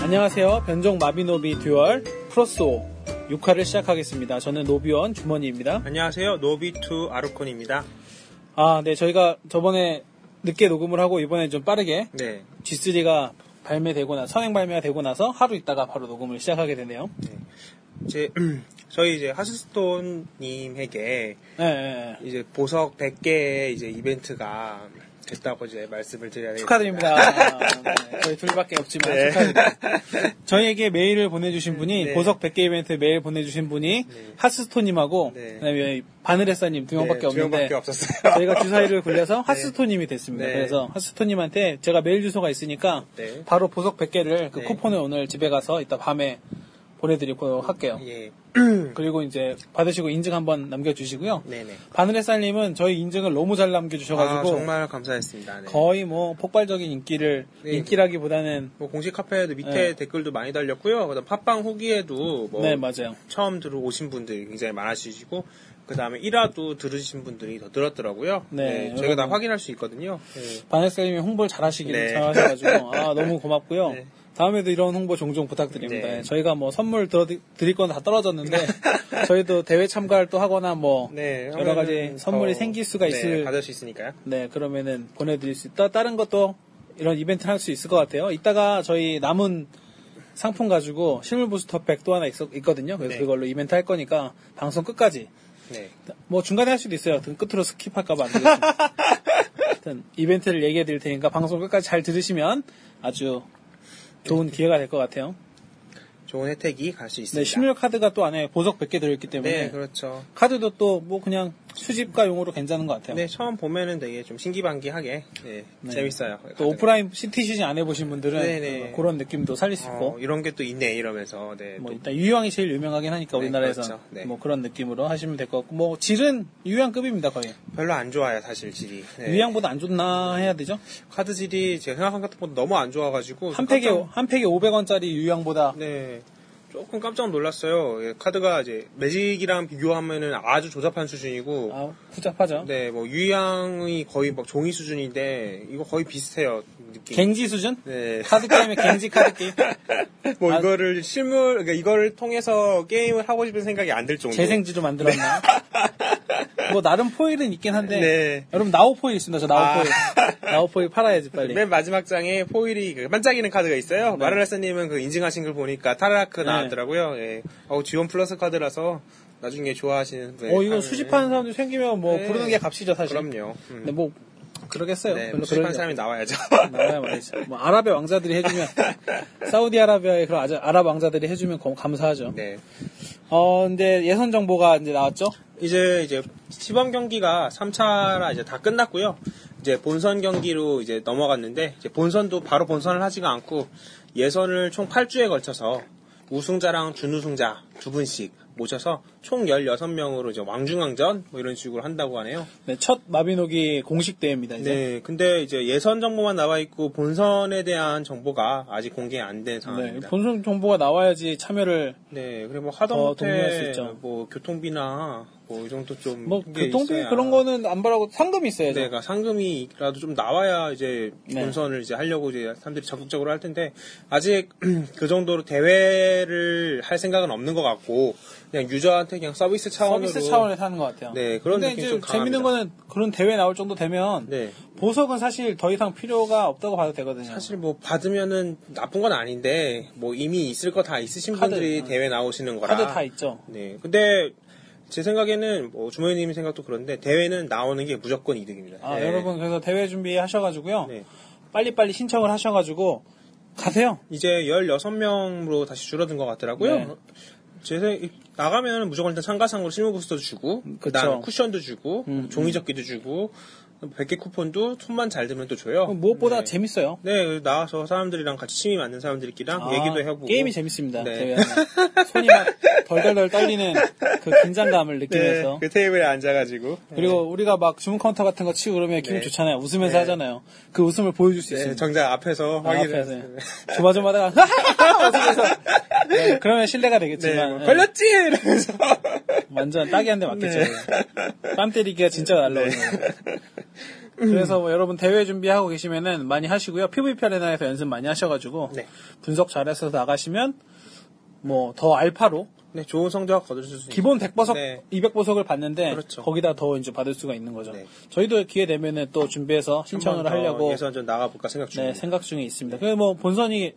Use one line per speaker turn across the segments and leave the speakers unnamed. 안녕하세요. 변종 마비노비 듀얼 플러스오 6화를 시작하겠습니다. 저는 노비원 주머니입니다.
안녕하세요. 노비투 아르콘입니다.
아, 네. 저희가 저번에 늦게 녹음을 하고 이번에 좀 빠르게
네.
G3가 발매되고 나, 선행 발매가 되고 나서 하루 있다가 바로 녹음을 시작하게 되네요.
이제 저희 이제 하스스톤 님에게
네, 네, 네.
이제 보석 100개의 이제 이벤트가 됐다고 이제 말씀을 드려야 되겠습니다.
축하드립니다. 아, 네. 저희 둘밖에 없지만
네.
축하드립니다. 저희에게 메일을 보내주신 분이
네.
보석 100개 이벤트 메일 보내주신 분이 하스스토님하고
네.
그다음에 바늘의사님 두 명밖에
네, 두
없는데
명밖에 없었어요.
저희가 주사위를 굴려서 하스토님이 됐습니다.
네.
그래서 하스토님한테 제가 메일 주소가 있으니까
네.
바로 보석 100개를 그
네.
쿠폰을 오늘 집에 가서 이따 밤에 보내드리고 할게요.
예.
그리고 이제 받으시고 인증 한번 남겨주시고요.
네네.
바늘의살님은 저희 인증을 너무 잘
아,
남겨주셔가지고
정말 감사했습니다. 네.
거의 뭐 폭발적인 인기를
네.
인기라기보다는
뭐 공식 카페에도 밑에
네.
댓글도 많이 달렸고요. 그다음 팟빵 후기에도 뭐
네 맞아요.
처음 들어오신 분들이 굉장히 많으시고 그다음에 1화도 들으신 분들이 더 늘었더라고요.
네,
저희가 다
여러분.
확인할 수 있거든요. 네.
바늘살님이 홍보를 잘하시길
네.
잘하셔가지고 아 너무 고맙고요.
네.
다음에도 이런 홍보 종종 부탁드립니다.
네.
예, 저희가 뭐 선물 들어 드릴 건 다 떨어졌는데 저희도 대회 참가를 또 하거나 뭐
네,
여러 가지
하면은
선물이
더,
생길 수가
네,
있을
받을 수 있으니까요.
네, 그러면은 보내드릴 수 있다. 다른 것도 이런 이벤트 를 할 수 있을 것 같아요. 이따가 저희 남은 상품 가지고 실물 부스터백 또 하나 있, 거든요 그래서
네.
그걸로 이벤트 할 거니까 방송 끝까지.
네.
뭐 중간에 할 수도 있어요. 등 끝으로 스킵할까봐 안 되겠습니다. 하여튼 이벤트를 얘기해 드릴 테니까 방송 끝까지 잘 들으시면 아주 좋은 기회가 될 것 같아요.
네. 좋은 혜택이 갈 수 있습니다.
네, 실물 카드가 또 안에 보석 100개 들어있기 때문에
네, 그렇죠.
카드도 또 뭐 그냥 수집가 용으로 괜찮은 것 같아요.
네, 처음 보면은 되게 좀 신기반기하게 네,
네.
재밌어요.
또 오프라인 시티 슈팅 안 해보신 분들은
네네.
어, 그런 느낌도 살릴 수
어,
있고
이런 게 또 있네 이러면서 네.
뭐
또
일단 유형이 제일 유명하긴 하니까
네,
우리나라에서
그렇죠. 네.
뭐 그런 느낌으로 하시면 될 것 같고 뭐 질은 유형급입니다 거의
별로 안 좋아요, 사실 질이. 네.
유형보다 안 좋나 해야 되죠
카드 질이 제가 생각한 것보다 너무 안 좋아가지고
한 팩에
깜짝-
한 팩에 500원짜리 유형보다
네. 조금 깜짝 놀랐어요. 예, 카드가 이제 매직이랑 비교하면은 아주 조잡한 수준이고
아 후잡하죠
네, 뭐 유양이 거의 막 종이 수준인데 이거 거의 비슷해요 느낌.
갱지 수준
네.
카드 게임의 갱지 카드 게임
뭐
아,
이거를 실물 그러니까 이거를 통해서 게임을 하고 싶은 생각이 안 들 정도.
재생지로 만들었나 뭐 나름 포일은 있긴 한데
네.
여러분 나우 포일 있습니다 저 나우
아.
포일 나우 포일 팔아야지 빨리
네. 맨 마지막 장에 포일이 그 반짝이는 카드가
네.
있어요. 마르라스님은 그 인증하신 걸 보니까 타라크 나왔더라고요. 예. 어우 지원 플러스 카드라서 나중에 좋아하시는 분의
어 이거
판을-
수집하는 사람들 생기면 뭐
네.
부르는 게 값이죠 사실
그럼요. 음.
근데 뭐 그러겠어요.
네,
별로
수집하는
그럴
사람이 나와야죠.
일
네,
나와야 말이죠. 뭐 아랍의 왕자들이 해주면 사우디아라비아의 그런 아자- 아랍 왕자들이 해주면 고- 감사하죠.
네.
어 근데 예선 정보가 이제 나왔죠.
이제 이제 시범 경기가 3차라 이제 다 끝났고요. 이제 본선 경기로 이제 넘어갔는데 이제 본선도 바로 본선을 하지가 않고 예선을 총 8주에 걸쳐서 우승자랑 준우승자 두 분씩 모셔서 총 16명으로 이제 왕중왕전 뭐 이런 식으로 한다고 하네요.
네, 첫 마비노기 공식 대회입니다. 이제
네. 근데 이제 예선 정보만 나와 있고 본선에 대한 정보가 아직 공개 안 된
네,
상황입니다.
본선 정보가 나와야지 참여를
네, 그리고 뭐
어, 동의할 수
하다못해
있죠.
뭐 교통비나 뭐 이 정도 좀
뭐
그게
교통비
있어야 네,
그런 거는 안 바라고 상금이 있어야죠.
내가 상금이라도 좀 나와야 이제
네.
본선을 이제 하려고 이제 사람들이 적극적으로 할 텐데 아직 그 정도로 대회를 할 생각은 없는 것 같고 그냥 유저한테 그냥 서비스 차원으로
서비스 차원에서 하는 것 같아요.
네, 그런
근데
느낌이
이제
좀
재밌는 거는 그런 대회 나올 정도 되면
네
보석은 사실 더 이상 필요가 없다고 봐도 되거든요.
사실 뭐 받으면은 나쁜 건 아닌데 뭐 이미 있을 거 다 있으신
카드,
분들이
어.
대회 나오시는 거라
카드 다 있죠.
네 근데 제 생각에는 뭐 주머니님 생각도 그런데 대회는 나오는 게 무조건 이득입니다.
아,
네.
여러분 그래서 대회 준비하셔가지고요.
네.
빨리빨리 신청을 하셔가지고 가세요.
이제 16명으로 다시 줄어든 것 같더라고요.
네.
제 나가면 무조건 일단 참가상으로 실무 부스터도 주고, 그
그쵸.
다음 쿠션도 주고, 종이접기도 주고, 100개 쿠폰도 손만 잘 들면 또 줘요.
무엇보다
네.
재밌어요.
네, 나와서 사람들이랑 같이 취미 맞는 사람들끼리랑
아,
얘기도 해보고.
게임이 재밌습니다.
네.
대회는 손이 막 덜덜덜 떨리는 그 긴장감을
네,
느끼면서
그 테이블에 앉아가지고.
네. 그리고 우리가 막 주문 카운터 같은 거 치고 그러면 기분
네.
좋잖아요. 웃으면서
네.
하잖아요. 그 웃음을 보여줄 수
네,
있습니다.
정작 앞에서
아,
확인을.
앞에서 조마조마다가 웃으면서 네, 그러면 신뢰가
네,
되겠지만
뭐,
네,
걸렸지! 이러면서. 네.
완전 딱이 한 대 맞겠죠. 땀 때리기가 진짜 날라오는 거예요. 그래서 뭐 여러분 대회 준비하고 계시면은 많이 하시고요. PVP 아레나에서 연습 많이 하셔가지고
네.
분석 잘해서 나가시면 뭐 더 알파로
네, 좋은 성적 거두실 수
기본 100보석,
네.
200보석을 받는데
그렇죠.
거기다 더 이제 받을 수가 있는 거죠.
네.
저희도 기회 되면은 또 준비해서
있는
신청을 하려고
어, 예선 좀 나가볼까 생각
네,
중입니다.
생각 중에 있습니다. 그래서 뭐 본선이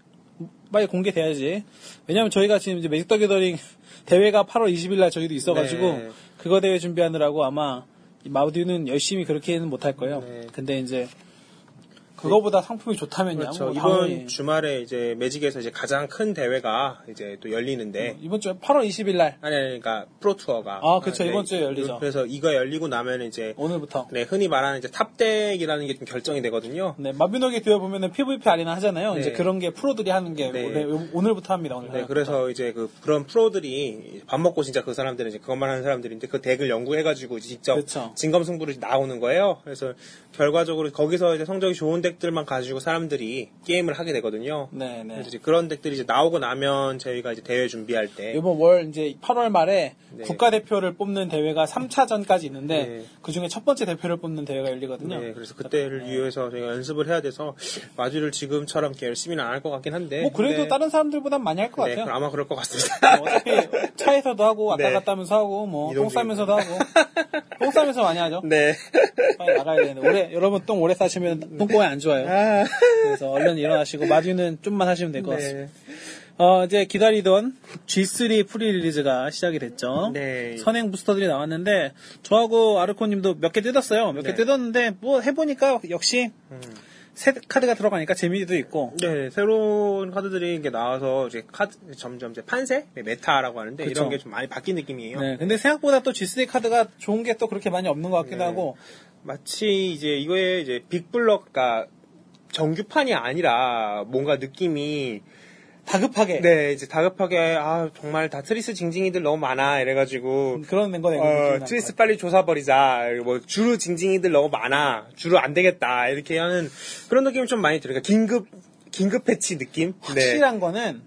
빨리 공개돼야지. 왜냐면 저희가 지금 이제 매직 더 게더링 대회가 8월 20일 날 저희도 있어가지고
네.
그거 대회 준비하느라고 아마 이 마우디는 열심히 그렇게는 못할 거예요.
네.
근데 이제 그거보다 상품이 좋다면요.
그렇죠.
뭐
이번
당연히
주말에 이제 매직에서 이제 가장 큰 대회가 이제 또 열리는데
이번 주에 8월 20일 날
아니 아니, 그러니까 프로 투어가
음.
네,
아, 그렇죠. 이번 주에 열리죠.
그래서 이거 열리고 나면 이제
오늘부터
네, 흔히 말하는 이제 탑덱이라는 게 좀 결정이 되거든요.
네, 마비노기 대회 보면은 PVP 아리나 하잖아요. 이제
네.
그런 게 프로들이 하는 게
네.
원래 요- 오늘부터 합니다. 오늘.
네, 그래서 이제 그 그런 프로들이 밥 먹고 진짜 그 사람들은 이제 그것만 하는 사람들인데 그 덱을 연구해가지고 이제 직접
그쵸.
진검승부로 이제 나오는 거예요. 그래서 결과적으로 거기서 이제 성적이 좋은 덱들만 가지고 사람들이 게임을 하게 되거든요.
네, 네.
그래서 이제 그런 덱들이 이제 나오고 나면 저희가 이제 대회 준비할 때
네. 이번 월 이제 8월 말에
네.
국가대표를 뽑는 대회가 3차전까지 있는데
네.
그 중에 첫 번째 대표를 뽑는 대회가 열리거든요.
네, 그래서 그때를 위해서 저희가 연습을 해야 돼서 마주를 지금처럼 이렇게 열심히는 안 할 것 같긴 한데
뭐 그래도
근데-
다른 사람들보단 많이 할 것
네,
같아요.
아마 그럴 것 같습니다.
뭐 어차피 차에서도 하고 왔다
네.
갔다 하면서 하고 뭐 똥
이동
싸면서도 하고 똥 싸면서 많이 하죠.
네.
빨리 나가야 되는데 오래 여러분 똥 오래 싸시면 똥꼬에 안 좋아요.
아,
그래서 얼른 일어나시고 마듀는 좀만 하시면 될 것 같습니다.
네.
어, 이제 기다리던 G3 프리릴리즈가 시작이 됐죠.
네.
선행 부스터들이 나왔는데 저하고 아르코님도 몇 개 뜯었어요. 몇 개
네. 음.
뜯었는데 뭐 해보니까 역시 새 카드가 들어가니까 재미도 있고
네, 새로운 카드들이 이게 나와서 이제 카드 점점 이제 판세, 네, 메타라고 하는데
그쵸.
이런 게 좀 많이 바뀐 느낌이에요.
네, 근데 생각보다 또 G3 카드가 좋은 게 또 그렇게 많이 없는 것 같기도
네.
하고
마치 이제 이거에 이제 빅블럭, 그러니까 정규판이 아니라 뭔가 느낌이
다급하게
네 이제 다급하게 아 정말 다 트리스 징징이들 너무 많아 이래가지고
음, 그런 거 내고
어, 트리스 빨리 조사 버리자. 뭐 주루 징징이들 너무 많아. 주루 안 되겠다. 이렇게 하는 그런 느낌이 좀 많이 들어요. 그러니까 긴급 긴급 패치 느낌.
확실한 거는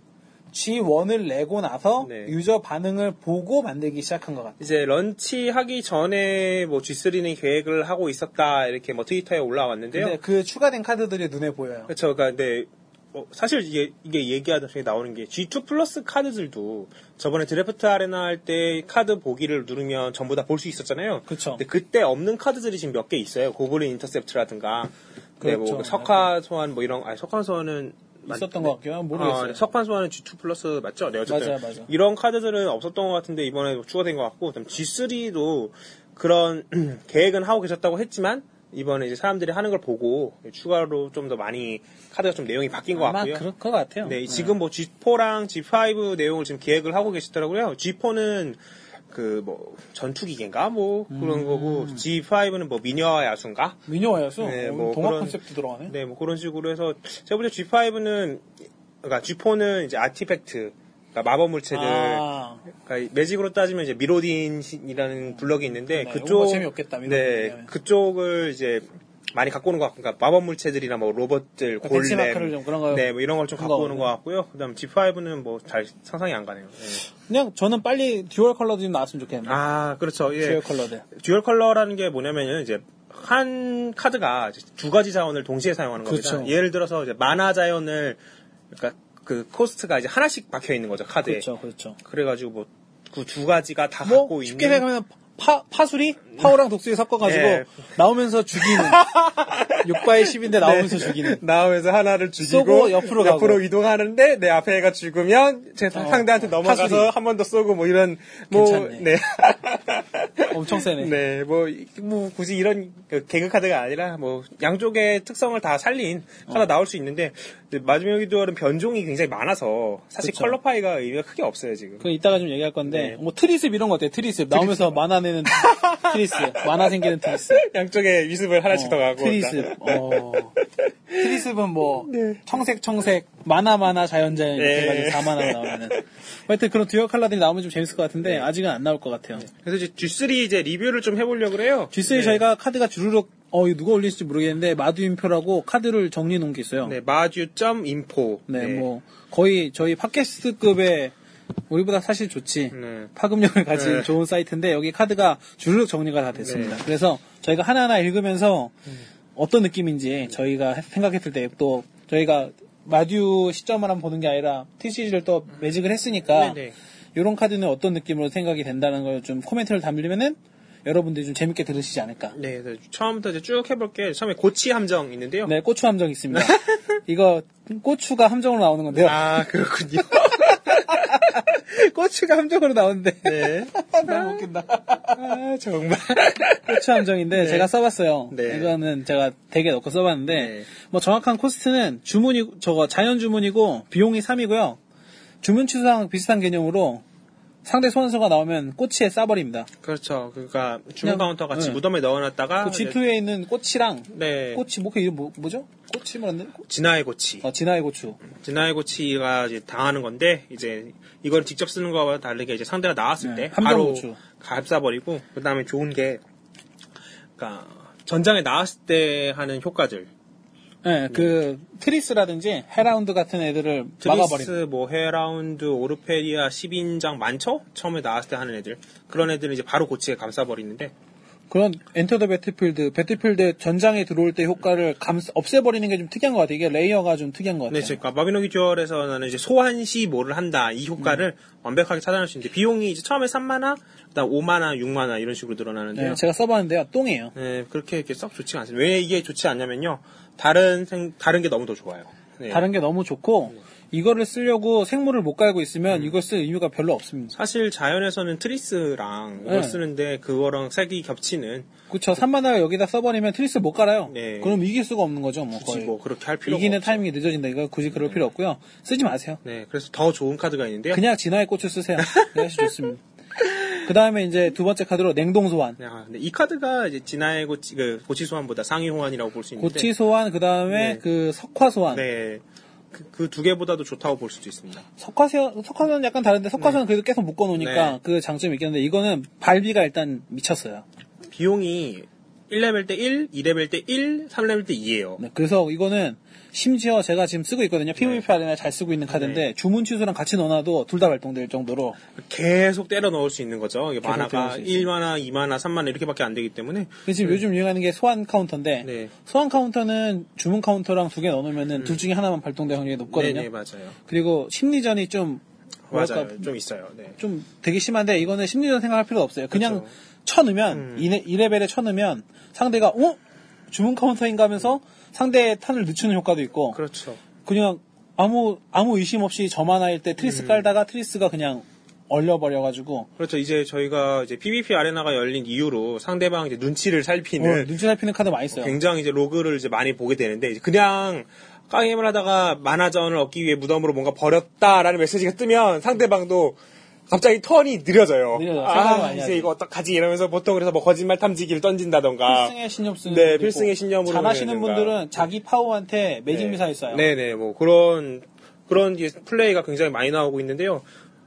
G1을 내고 나서
네.
유저 반응을 보고 만들기 시작한 것 같아요.
이제 런치 하기 전에 뭐 G3는 계획을 하고 있었다. 이렇게 뭐 트위터에 올라왔는데요.
근데 그 추가된 카드들이 눈에 보여요.
그렇죠. 그러니까 근데 어, 사실 이게 이게 얘기하다 중에 나오는 게 G2 플러스 카드들도 저번에 드래프트 아레나 할 때 카드 보기를 누르면 전부 다 볼 수 있었잖아요.
그쵸.
근데 그때 없는 카드들이 지금 몇 개 있어요. 고블린 인터셉트라든가 네, 뭐
그렇죠.
석화 소환 뭐 이런 아니 석화 소환은 맞-
있었던 것 같긴 한데 모르겠어요.
아, 네, 석판 소환은 G2 플러스 맞죠? 네, 어쨌든
맞아요, 맞아요.
이런 카드들은 없었던 것 같은데 이번에 뭐 추가된 것 같고 그다음 G3도 그런 계획은 하고 계셨다고 했지만 이번에 이제 사람들이 하는 걸 보고 추가로 좀 더 많이 카드가 좀 내용이 바뀐 것
아마 그렇죠.
같고요.
그럴 것 같아요.
네, 지금 뭐 G4랑 G5 내용을 지금 기획을 하고 계시더라고요. G4는 그 뭐 전투기계인가 뭐 그런
음.
거고 G5는 뭐 미녀와 야수인가
미녀와야수
네,
어,
뭐
동화
그런-
컨셉도 들어가네.
네, 뭐 그런 식으로 해서 제가 볼 때 G5는 그러니까 G4는 이제 아티팩트 그러니까 마법 물체들
아,
그러니까 매직으로 따지면 이제 미로딘이라는 블럭이 있는데
네, 이거
그쪽
뭐 재미없겠다, 미로딘
네,
얘기하면.
그쪽을 이제 많이 갖고 오는 것 같고, 그러니까 마법 물체들이나 뭐 로봇들,
그러니까
골렘,
벤치마크를 좀 그런 거-
네, 뭐 이런 걸 좀
그런
갖고
거
오는 것 같고요. 그다음 G5는 뭐 잘 상상이 안 가네요. 네.
그냥 저는 빨리 듀얼 컬러도 좀 나왔으면 좋겠네요.
아, 그렇죠. 예.
듀얼 컬러들.
듀얼 컬러라는 게 뭐냐면은 이제 한 카드가 이제 두 가지 자원을 동시에 사용하는 겁니다.
그렇죠.
예를 들어서 이제 만화 자원을 그러니까 그 코스트가 이제 하나씩 박혀 있는 거죠 카드에.
그렇죠, 그렇죠.
그래가지고 뭐 그 두 가지가 다
뭐
갖고
쉽게
있는
생각하면 파 파수리 파워랑 독수리 섞어가지고
네.
나오면서 죽이는 6바의 10인데
네.
나오면서 죽이는
나오면서 하나를
쏘고
죽이고
옆으로 가고.
이동하는데 내 앞에 애가 죽으면 제
어,
상대한테
어, 파수리.
넘어가서 한 번 더 쏘고 뭐 이런 뭐
괜찮네.
네.
엄청 세네.
네, 뭐, 이- 뭐, 굳이 이런 그 개그 카드가 아니라, 뭐, 양쪽의 특성을 다 살린 하나
어.
나올 수 있는데, 이제 마지막 듀얼은 변종이 굉장히 많아서, 사실
그쵸.
컬러 파이가 의미가 크게 없어요, 지금.
그 이따가 좀 얘기할 건데
네.
뭐 트리습 이런 거 어때요? 트리습 나오면서 만화 내는 트리스 만화 생기는 트리스
양쪽에 위습을 하나씩 더
어,
가고.
트리습 어. 트리습은 뭐 청색 청색 만화 만화 자연 자연
네.
이렇게 해가지고 4만화 나오면은 하여튼 그런 듀얼 컬러들이 나오면 좀 재밌을 것 같은데 아직은 안 나올 것 같아요.
그래서 이제 G3 이제 리뷰를 좀 해보려고 그래요. 네.
G3 저희가 카드가 주르륵 어 이거 누가 올릴지 모르겠는데 마두인표라고 카드를 정리해 놓은 게 있어요.
네, 마듀.info.
네, 뭐 거의 저희 팟캐스트급의 우리보다 사실 좋지
네.
파급력을 가진
네. 음.
좋은 사이트인데 여기 카드가 주르륵 정리가 다 됐습니다. 그래서 저희가 하나하나 읽으면서 어떤
네.
느낌인지 저희가 생각했을 때 또 저희가 마듀 시점을 한번 보는 게 아니라 TCG를 또 매직을 했으니까
음. 네네.
이런 카드는 어떤 느낌으로 생각이 된다는 걸 좀 코멘트를 담으려면은 여러분들이 좀 재밌게 들으시지 않을까.
네, 그래서 처음부터 이제 쭉 해볼게. 처음에 고치 함정 있는데요.
네, 고추 함정 있습니다. 이거 고추가 함정으로 나오는 건데요.
아, 그렇군요.
고추가 함정으로 나오는데.
네.
너무 웃긴다.
아, 정말.
고추 그렇죠, 함정인데 제가 써봤어요.
네.
이거는 제가 되게 넣고 써봤는데
네.
뭐 정확한 코스트는 주문이 저거 자연 주문이고 비용이 3이고요. 주문 취소랑 비슷한 개념으로 상대 소환수가 나오면 꼬치에 싸버립니다.
그렇죠. 그러니까 주문
그냥-
카운터 같이
네.
무덤에 넣어놨다가
그
이제-
G2에 있는 꼬치랑
아, 네.
꼬치 뭐, 그 이름 뭐, 뭐죠? 꼬치 뭐라는데?
진화의 고치.
어, 진화의 고추.
진화의 고치가 이제 당하는 건데 이제 이걸 직접 쓰는 거와 다르게 이제 상대가 나왔을
네,
때
함정
바로
고추.
값싸버리고 그다음에 좋은 게 그러니까 전장에 나왔을 때 하는 효과들. 음.
네, 그 트리스라든지 헤라운드 같은 애들을 막아버립니다.
드리스, 뭐 헤라운드, 오르페리아, 10인장 많죠? 처음에 나왔을 때 하는 애들. 그런 애들은 이제 바로 고치에 감싸버리는데
그런 엔터 더 배틀필드, 배틀필드 전장에 들어올 때 효과를 감 없애버리는 게 좀 특이한 것 같아요. 이게 레이어가 좀 특이한 것
네,
같아요.
그러니까 마비노기 듀얼에서 나는 이제 소환 시 뭐를 한다 이 효과를
음.
완벽하게 차단할 수 있는데 비용이 이제 처음에 3만화, 그다음 5만화, 6만화 이런 식으로 늘어나는데요.
네, 제가 써봤는데요. 똥이에요.
네, 그렇게 이렇게 썩 좋지가 않습니다. 왜 이게 좋지 않냐면요. 다른 생, 다른 게 너무 더 좋아요. 네.
다른 게 너무 좋고 이거를 쓰려고 생물을 못 갈고 있으면
네.
이걸 쓸 의미가 별로 없습니다.
사실 자연에서는 트리스랑 이걸
네.
쓰는데 그거랑 색이 겹치는
그쵸. 3만화가 여기다 써버리면 트리스 못 갈아요.
네.
그럼 이길 수가 없는 거죠. 뭐
굳이
거의.
뭐 그렇게 할 필요가
이기는
없죠.
타이밍이 늦어진다. 이거 굳이 그럴 필요 없고요. 쓰지 마세요.
네, 그래서 더 좋은 카드가 있는데요.
그냥 진화의 꽃을 쓰세요. 네, 아주 좋습니다. 그 다음에 이제 두 번째 카드로 냉동 소환.
아, 근데 이 카드가 이제 진화의 고치, 그 고치 소환보다 상위 호환이라고 볼 수 있는데
고치 소환, 그 다음에
네.
그 석화 소환.
네, 그 두 개보다도 좋다고 볼 수도 있습니다.
석화선, 석화선은 약간 다른데 석화선은 그래도 계속 묶어놓으니까
네.
그 장점이 있겠는데 이거는 발비가 일단 미쳤어요.
비용이 1레벨 때 1, 2레벨 때 1, 3레벨 때 2예요.
네, 그래서 이거는 심지어 제가 지금 쓰고 있거든요.
네.
PVP 아레나 잘 쓰고 있는 카드인데 주문 취소랑 같이 넣어놔도 둘 다 발동될 정도로
계속 때려 넣을 수 있는 거죠. 이게
계속 때려 넣을
만화가
수 있어요.
1만화, 2만화, 3만화 이렇게밖에 안 되기 때문에
근데 지금 요즘 유행하는 게 소환 카운터인데
네. 음.
소환 카운터는 주문 카운터랑 두 개 넣어놓으면 은둘 중에 하나만 발동될 확률이 높거든요.
네네 맞아요.
그리고 심리전이 좀 뭐랄까
맞아요. 좀 있어요. 네.
좀 되게 심한데 이거는 심리전 생각할 필요 없어요. 그냥
그렇죠.
쳐넣으면 이 2레벨에 쳐넣으면 상대가 어? 주문 카운터인가 하면서 상대의 탄을 늦추는 효과도 있고
그렇죠.
그냥 아무 아무 의심 없이 저만 아일 때 트리스
음.
깔다가 트리스가 그냥 얼려버려가지고
그렇죠. 이제 저희가 이제 PVP 아레나가 열린 이후로 상대방 이제 눈치를
어,
살피는
눈치 살피는 카드 많이 써요.
네. 굉장히 이제 로그를 이제 많이 보게 되는데 이제 그냥 게임을 하다가 만화전을 얻기 위해 무덤으로 뭔가 버렸다라는 메시지가 뜨면 상대방도 갑자기 턴이 느려져요.
느려져요. 생각을
아,
많이 하죠.
이제 이거 어떡하지 이러면서 보통 그래서 뭐 거짓말 탐지기를 던진다던가
필승의 신념 쓰는
네,
분들도
필승의 신념으로
잘하시는
해야 되는가.
분들은 자기 파워한테 매직
네.
미사일 써요.
네네, 뭐 그런 그런 이제 플레이가 굉장히 많이 나오고 있는데요.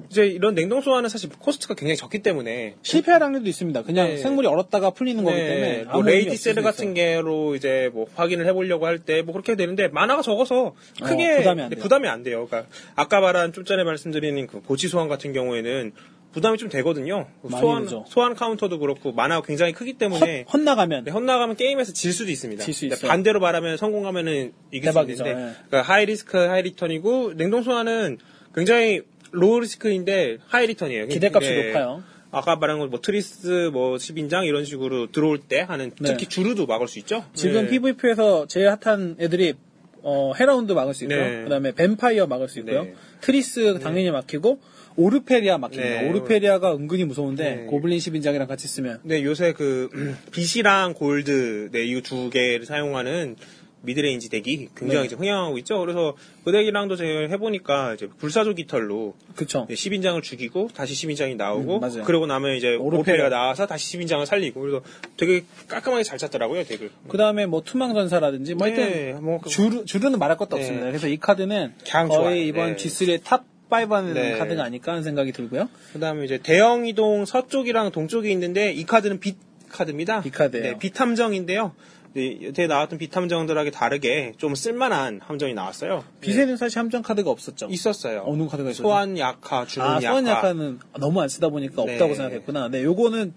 이제 이런 냉동 소환은 사실 코스트가 굉장히 적기 때문에
실패할 확률도 있습니다. 그냥
네.
생물이 얼었다가 풀리는 거기 때문에
네, 뭐
아무 의미
레이디
없을 수도
세르 같은
있어요.
게로 이제 뭐 확인을 해보려고 할 때 뭐 그렇게 되는데 만화가 적어서 크게
어, 부담이 안
네,
돼요.
부담이 안 돼요. 그러니까 아까 말한 좀 전에 말씀드린 그 고치 소환 같은 경우에는 부담이 좀 되거든요.
많이
소환
되죠.
소환 카운터도 그렇고 만화가 굉장히 크기 때문에
헛, 나가면
네, 헛나가면 게임에서 질 수도 있습니다.
질수
근데
있어요.
반대로 말하면 성공하면은 이길 수
대박이죠,
있는데
예.
그러니까 하이 리스크 하이 리턴이고 냉동 소환은 굉장히 로우 리스크인데 하이 리턴이에요.
기대값이
네.
높아요.
아까 말한 건뭐 트리스 뭐 10인장 이런 식으로 들어올 때 하는
네.
특히 주루도 막을 수 있죠.
지금
네.
PVP에서 제일 핫한 애들이 어, 헤라운드 막을 수 있고요.
네.
그다음에 뱀파이어 막을 수 있고요.
네.
트리스 당연히 막히고 오르페리아 막힙니다.
네.
오르페리아가 은근히 무서운데
네.
고블린 10인장이랑 같이 쓰면
네, 요새 그 빛이랑 골드 네, 이 두 개를 사용하는 미드레인지 덱이 굉장히
네.
이제 흥행하고 있죠. 그래서 그 덱이랑도 제가 해보니까 이제 불사조 깃털로
그쵸.
10인장을 예, 죽이고 다시 10인장이 나오고
음, 맞아요.
그러고 나면 이제
오르페리아.
오르페리가 나와서 다시 10인장을 살리고 그래서 되게 깔끔하게 잘 짰더라고요 덱을.
그다음에 뭐 투망전사라든지 뭐
네,
하여튼
뭐 그-
주르, 주르는 말할 것도
네.
없습니다. 그래서 이 카드는
그냥
거의
좋아요.
이번
네.
G3의 탑 5 안에 드는
네.
카드가 아닐까 하는 생각이 들고요.
그다음에 이제 대형 이동 서쪽이랑 동쪽이 있는데 이 카드는 빛 카드입니다.
빛 카드예요.
네, 빛 함정인데요. 네, 여태 나왔던 빛 함정들하고 다르게 좀 쓸만한 함정이 나왔어요.
빛에는 사실 함정 카드가 없었죠.
있었어요.
어느 카드가 있었죠?
소환 약화, 주문
아,
약화.
소환 약화는 너무 안 쓰다 보니까
네.
없다고 생각했구나. 네, 요거는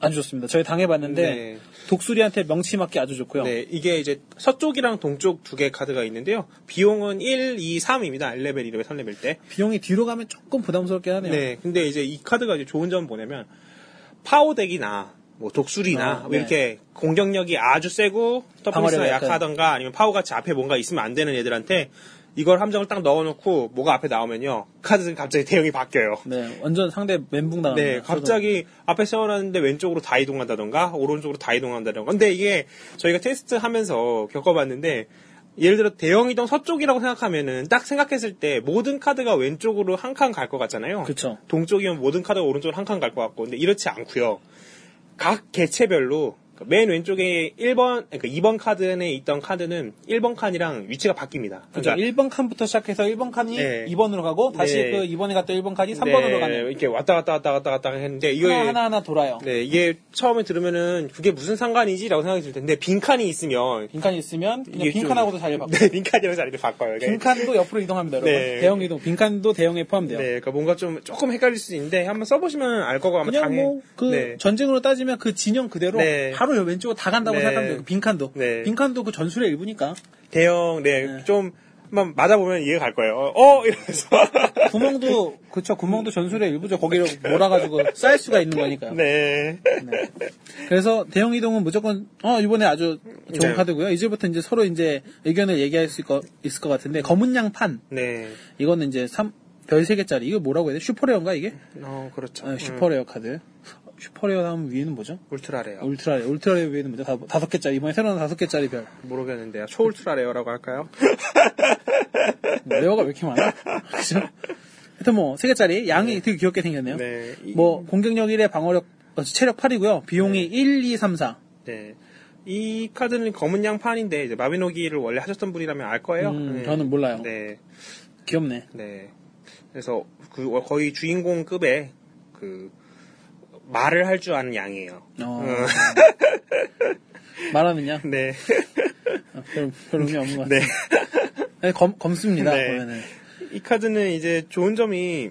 아주 좋습니다. 저희 당해봤는데
네.
독수리한테 명치 맞기 아주 좋고요.
네, 이게 이제 서쪽이랑 동쪽 두 개 카드가 있는데요. 비용은 1, 2, 3입니다. 1레벨, 2레벨, 3레벨 때.
비용이 뒤로 가면 조금 부담스럽긴 하네요.
네, 근데 이제 이 카드가 이제 좋은 점 뭐냐면 파워덱이나 뭐 독수리나
아,
뭐
네.
이렇게 공격력이 아주 세고 터프리스가
방어력이 약간-
약하던가 아니면 파워같이 앞에 뭔가 있으면 안 되는 애들한테 이걸 함정을 딱 넣어놓고 뭐가 앞에 나오면요 카드는 갑자기 대형이 바뀌어요.
네, 완전 상대 멘붕 나갑니다.
네, 갑자기 앞에 세워놨는데 왼쪽으로 다 이동한다던가, 오른쪽으로 다 이동한다던가. 근데 이게 저희가 테스트 하면서 겪어봤는데, 예를 들어 대형이동 서쪽이라고 생각하면은 딱 생각했을 때 모든 카드가 왼쪽으로 한 칸 갈 것 같잖아요.
그렇죠.
동쪽이면 모든 카드가 오른쪽으로 한 칸 갈 것 같고, 근데 이렇지 않고요. 각 개체별로 그러니까 맨 왼쪽에 1번, 그러니까 2번 카드에 있던 카드는 1번 칸이랑 위치가 바뀝니다. 그러니까
그죠. 그러니까 1번 칸부터 시작해서 1번 칸이
네.
2번으로 가고 다시
네.
그 2번에 갔던 1번 칸이
네,
3번으로 가는
이렇게 왔다 갔다 왔다 갔다 갔다 했는데 이거
하나 하나 하나 돌아요.
네, 이게 처음에 들으면은 그게 무슨 상관이지라고 생각이 들 텐데 네, 빈칸이 있으면
빈칸이 있으면 그냥
이게 좀-
빈칸하고도 자리를 바꿔요.
네, 빈칸이라고 자리를 바꿔요. 이게.
빈칸도 옆으로 이동합니다, 여러분.
네.
대형 이동. 빈칸도 대형에
네,
포함돼요.
그러니까 뭔가 좀 조금 헷갈릴 수 있는데 한번 써보시면 알 거고 아마
그냥
당해.
뭐 그
네.
전쟁으로 따지면 그 진영 그대로
네.
바로 왼쪽으로 다 간다고
네.
생각하면 돼요. 그 빈칸도.
네.
빈칸도 그 전술의 일부니까.
대형, 네,
네.
좀 한번 맞아 보면 이해 갈 거예요. 어, 어! 이러면서.
구멍도 그쵸 구멍도 전술의 일부죠. 거기를 몰아가지고 쌓일 수가 있는 거니까요.
네.
그래서 대형 이동은 무조건 어 이번에 아주 좋은
네.
카드고요. 이제부터 이제 서로 이제 의견을 얘기할 수 있- 있을 것 같은데 검은 양판
네.
이거는 이제 삼별 3개짜리 이거 뭐라고 해야 돼? 슈퍼레어인가 이게?
어, 그렇죠.
아, 슈퍼레어 카드. 슈퍼레어 다음 위에는 뭐죠?
음, 울트라레어.
울트라레어. 울트라레어 위에는 뭐죠? 다- 다섯 개짜리 이번에 새로 나온 다섯 개짜리 별.
모르겠는데요. 아, 초울트라레어라고 할까요?
레어가 왜 이렇게 많아? 그죠? 하여튼 뭐, 세 개짜리. 양이 되게 귀엽게 생겼네요.
네. 이-
뭐, 공격력 1에 방어력, 어, 체력 8이고요. 비용이 1, 2, 3, 4.
네. 이 카드는 검은 양판인데 이제 마비노기를 원래 하셨던 분이라면 알 거예요.
음,
네.
저는 몰라요.
네.
귀엽네.
네. 그래서 그 거의 주인공급의 그 말을 할 줄 아는 양이에요.
어.
어,
말하는 양.
네.
어, 별, 별 의미 없는 것 같아요.
네.
네, 검, 검습니다.
네.
보면은.
이 카드는 이제 좋은 점이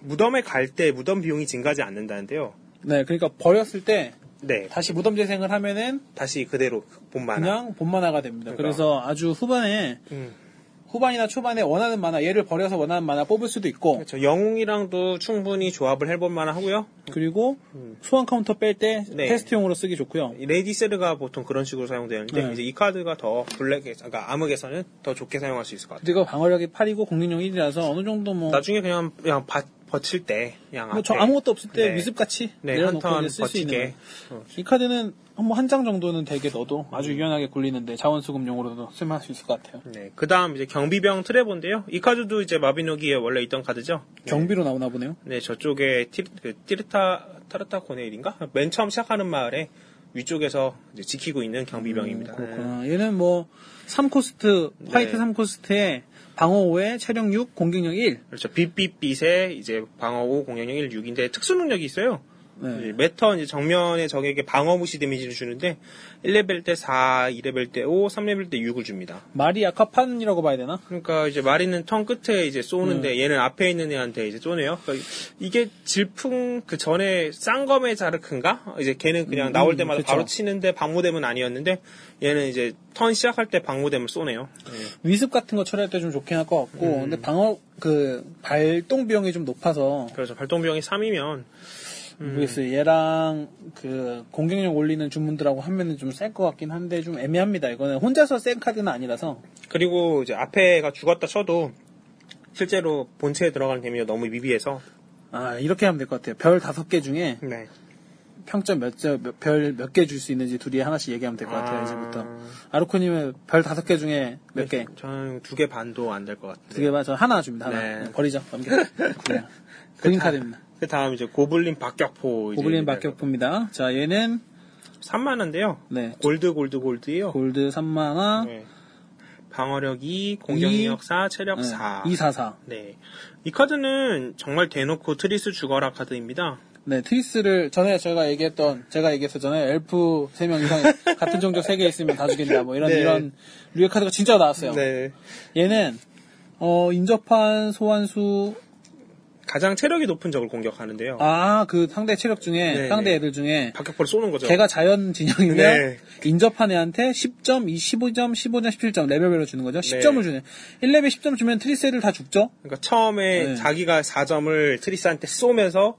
무덤에 갈 때 무덤 비용이 증가하지 않는다는데요.
네, 그러니까 버렸을 때
네.
다시 무덤 재생을 하면은
다시 그대로 본만화.
그냥 본 만화가 됩니다. 그래래서 아주 후반에
그러니까. 음.
후반이나 초반에 원하는 만화 얘를 버려서 원하는 만화 뽑을 수도 있고
그렇죠. 영웅이랑도 충분히 조합을 해볼 만하고요.
그리고 소환 카운터 뺄 때
음. 네.
테스트용으로 쓰기 좋고요.
이 레디세르가 보통 그런 식으로 사용되는데
네.
이제 이 카드가 더 블랙에 그러니까 암흑에서는 더 좋게 사용할 수 있을 것 같아요.
근데 이거 방어력이 8이고 공격력 1이라서 어느 정도 뭐,
나중에 그냥 그냥 바- 버틸 때 그냥
뭐저
앞에.
아무것도 없을 때
네.
미습같이
네,
내려놓고
한턴
이제 쓸 수 있는
버티게. 어.
거예요. 이 카드는 뭐 한 장 정도는 되게 넣어도 아주 유연하게 굴리는데 자원수급용으로도 쓸만할 수 있을 것 같아요.
음. 네, 그 다음 이제 경비병 트레본데요. 이 카드도 이제 마비노기에 원래 있던 카드죠.
경비로 나오나 보네요.
네, 저쪽에 티, 그 띠르타, 타르타 고네일인가? 맨 처음 시작하는 마을에 위쪽에서 이제 지키고 있는 경비병입니다. 네.
음, 그렇구나. 얘는 뭐 3코스트 화이트
네.
삼 3코스트에 방어 5에 체력 6, 공격력 1.
그렇죠. 빛빛빛에 이제 방어 5, 공격력 1, 6인데 특수 능력이 있어요.
네.
네. 매턴 이제 정면에 적에게 방어 무시 데미지를 주는데 1레벨 때 4, 2레벨 때 5, 3레벨 때 6을 줍니다.
말이 약화판이라고 봐야 되나?
그러니까 이제 마리는 턴 끝에 이제 쏘는데
음.
얘는 앞에 있는 애한테 이제 쏘네요. 그러니까 이게 질풍 그 전에 쌍검의 자르크인가? 이제 걔는 그냥
음,
나올 때마다
그쵸.
바로 치는데 방무됨은 아니었는데 얘는 이제 턴 시작할 때 방무됨을 쏘네요. 예,
위습 같은 거 처리할 때 좀 좋긴 할 것
음.
같고, 근데 방어 그 발동 비용이 좀 높아서
그래서 발동병이 3이면 음.
모르겠어요. 얘랑 그 공격력 올리는 주문들하고 하면은 좀 셀 것 같긴 한데 좀 애매합니다. 이거는 혼자서 센 카드는 아니라서
그리고 이제 앞에가 죽었다 쳐도 실제로 본체에 들어가는 데미지가 너무 미비해서
아 이렇게 하면 될 것 같아요. 별 다섯 개 중에
네.
평점 몇별몇 개 줄 수 있는지 둘이 하나씩 얘기하면 될 것 같아요.
아.
이제부터 아르코님은 별 다섯 개 중에 몇
네.
개?
저는 두 개 반도 안 될 것 같아요.
네. 두 개만 저 하나 줍니다. 하나
네.
버리죠. 넘겨. 그냥. 그린 카드입니다.
그 다음 이제 고블린 박격포 이제
고블린 박격포입니다. 자 얘는
3만 원인데요.
네
골드 골드 골드예요.
골드 3만화
네. 방어력 2, 공격력
네.
4, 체력 4.
244.
네. 이 카드는 정말 대놓고 트리스 죽어라 카드입니다.
네, 트리스를 전에 제가 얘기했던 제가 얘기했었잖아요. 엘프 3명 이상 같은 종족 3개 있으면 다 죽인다. 뭐 이런
네.
이런 류의 카드가 진짜 나왔어요.
네.
얘는 어 인접한 소환수
가장 체력이 높은 적을 공격하는데요.
아, 그 상대 체력 중에,
네,
상대
네.
애들 중에,
박격포를 쏘는 거죠.
걔가 자연 진영이면,
네.
인접한 애한테 10점, 2 15점, 15점, 17점, 레벨별로 주는 거죠? 10점을 주네. 1레벨 10점 주면 트리셀을 다 죽죠?
그러니까 처음에
네.
자기가 4점을 트리스한테 쏘면서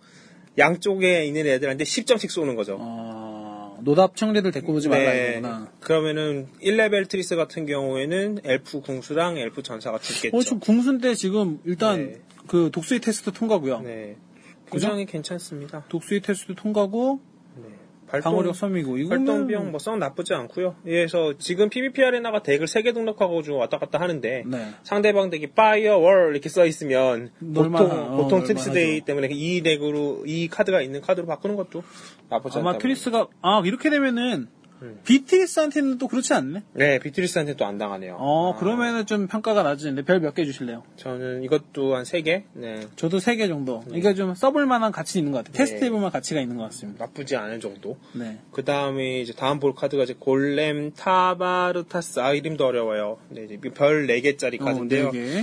양쪽에 있는 애들한테 10점씩 쏘는 거죠.
어, 노답 청리들 데리고 오지 말라
네.
이거구나.
그러면은 1레벨 트리스 같은 경우에는 엘프 궁수랑 엘프 전사가 죽겠죠.
어, 지금 궁순대 지금 일단
네.
그 독수리 테스트 통과고요.
네. 굉장히 괜찮습니다. 네.
독수리 테스트 통과고 방어력 3이고 이거는
활동비용 뭐 썩 나쁘지 않고요. 예, 그래서 지금 PVP 아레나가 덱을 3개 등록하고 좀 왔다 갔다 하는데
네.
상대방 덱이 파이어월 이렇게 써 있으면 보통
놀만하- 어,
보통
놀만하죠.
트리스데이 때문에 이 덱으로 이 카드가 있는 카드로 바꾸는 것도 나쁘지 않다.
아마 트리스가 아 이렇게 되면은 비트리스한테는 또 그렇지 않네.
네, 비트리스한테 또 안 당하네요.
어 그-
아,
그러면은 좀 평가가 낮은데 별 몇 개 주실래요?
저는 이것도 한 3개. 네.
저도 3개 정도. 이게 좀 써볼 만한 가치 있는 것 같아요.
네.
테스트 해볼 만한 가치가 있는 것 같습니다.
나쁘지 않은 정도.
네.
그 다음에 이제 다음 볼 카드가 이제 골렘 타바르타스. 아, 이름도 어려워요. 네, 이제 별 4개짜리 카드인데요.
어, 4개.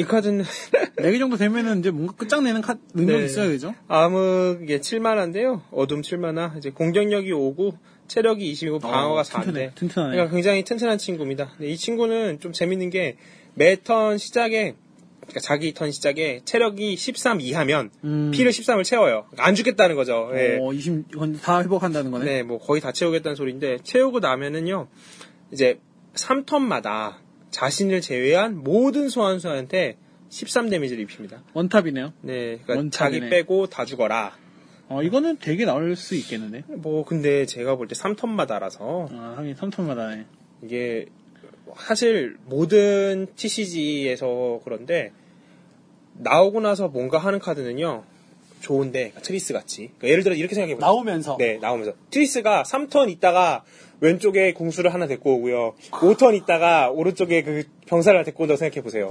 이 카드는
4개 정도 되면은 이제 뭔가 끝장내는 카, 능력이
네.
있어야 되죠?
암흑 이게 7만화인데요. 어둠 7만화. 이제 공격력이 5고 체력이 25, 방어가 4인데.
튼튼해, 튼튼하네.
그러니까 굉장히 튼튼한 친구입니다. 근데 이 친구는 좀 재밌는 게 매 턴 시작에 그러니까 자기 턴 시작에 체력이 13 이하면
음.
피를 13을 채워요. 그러니까 안 죽겠다는 거죠. 예.
어, 20, 이건 다 회복한다는 거네.
네, 뭐 거의 다 채우겠다는 소리인데 채우고 나면은요. 이제 3턴마다 자신을 제외한 모든 소환수한테 13 데미지를 입힙니다.
원탑이네요.
네, 그러니까
원탑이네.
자기 빼고 다 죽어라.
어, 이거는 되게 나올 수 있겠는데?
뭐 근데 제가 볼 때 3턴마다라서
아, 하긴 3톤마다 네.
이게 사실 모든 TCG에서 그런데 나오고 나서 뭔가 하는 카드는요 좋은데 트리스 같이 그러니까 예를 들어 이렇게 생각해 보세요.
나오면서.
네 나오면서 트리스가 3턴 있다가 왼쪽에 궁수를 하나 데리고 오고요. 5턴 있다가 오른쪽에 그 병사를 데리고 온다고 생각해 보세요.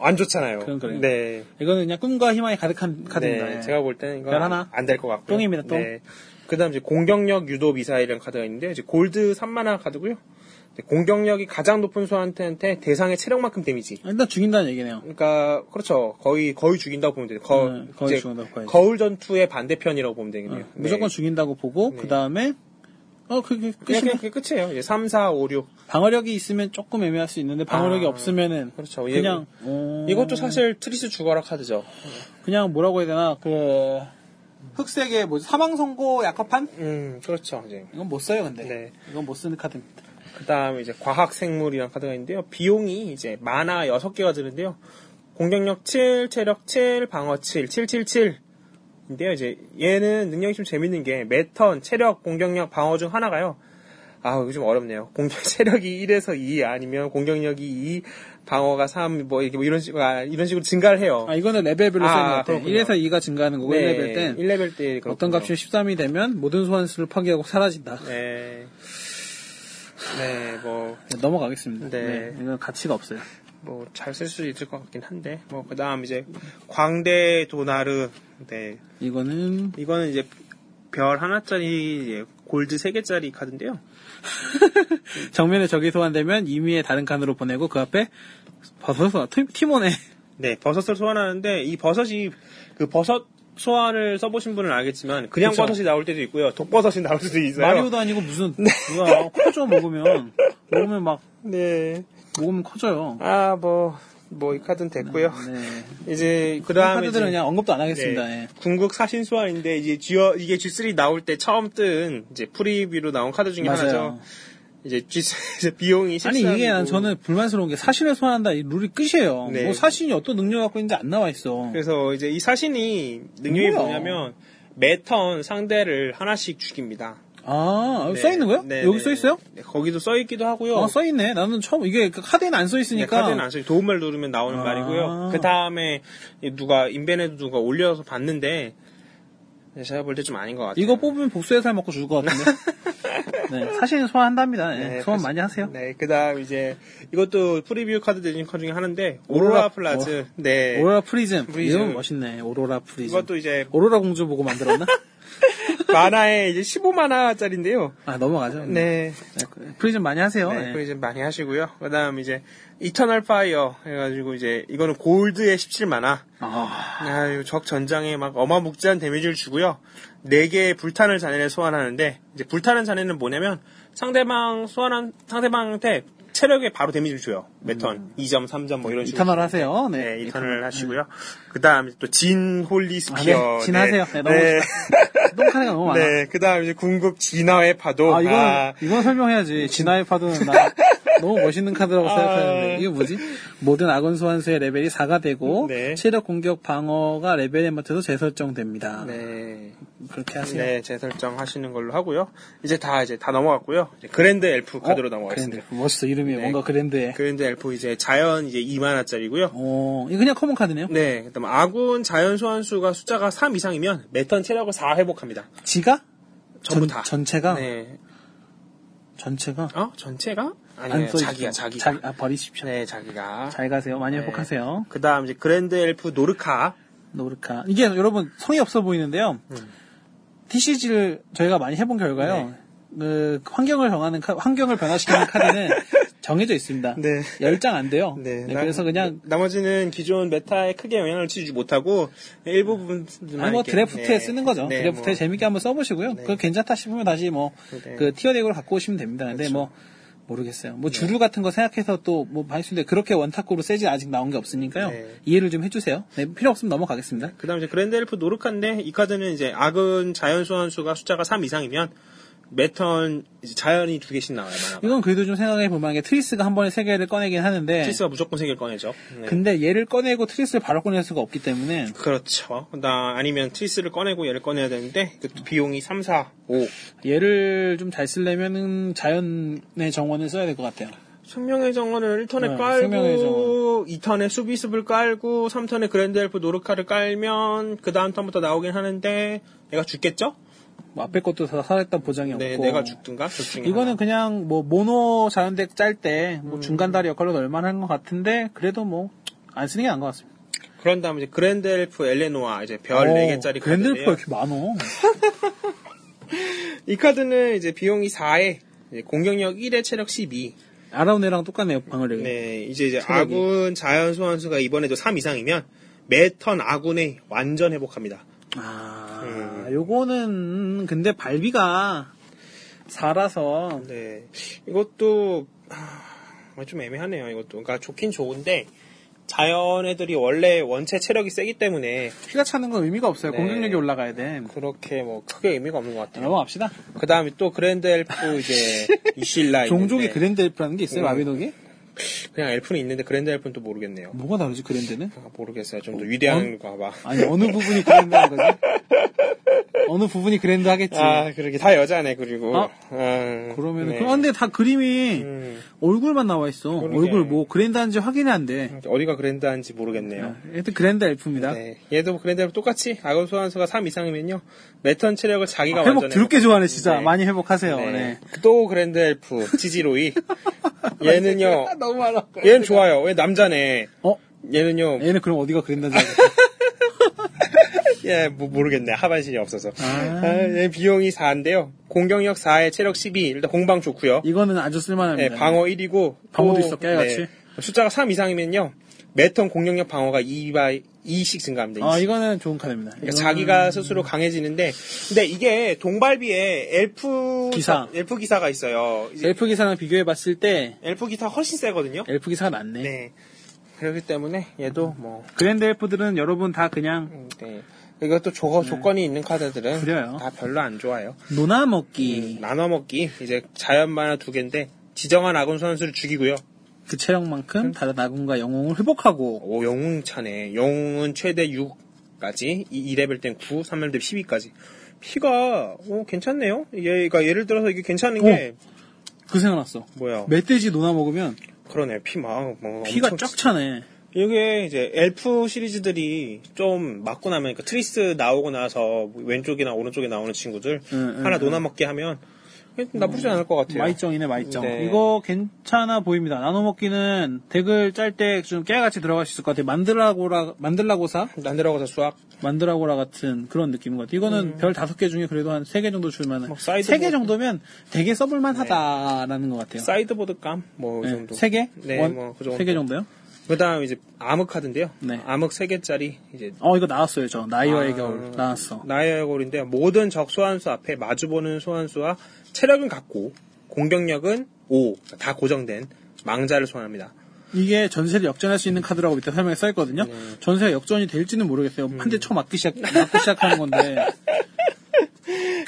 안 좋잖아요.
그건 그래요.
네.
이거는 그냥 꿈과 희망이 가득한 카드입니다.
네,
예.
제가 볼 때는 이건
별 하나?
안 될 것 같고요.
똥입니다, 똥.
네. 그다음 이제 공격력 유도 미사일이라는 카드가 있는데 이제 골드 3만화 카드고요. 이제 공격력이 가장 높은 수한테한테 대상의 체력만큼 데미지.
일단 죽인다는 얘기네요.
그러니까 그렇죠. 거의 거의 죽인다고 보면 돼요. 거,
네, 거의 죽인다고 봐야죠. 아,
거울 전투의 반대편이라고 보면 되겠네요. 네.
무조건 죽인다고 보고 그 다음에 어 그게
그냥,
끝이네. 뭐
그냥 그게 끝이에요. 이제 3, 4, 5, 6.
방어력이 있으면 조금 애매할 수 있는데 방어력이
아,
없으면은
그렇죠. 얘-
그냥 어,
이것도 사실 트리스 죽어라 카드죠.
그냥 뭐라고 해야 되나 그 흑색의 뭐 사망 선고 약화판
음, 그렇죠. 이제
이건 못 써요 근데
네.
이건 못 쓰는 카드입니다.
그다음에 이제 과학생물이라는 카드가 있는데요. 비용이 이제 만화 6개가 드는데요. 공격력 7, 체력 7, 방어 7, 777. 인데요. 이제 얘는 능력이 좀 재밌는 게 매턴 체력, 공격력, 방어 중 하나가요. 아, 이거 좀 어렵네요. 공격 체력이 1에서 2 아니면 공격력이 2, 방어가 3, 뭐 이렇게 뭐 이런 식으로 아, 이런 식으로 증가를 해요.
아 이거는 레벨별로
아,
쓰는 것 같아요. 네.
그렇군요.
1에서 2가 증가하는 거고 1레벨 땐
네, 1레벨 때 그렇군요.
어떤 값이 13이 되면 모든 소환수를 파괴하고 사라진다.
네. 네, 뭐
넘어가겠습니다.
네.
이건 가치가 없어요.
뭐 잘 쓸 수 있을 것 같긴 한데 뭐 그다음 이제 광대 도나르 네
이거는
이거는 이제 별 하나짜리 이제 골드 세 개짜리 카드인데요
정면에 적이 소환되면 임의의 다른 칸으로 보내고 그 앞에 버섯과 팀- 팀원의
네 버섯을 소환하는데 이 버섯이 그 버섯 소환을 써보신 분은 알겠지만 그냥
그쵸.
버섯이 나올 때도 있고요 독버섯이 나올 수도 있어요 네.
마리오도 아니고 무슨 뭐야 커져 먹으면 먹으면 막
네아뭐
먹으면 커져요.
뭐 이 카드는 됐고요
네.
이제
다른
그 그다음에
카드들은
이제-
그냥 언급도 안
네,
하겠습니다. 예.
궁극 사신 소환인데 이제 G- 이게 G3 나올 때 처음 뜬 이제 프리뷰로 나온 카드 중에 하나죠.
맞아요.
이제 G 이제 비용이 13이고.
아니 이게 난 저는 불만스러운 게 사신을 소환한다 이 룰이 끝이에요.
네.
뭐 사신이 어떤 능력 갖고 있는지 안 나와 있어.
그래서 이제 이 사신이 능력이
뭐야?
뭐냐면 매턴 상대를 하나씩 죽입니다.
아 여기
네,
써 있는 거요?
네,
여기
네.
써 있어요?
네, 거기도 써 있기도 하고요.
아, 써 있네. 나는 처음 이게 그 카드에는 안 써
네,
있으니까.
카드는 안 써요. 도움을 누르면 나오는
아.
말이고요. 그 다음에 누가 인벤에도 누가 올려서 봤는데 네, 제가 볼 때 좀 아닌 것 같아요.
이거 뽑으면 복수의 살 먹고 죽을 것 같은데. 네, 사신 소환한답니다. 예,
네,
소환
그래서-
많이 하세요.
네, 그다음 이제 이것도 프리뷰 카드 대진 컷 중에 하나인데
오로라 어,
오로라 플라즈. 네.
오로라 프리즘.
프리즘.
이름 멋있네. 오로라 프리즘.
이것도 이제
오로라 공주 보고 만들었나?
만화에 이제 15만화짜리인데요.
아, 넘어가죠. 그
네.
프리즘 많이 하세요.
네,
네.
그거 이제 많이 하시고요. 그 다음 이제, 이터널 파이어 해가지고 이제, 이거는 골드의 17만화.
아,
아, 이거 적 전장에 막 어마묵지한 데미지를 주고요. 네 개의 불타는 잔해를 소환하는데 이제 불타는 잔해는 뭐냐면 상대방 소환한 상대방한테 체력에 바로 데미지를 줘요. 매턴 2점, 3점 뭐 이런
음.
식으로.
이터널 하세요. 네.
네, 이턴을 하시고요. 그다음 또진 홀리 스피어.
아, 네. 진하세요. 네, 너무 똥카네가 너무 많아.
네, 그다음 이제 궁극 진화의 파도.
아, 이건,
아,
이건 설명해야지. 진화의 파도는 나 너무 멋있는 카드라고
아.
생각하는데. 이게 뭐지? 모든 악원 소환수의 레벨이 4가 되고,
네.
체력 공격 방어가 레벨에 맞춰서 재설정됩니다.
네.
그렇게 하세요.
네, 재설정 하시는 걸로 하고요. 이제 다 이제 다 넘어갔고요. 이제 그랜드 엘프 카드로 넘어가겠습니다.
그랜드. 멋있어. 이름이 뭔가 그랜드해.
네. 그랜드 엘프 이제 자연 이제 2만화짜리고요.
오, 어, 이거 그냥 커먼 카드네요.
네, 그다음 아군 자연 소환수가 숫자가 3 이상이면 매턴 체력을 4 회복합니다.
지가?
전부
전-
다.
전체가?
네.
전체가?
어? 전체가? 아니,
안 써있죠.
자기가 자기가.
자기- 아, 버리십시오.
네, 자기가.
잘 가세요. 많이 회복하세요.
그다음 이제 그랜드 엘프 노르카.
노르카. 이게 여러분 성이 없어 보이는데요.
음.
TCG를 저희가 많이 해본 결과요.
네.
그 환경을 정하는 카- 환경을 변화시키는 카드는 정해져 있습니다.
네.
10장 안 돼요.
네,
네,
나-
그래서 그냥
나머지는 기존 메타에 크게 영향을 치지 못하고 일부 부분만
아니 뭐
이렇게,
드래프트에
네.
쓰는 거죠.
네,
드래프트에
뭐.
재밌게 한번 써보시고요. 그거 괜찮다 싶으면 다시 뭐 그
네.
티어덱으로 갖고 오시면 됩니다. 근데
그렇죠.
뭐 모르겠어요. 뭐 주류 같은 거 생각해서 또뭐 많이 쓰는데 그렇게 원탁구로 세진 아직 나온 게 없으니까요.
네.
이해를 좀 해주세요. 네, 필요 없으면 넘어가겠습니다.
그다음 이제 그랜드 엘프 노르카인데 이 카드는 이제 아군 자연 소환수가 숫자가 3 이상이면 매턴 이제 자연이 두 개씩 나와요. 만화가.
이건 그래도 좀 생각해 볼 만한 게 트리스가 한 번에 세 개를 꺼내긴 하는데
실수가 무조건 생길 꺼내죠. 네.
근데 얘를 꺼내고 트리스를 바로 꺼낼 수가 없기 때문에
그렇죠. 나 아니면 트리스를 꺼내고 얘를 꺼내야 되는데 그 비용이 3, 4, 5.
얘를 좀 잘 쓰려면은 자연의 정원을 써야 될 것 같아요.
생명의 정원을 1턴에
네, 생명의
깔고
정원.
2턴에 수비습을 깔고 3턴에 그랜드 엘프 노르카를 깔면 그 다음 턴부터 나오긴 하는데 내가 죽겠죠?
뭐 앞에 것도 다 살았던 보장이
네,
없고
내가 죽든가 둘 중에
이거는
하나. 음.
그냥 뭐 모노 자연덱 짤 때 뭐 중간 다리 역할로 넣을 만한 것 같은데 그래도 뭐 안 쓰는 게 나은 것 같습니다.
그런 다음에 이제 그랜드 엘프 엘레노아 이제 별
어,
4개짜리
그랜드프가
카드인데요.
이렇게 많어.
이 카드는 이제 비용이 4에 공격력 1에 체력 12.
아라운애랑 똑같네요 방어력이.
네, 이제 이제 아군 자연 소환수가 이번에도 3 이상이면 매턴 아군의 완전 회복합니다.
아
음.
요거는 근데 발비가 4라서
네. 이것도 아, 좀 애매하네요. 이것도. 그러니까 좋긴 좋은데 자연 애들이 원래 원체 체력이 세기 때문에
피가 차는 건 의미가 없어요.
네.
공격력이 올라가야 돼.
그렇게 뭐 크게 의미가 없는 것 같아요.
넘어갑시다.
그 다음에 또 그랜드 엘프 이제 아, 이실라
종족이
있는데
그랜드 엘프라는 게 있어요,
음.
마비노기?
그냥 엘프는 있는데 그랜드 엘프는 또 모르겠네요.
뭐가 다르지, 그랜드는?
아, 모르겠어요. 좀 더 위대한 거 봐봐.
아니, 어느 부분이 그랜드 하는 거지? 어느 부분이 그랜드 하겠지.
아 그러게 다 여자네 그리고.
아,
아,
그러면은,
네.
그- 아, 근데 다 그림이
음,
얼굴만 나와 있어.
그러게.
얼굴 뭐 그랜드 하는지 확인이 안 돼.
어디가 그랜드한지 모르겠네요.
하여튼 그랜드 엘프입니다.
음. 네. 얘도 그랜드 엘프 똑같이 아군 소환수가 3 이상이면요 매턴 체력을 자기가
회복
완전
드럽게 좋아하네, 진짜.
네.
많이 회복하세요. 네.
또 그랜드 엘프 지지로이 얘는요
너무 많아.
얘는 좋아요 왜 남자네
어?
얘는요
얘는 그럼 어디가 그랜드 하는지 알겠다.
예 뭐 모르겠네 하반신이 없어서
아.
아, 얘 비용이 4인데요 공격력 4에 체력 12 일단 공방 좋고요
이거는 아주 쓸만합니다.
예, 방어 1이고 네.
방어도 있어, 깨알같이.
숫자가 3 이상이면요 매턴 공격력 방어가 2바 2씩 증가합니다
아,
2씩.
이거는 좋은 카드입니다.
그러니까
이거는-
자기가 스스로 강해지는데 근데 이게 동발비에 엘프
기사. 네.
엘프 기사가 있어요 이제
엘프 기사랑 비교해 봤을 때,
엘프 기사 훨씬 세거든요
엘프 기사가 낫네.
네. 그렇기 때문에 얘도 뭐
그랜드 엘프들은 여러분 다 그냥
음, 네. 이것도 조, 조건이 있는 카드들은
그래요. 네.
다 별로 안 좋아요.
노나 먹기.
나눠 먹기 이제 자연 만화 두 개인데 지정한 아군 선수를 죽이고요.
그
음.
체력만큼 다른 아군과 영웅을 회복하고
오 영웅 차네. 영웅은 최대 6까지, 2레벨 땐 9, 3레벨 땐 12까지. 피가 오 괜찮네요. 얘가 그러니까 예를 들어서 이게 괜찮은 게
그 생각났어.
뭐야?
멧돼지 노나 먹으면
그러네요. 피막 뭐
피가
엄청
쫙 차네.
이게 이제 엘프 시리즈들이 좀 맞고 나면 그러니까 트리스 나오고 나서 왼쪽이나 오른쪽에 나오는 친구들
응, 음, 응,
하나 논아 먹게 하면 나쁘지 않을 것 같아요.
마이정이네 마이정.
네.
이거 괜찮아 보입니다. 나눠 먹기는 덱을 짤 때 좀 깨알같이 들어갈 수 있을 것 같아요. 만들라고라 만들라고사
난데라고서 수학
만들라고라 같은 그런 느낌인 것 같아요. 이거는 별 다섯 개 중에 그래도 한 세 개 정도 줄만한.
음. 뭐 사이드
세 개
뭐- 네.
정도면 되게 써볼만하다라는 것 같아요.
사이드보드 깜뭐
네,
정도.
세 개?
네,
원?
뭐그 정도.
세개 정도요?
그다음 이제 암흑 카드인데요.
네.
암흑 세 개짜리 이제
어 이거 나왔어요 저 나이와의
아,
겨울 나왔어.
나의 골인데 모든 적 소환수 앞에 마주보는 소환수와 체력은 같고 공격력은 5, 다 고정된 망자를 소환합니다.
이게 전세를 역전할 수 있는 카드라고 밑에 설명에 써 있거든요. 전세가 역전이 될지는 모르겠어요. 한 대 쳐 맞기 시작 맞기 시작하는 건데.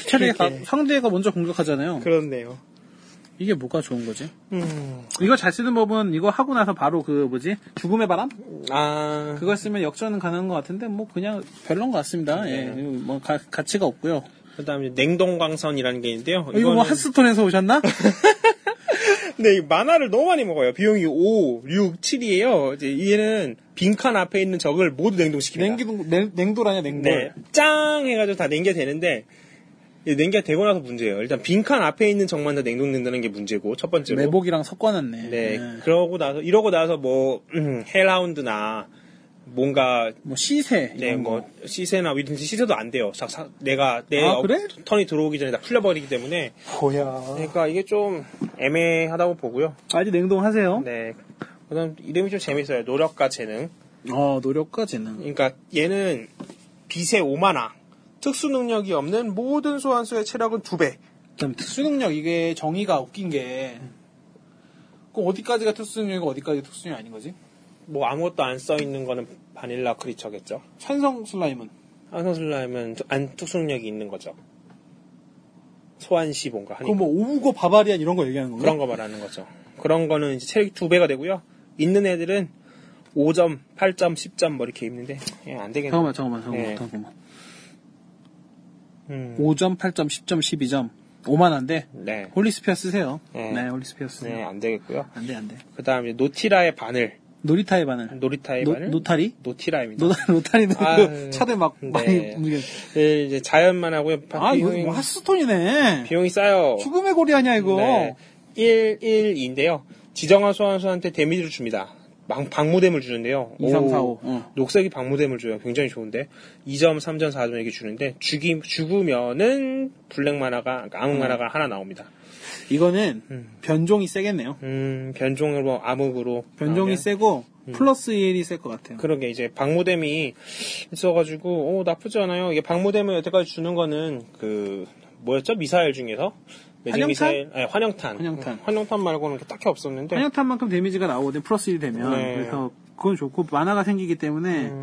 체력이 가- 상대가 먼저 공격하잖아요.
그렇네요.
이게 뭐가 좋은 거지?
음.
이거 잘 쓰는 법은 이거 하고 나서 바로 그 뭐지 죽음의 바람
아,
그걸 쓰면 역전은 가능한 것 같은데 뭐 그냥 별론 것 같습니다. 예,
네.
뭐 가- 가치가 없고요.
그 다음에 아, 냉동광선이라는 게 있는데요.
이거뭐 한스톤에서 오셨나?
근데 네, 이 만화를 너무 많이 먹어요. 비용이 5, 6, 7이에요. 이제 얘는 빈칸 앞에 있는 적을 모두 냉동시킵니다.
냉기동 냉- 냉돌 아니야
네,
냉돌.
짱 해가지고 다 냉겨 되는데 이 냉겨 되고 나서 문제예요. 일단 빈칸 앞에 있는 적만 다 냉동된다는 게 문제고 첫 번째로.
매복이랑 섞어놨네.
네,
예.
그러고 나서 이러고 나서 뭐 음, 헬라운드나 뭔가
뭐 시세
네,
이런
뭐
거.
시세나 이런 시세도 안 돼요. 사- 사- 내가 내
아,
어-
그래?
턴이 들어오기 전에 다 풀려버리기 때문에
뭐야.
그러니까 이게 좀 애매하다고 보고요.
아직 냉동하세요.
네. 그다음 이름이 좀 재밌어요. 노력과 재능.
어, 노력과 재능.
그러니까 얘는 빛의 오만화. 특수 능력이 없는 모든 소환수의 체력은 두 배.
그럼 특수능력 이게 정의가 웃긴 게. 그 어디까지가 특수능력이고 어디까지가 특수능력이 아닌 거지?
뭐 아무것도 안 써 있는 거는 바닐라 크리처겠죠.
산성 슬라임은
한선술라면 안 특수 능력이 있는 거죠. 소환시 뭔가 하니까
그럼 뭐 오우고 바바리안 이런 거 얘기하는 건가?
그런 거 말하는 거죠. 그런 거는 이제 체력이 두 배가 되고요. 있는 애들은 5점, 8점, 10점 뭐 이렇게 있는데 예, 안 되겠네.
잠깐만 잠깐만 잠깐만
네.
잠깐만.
음,
5점, 8점, 10점, 12점. 5만한데
네,
홀리스피어 쓰세요.
네.
네, 홀리스피어 쓰세요.
네, 안 되겠고요.
안 돼, 안 돼.
그다음 이제 노티라의 바늘,
놀이터의 바늘.
노리타의
노,
바늘,
노타리?
티라입니다
노, 노타리는
아,
그 차대 막
네.
많이 움직여.
예, 이제 자연만 하고요.
아, 이거
비용이,
뭐 핫스톤이네.
비용이 싸요.
죽음의 고리 아니야, 이거.
네, 1, 1, 2인데요. 지정한 소환수한테 데미지를 줍니다. 방, 방무뎀을 주는데요.
2, 3, 4,
오,
5. 어.
녹색이 방무뎀을 줘요. 굉장히 좋은데. 2점, 3점, 4점 이렇게 주는데, 죽이, 죽으면은 블랙 만화가, 그러니까 암흑 만화가 하나 나옵니다.
이거는
음.
변종이 세겠네요.
음, 변종으로, 암흑으로.
변종이
나오면.
세고 플러스 1이 셀 것 같아요.
음. 그러게, 이제 방무뎀이 있어가지고, 오, 나쁘지 않아요. 이게 방무뎀을 여태까지 주는 거는, 그, 뭐였죠? 미사일 중에서? 매직
환영탄?
미사일, 아니, 환영탄. 음,
환영탄.
환영탄 말고는 이렇게 딱히 없었는데.
한약탄만큼 데미지가 나오거든 플러스 1이 되면
네.
그래서 그건 좋고 만화가 생기기 때문에 뭐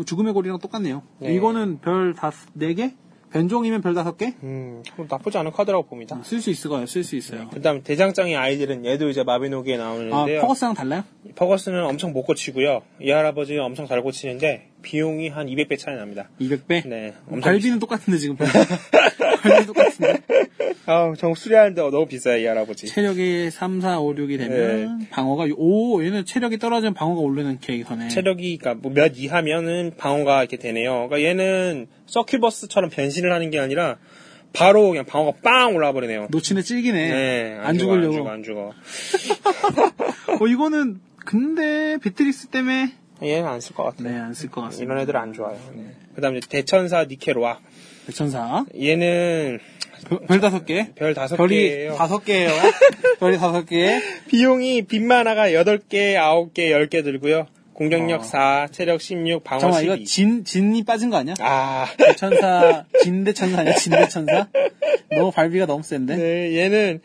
음.
죽음의 고리랑 똑같네요.
네.
이거는 별 다섯 네 개, 변종이면 별 다섯 개
음, 나쁘지 않은 카드라고 봅니다.
쓸 수 있을 거예요. 쓸 수 있어요.
그다음 대장장이 아이들은 얘도 이제 마비노기에
아
나오는데요.
퍼거스랑 달라요?
퍼거스... 는 엄청 못 고치고요. 이 할아버지는 엄청 잘 고치는데 비용이 한 200배 차이 납니다.
200배.
네,
갈비는 똑같은데 지금 갈비는 똑같은데
아, 정 수리하는데 너무 비싸요 이 할아버지.
체력이 3, 4, 5, 6이 되면
네.
방어가 육- 오 얘는 체력이 떨어지면 방어가 오르는 캐릭터네.
체력이 그러니까 뭐몇 이하면은 방어가 이렇게 되네요. 그러니까 얘는 서큐버스처럼 변신을 하는 게 아니라 바로 그냥 방어가 빵 올라와 버리네요.
놓치네 찔기네.
네,
안 죽으려고.
안 죽어, 안 죽어.
어, 이거는 근데 비트릭스 때문에
얘는 안 쓸 것 같아요.
네 안 쓸 것 같습니다.
이런 애들 안 좋아요. 네. 그다음 이제 대천사 니케로아.
백천사
얘는
별, 별 다섯 개
별 다섯
별이
개예요.
다섯 개예요 별이 다섯 개
비용이 빈만화가 8개, 9개, 10개 들고요. 공격력
어.
4, 체력 16, 방어
잠깐만
12.
이거 진 진이 빠진 거 아니야?
아.
백천사 진대천사 아니야 진대천사 너무 발비가 너무 센데
네, 얘는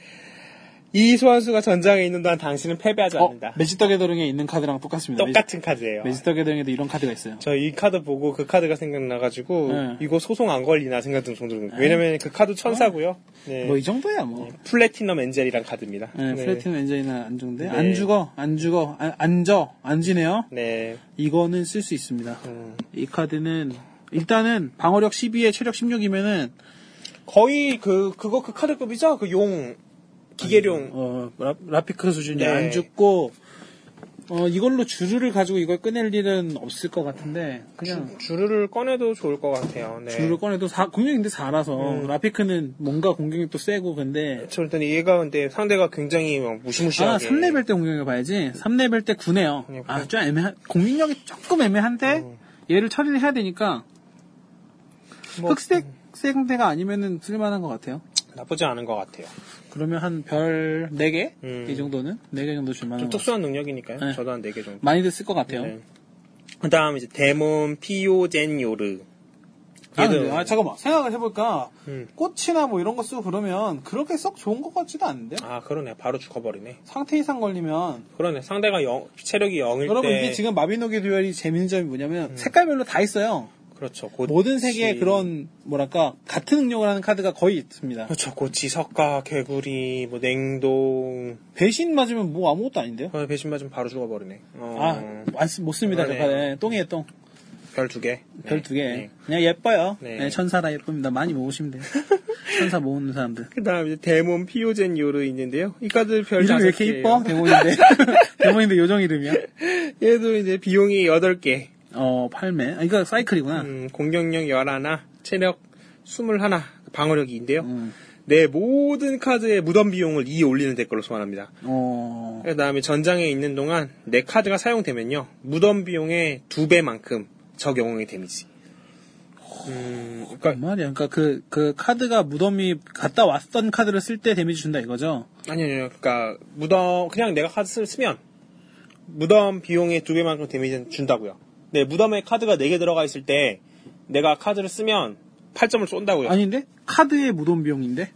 이 소환수가 전장에 있는 동안 당신은 패배하지
어
않는다.
매직더 게더링에 있는 카드랑 똑같습니다
똑같은 카드예요.
매직더 게더링에도 이런 카드가 있어요
저 이 카드 보고 그 카드가 생각나가지고
네.
이거 소송 안 걸리나 생각 든 정도로 왜냐면 그 카드 천사고요. 네.
뭐 이 정도야 뭐
플래티넘 엔젤이란 카드입니다.
네, 플래티넘 엔젤이나 안 좋은데
네.
안 죽어 안 죽어 안, 앉어 앉으네요
네.
이거는 쓸 수 있습니다
음.
이 카드는 일단은 방어력 12에 체력 16이면은
거의 그 그거 그 카드급이죠? 그 용 기계룡
음, 어, 라, 라피크 수준이
네.
안 죽고 어, 이걸로 주루를 가지고 이걸 꺼낼 일은 없을 것 같은데 그냥
주루를 꺼내도 좋을 것 같아요. 네.
어. 주루를 꺼내도 사- 공격인데
음.
4라서 라피크는 뭔가 공격이 또 세고 근데
저 일단 얘가 근데 상대가 굉장히 막 무시무시하게
아, 3레벨 때 공격해 봐야지. 3레벨 때 9네요. 아, 좀 애매한, 공격력이 조금 애매한데,
음.
얘를 처리를 해야 되니까,
뭐
흑색 생대가 아니면은 쓸만한 것 같아요.
나쁘지 않은 것 같아요.
그러면 한 별 4개?
음.
이 정도는? 4개 정도 줄만한 것
좀
같아요.
특수한 능력이니까요.
음. 네.
저도 한 4개 정도.
많이들 쓸 것 같아요.
네. 그 다음 이제 데몬 피오젠요르.
아,
얘도-
근데, 아, 잠깐만. 생각을 해볼까.
음.
꽃이나 뭐 이런 거 쓰고 그러면 그렇게 썩 좋은 것 같지도 않은데?
아, 그러네. 바로 죽어버리네.
상태 이상 걸리면
그러네. 상대가 영, 체력이 0일
여러분
때.
이게 지금 마비노기 듀얼이 재밌는 점이 뭐냐면 색깔별로 다 있어요.
음. 그렇죠. 고
모든 세계에 그런 뭐랄까 같은 능력을 하는 카드가 거의 있습니다.
그렇죠. 고치, 석가, 개구리, 뭐 냉동.
배신 맞으면 뭐 아무것도 아닌데요?
어, 배신 맞으면 바로 죽어버리네. 어,
아, 안 쓰- 못 씁니다. 저
그러네요.
카드. 똥이에요, 똥.
별 두 개.
별 두 개.
네.
그냥 예뻐요.
네.
네, 천사라 예쁩니다. 많이 모으시면 돼요. 천사 모으는 사람들.
그 다음 이제 데몬 피오젠 요르 있는데요. 이 카드
이름이
별
왜
다섯
이렇게
개예요.
이뻐? 대본인데. 대본인데 요정 이름이야?
얘도 이제 비용이 8개.
어, 팔매. 아, 이거 사이클이구나.
음, 공격력 11, 체력 21, 방어력인데요.
음.
내 모든 카드의 무덤 비용을 2 올리는 댓글로 소환합니다.
어,
그 다음에 전장에 있는 동안 내 카드가 사용되면요. 무덤 비용의 2배만큼 적용의 데미지. 음,
그
그러니까,
말이야. 그러니까 그, 그 카드가 무덤이 갔다 왔던 카드를 쓸 때 데미지 준다 이거죠?
아니요, 아니요. 그러니까, 무덤, 그냥 내가 카드 쓰- 쓰면 무덤 비용의 2배만큼 데미지는 준다고요. 네, 무덤에 카드가 4개 들어가 있을 때 내가 카드를 쓰면 8점을 쏜다고요.
아닌데? 카드의 무덤 비용인데?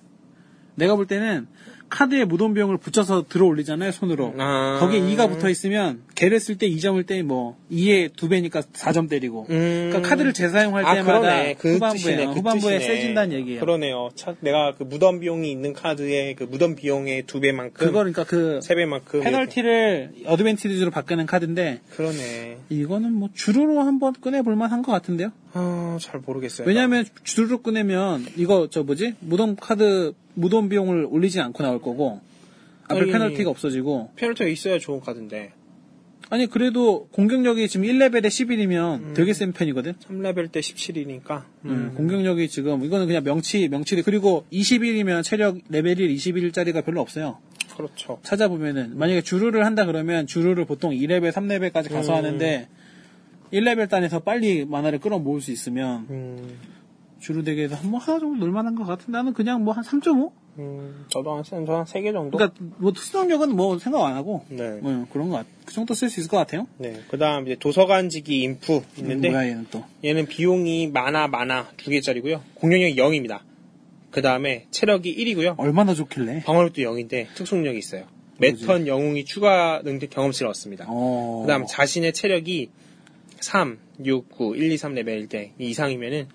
내가 볼 때는 카드의 무덤 비용을 붙여서 들어 올리잖아요, 손으로.
아.
거기에 2가 붙어 있으면, 개를 쓸 때 2점을 때 뭐, 2에 2배니까 4점 때리고.
음.
그러니까 카드를 재사용할
아,
때마다
그러네. 그
후반부에,
뜻이네.
어,
그
후반부에
뜻이네.
세진다는 얘기예요. 그거
그러네요. 차- 내가 그 무덤 비용이 있는 카드의 그 무덤 비용의 두 배만큼,
그러니까 그,
세 배만큼.
페널티를 어드밴티지로 바꾸는 카드인데,
이렇게. 그러네.
이거는 뭐 주루로 한번 꺼내볼 만한 것 같은데요?
아, 잘 모르겠어요.
왜냐면 하 주루로 꺼내면, 이거 저 뭐지? 무덤 카드, 무덤 비용을 올리지 않고 나올 거고, 앞에
아니.
페널티가 없어지고,
페널티가 있어야 좋은 카드인데
아니 그래도 공격력이 지금 1레벨에 11이면
음.
되게 센 편이거든.
3레벨 때 17이니까
음, 공격력이 지금 이거는 그냥 명치 명치리 그리고 21이면 체력 레벨 1 21짜리가 별로 없어요.
그렇죠.
찾아보면은 만약에 주루를 한다 그러면 주루를 보통 2레벨 3레벨까지
음.
가서 하는데 1레벨 단에서 빨리 만화를 끌어 모을 수 있으면
음,
주루 덱에서 한뭐 하나 정도 놀만한 것 같은데 나는 그냥 뭐 한 3.5?
음, 저도 한 저도 한 3개 정도.
그러니까 뭐 수능력은 뭐 생각 안 하고
네.
뭐 그런 것 같. 그 정도 쓸 수 있을 것 같아요.
네. 그다음 이제 도서관지기 인프 있는데
뭐야 얘는 또.
얘는 비용이 많아 많아 두 개짜리고요. 공격력이 0입니다. 그다음에 체력이 1이고요.
얼마나 좋길래.
방어력도 0인데 특수능력이 있어요. 매턴 영웅이 추가 능력 경험치를 얻습니다.
어.
그 다음 자신의 체력이 3, 6, 9, 1, 2, 3 레벨일 때 이상이면은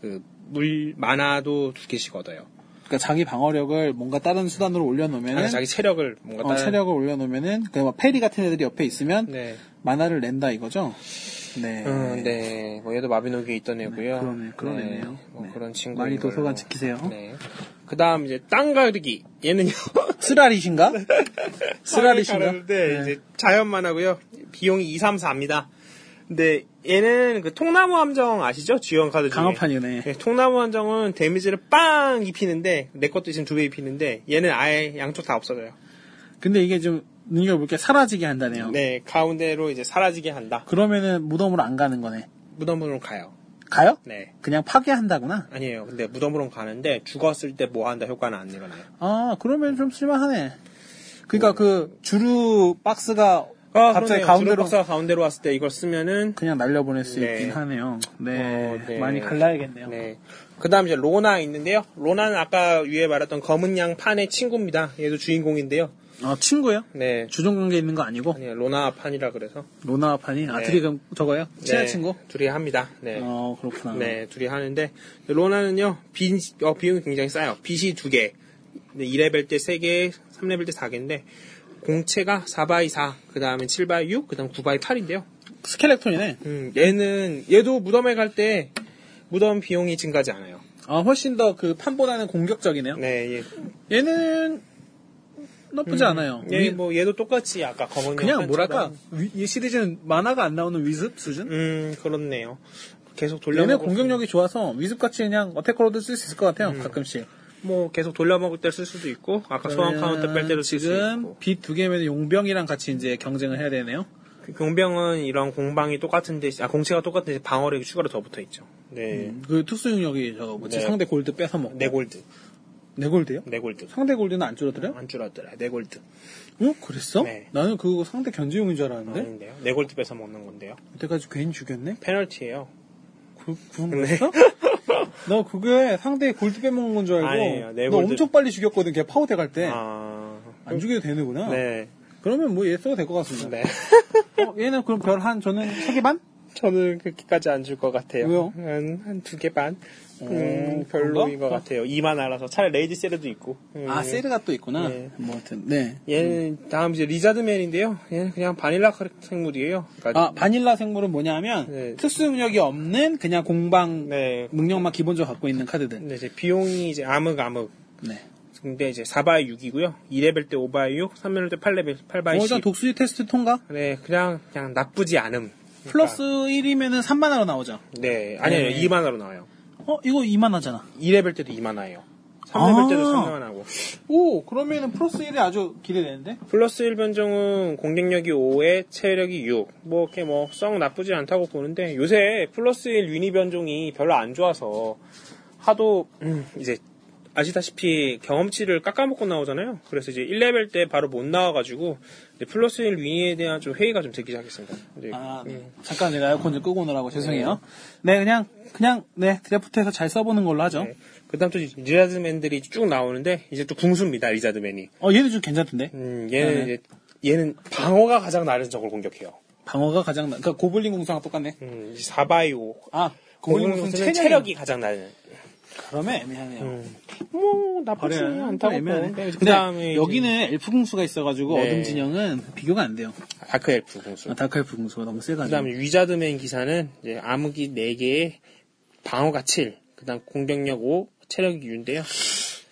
그 물, 만화도 두 개씩 얻어요.
그러니까 자기 방어력을 뭔가 다른 수단으로 올려놓으면은
자기 체력을 뭔가
네. 어,
다른-
체력을 올려놓으면은 그막 페리 같은 애들이 옆에 있으면
네.
만화를 낸다 이거죠. 네.
음, 네. 뭐 얘도 마비노기에 있던 애고요.
네, 그러네. 그런 애네요.
뭐
네.
그런 친구.
많이 도서관 지키세요.
네. 그 다음 이제 땅 가르기. 얘는요.
쓰라리신가? 쓰라리신가? 네,
가르는데 이제 자연만 하고요. 비용이 2, 3, 4입니다. 근데 얘는 그 통나무 함정 아시죠? 주연 카드 중에.
강화판이네.
네, 통나무 함정은 데미지를 빵 입히는데 내 것도 지금 두 배 입히는데 얘는 아예 양쪽 다 없어져요.
근데 이게 좀 눈여볼게 사라지게 한다네요.
네 가운데로 이제 사라지게 한다.
그러면은 무덤으로 안 가는 거네.
무덤으로 가요.
가요?
네
그냥 파괴한다구나.
아니에요. 근데 무덤으로 가는데 죽었을 때 뭐 한다 효과는 안 일어나요.
아 그러면 좀 쓸만하네. 그러니까 그 주루 박스가
아,
갑자기
그러네요.
가운데로
주로 박사가 가운데로 왔을 때 이걸 쓰면은
그냥 날려보낼 수
네.
있긴 하네요. 네,
어, 네.
많이 갈라야겠네요.
네. 그 다음 이제 로나 있는데요. 로나는 아까 위에 말했던 검은 양 판의 친구입니다. 얘도 주인공인데요.
아 친구요?
네.
주종 관계 있는 거 아니고
아니 로나 판이라 그래서.
로나와 판이 아
네.
둘이 그럼 저거요? 친한
네,
친구?
둘이 합니다. 네.
어 그렇구나.
네, 둘이 하는데 로나는요. 빈, 어, 비용이 굉장히 싸요. 빛이 두 개. 네, 2레벨 때 세 개, 3레벨 때 4개인데 공체가 4x4, 그 다음에 7x6, 그 다음 9x8인데요.
스켈레톤이네.
음, 얘는 얘도 무덤에 갈 때 무덤 비용이 증가하지 않아요.
아 훨씬 더 그 판보다는 공격적이네요.
네, 얘
얘는 나쁘지 않아요.
예,
위-
뭐 얘도 똑같이 아까 검은
그냥
형편처럼.
뭐랄까 위- 이 시리즈는 만화가 안 나오는 위습 수준.
음 그렇네요. 계속 돌려
얘네
먹을
공격력이 좋아서 위습같이 그냥 어택으로도 쓸 수 있을 것 같아요.
음.
가끔씩.
수- 뭐 계속 돌려 먹을 때 쓸 수도 있고 아까 소환 카운터 뺄 때도 쓸 수
지금
있고
빛두 개면 용병이랑 같이 이제 경쟁을 해야 되네요.
그 공병은 이런 공방이 똑같은데 아 공체가 똑같은데 방어력이 추가로 더 붙어 있죠. 네.
그 특수 능력이 저 뭐지
네.
상대 골드 뺏어 먹고
네 골드.
네 골드요?
네 골드.
상대 골드는 안 줄어들어요?
안 줄었더라. 네 골드.
어? 그랬어?
네.
나는 그거 상대 견제용인 줄 알았는데
아닌데요. 네 골드 뺏어 먹는 건데요.
여태까지 괜히 죽였네?
페널티예요.
그, 그런 거였어? 나 그게 상대 골드 빼먹은 건 줄 알고
아니에요. 네
나
골드.
엄청 빨리 죽였거든 걔 파워 대갈 때 안
아.
죽여도 되는구나
네.
그러면 뭐 얘 써도 될 것 같습니다
네.
어, 얘는 그럼 별 한 저는 세 개 반?
저는 그렇게까지 안 줄 것 같아요.
왜요?
한두 개 반.
음,
음, 별로인 것
그런가?
같아요. 이만 알아서 차라리 레이디 세르도 있고. 음.
아 세르가 또 있구나
네.
뭐 하여튼 네
얘는 다음 이제 리자드맨인데요. 얘는 그냥 바닐라 생물이에요. 그러니까
아, 바닐라 생물은 뭐냐면
네.
특수 능력이 없는 그냥 공방
네.
능력만 기본적으로 갖고 있는 카드들.
근데 이제 비용이 이제 암흑 암흑.
네.
근데 이제 4바이 6이고요. 2레벨 때 5바이 6, 3레벨 때 8레벨 8바이
어,
10.
일단 독수리 테스트 통과.
네, 그냥 그냥 나쁘지 않음. 그러니까,
플러스 1이면은 3만화로 나오죠.
네, 아니에요.
네.
2만화로 나와요.
어, 이거 2만화잖아.
2레벨 때도 2만화예요. 3레벨 때도
아.
3만화고.
오, 그러면은 플러스 1이 아주 기대되는데?
플러스 1 변종은 공격력이 5에 체력이 6. 뭐, 이렇게 뭐, 썩 나쁘지 않다고 보는데, 요새 플러스 1 유니 변종이 별로 안 좋아서, 하도, 음, 이제, 아시다시피 경험치를 깎아먹고 나오잖아요. 그래서 이제 1레벨 때 바로 못 나와가지고, 이제 플러스 1 유니에 대한 좀 회의가 좀 되기 시작했습니다. 근데
아, 네. 잠깐 내가 에어컨 좀 끄고 오느라고 죄송해요. 네, 그냥, 그냥, 네, 드래프트에서 잘 써보는 걸로 하죠.
네. 그다음 또 리자드맨들이 쭉 나오는데 이제 또 궁수입니다 리자드맨이.
어, 얘는 좀 괜찮던데?
음, 얘는
네.
이제 얘는 방어가 가장 낮은 적을 공격해요.
방어가 가장, 나, 그니까 고블린 공성랑 똑같네.
음, 4바이5
아, 고블린
공격은
공성
체력이 음. 가장 낮은.
그러면 애매하네요.
뭐 나쁘지 않다고
애매하네.
보는데
근데
그다음에
여기는 엘프 궁수가 있어가지고
네.
어둠 진영은 비교가 안 돼요.
다크 엘프 공수.
아, 다크 엘프 궁수가 너무 세가지고.
그다음에 위자드맨 기사는 이제 암흑이 4개에 방어가 7, 그다음 공격력 5, 체력이 6인데요.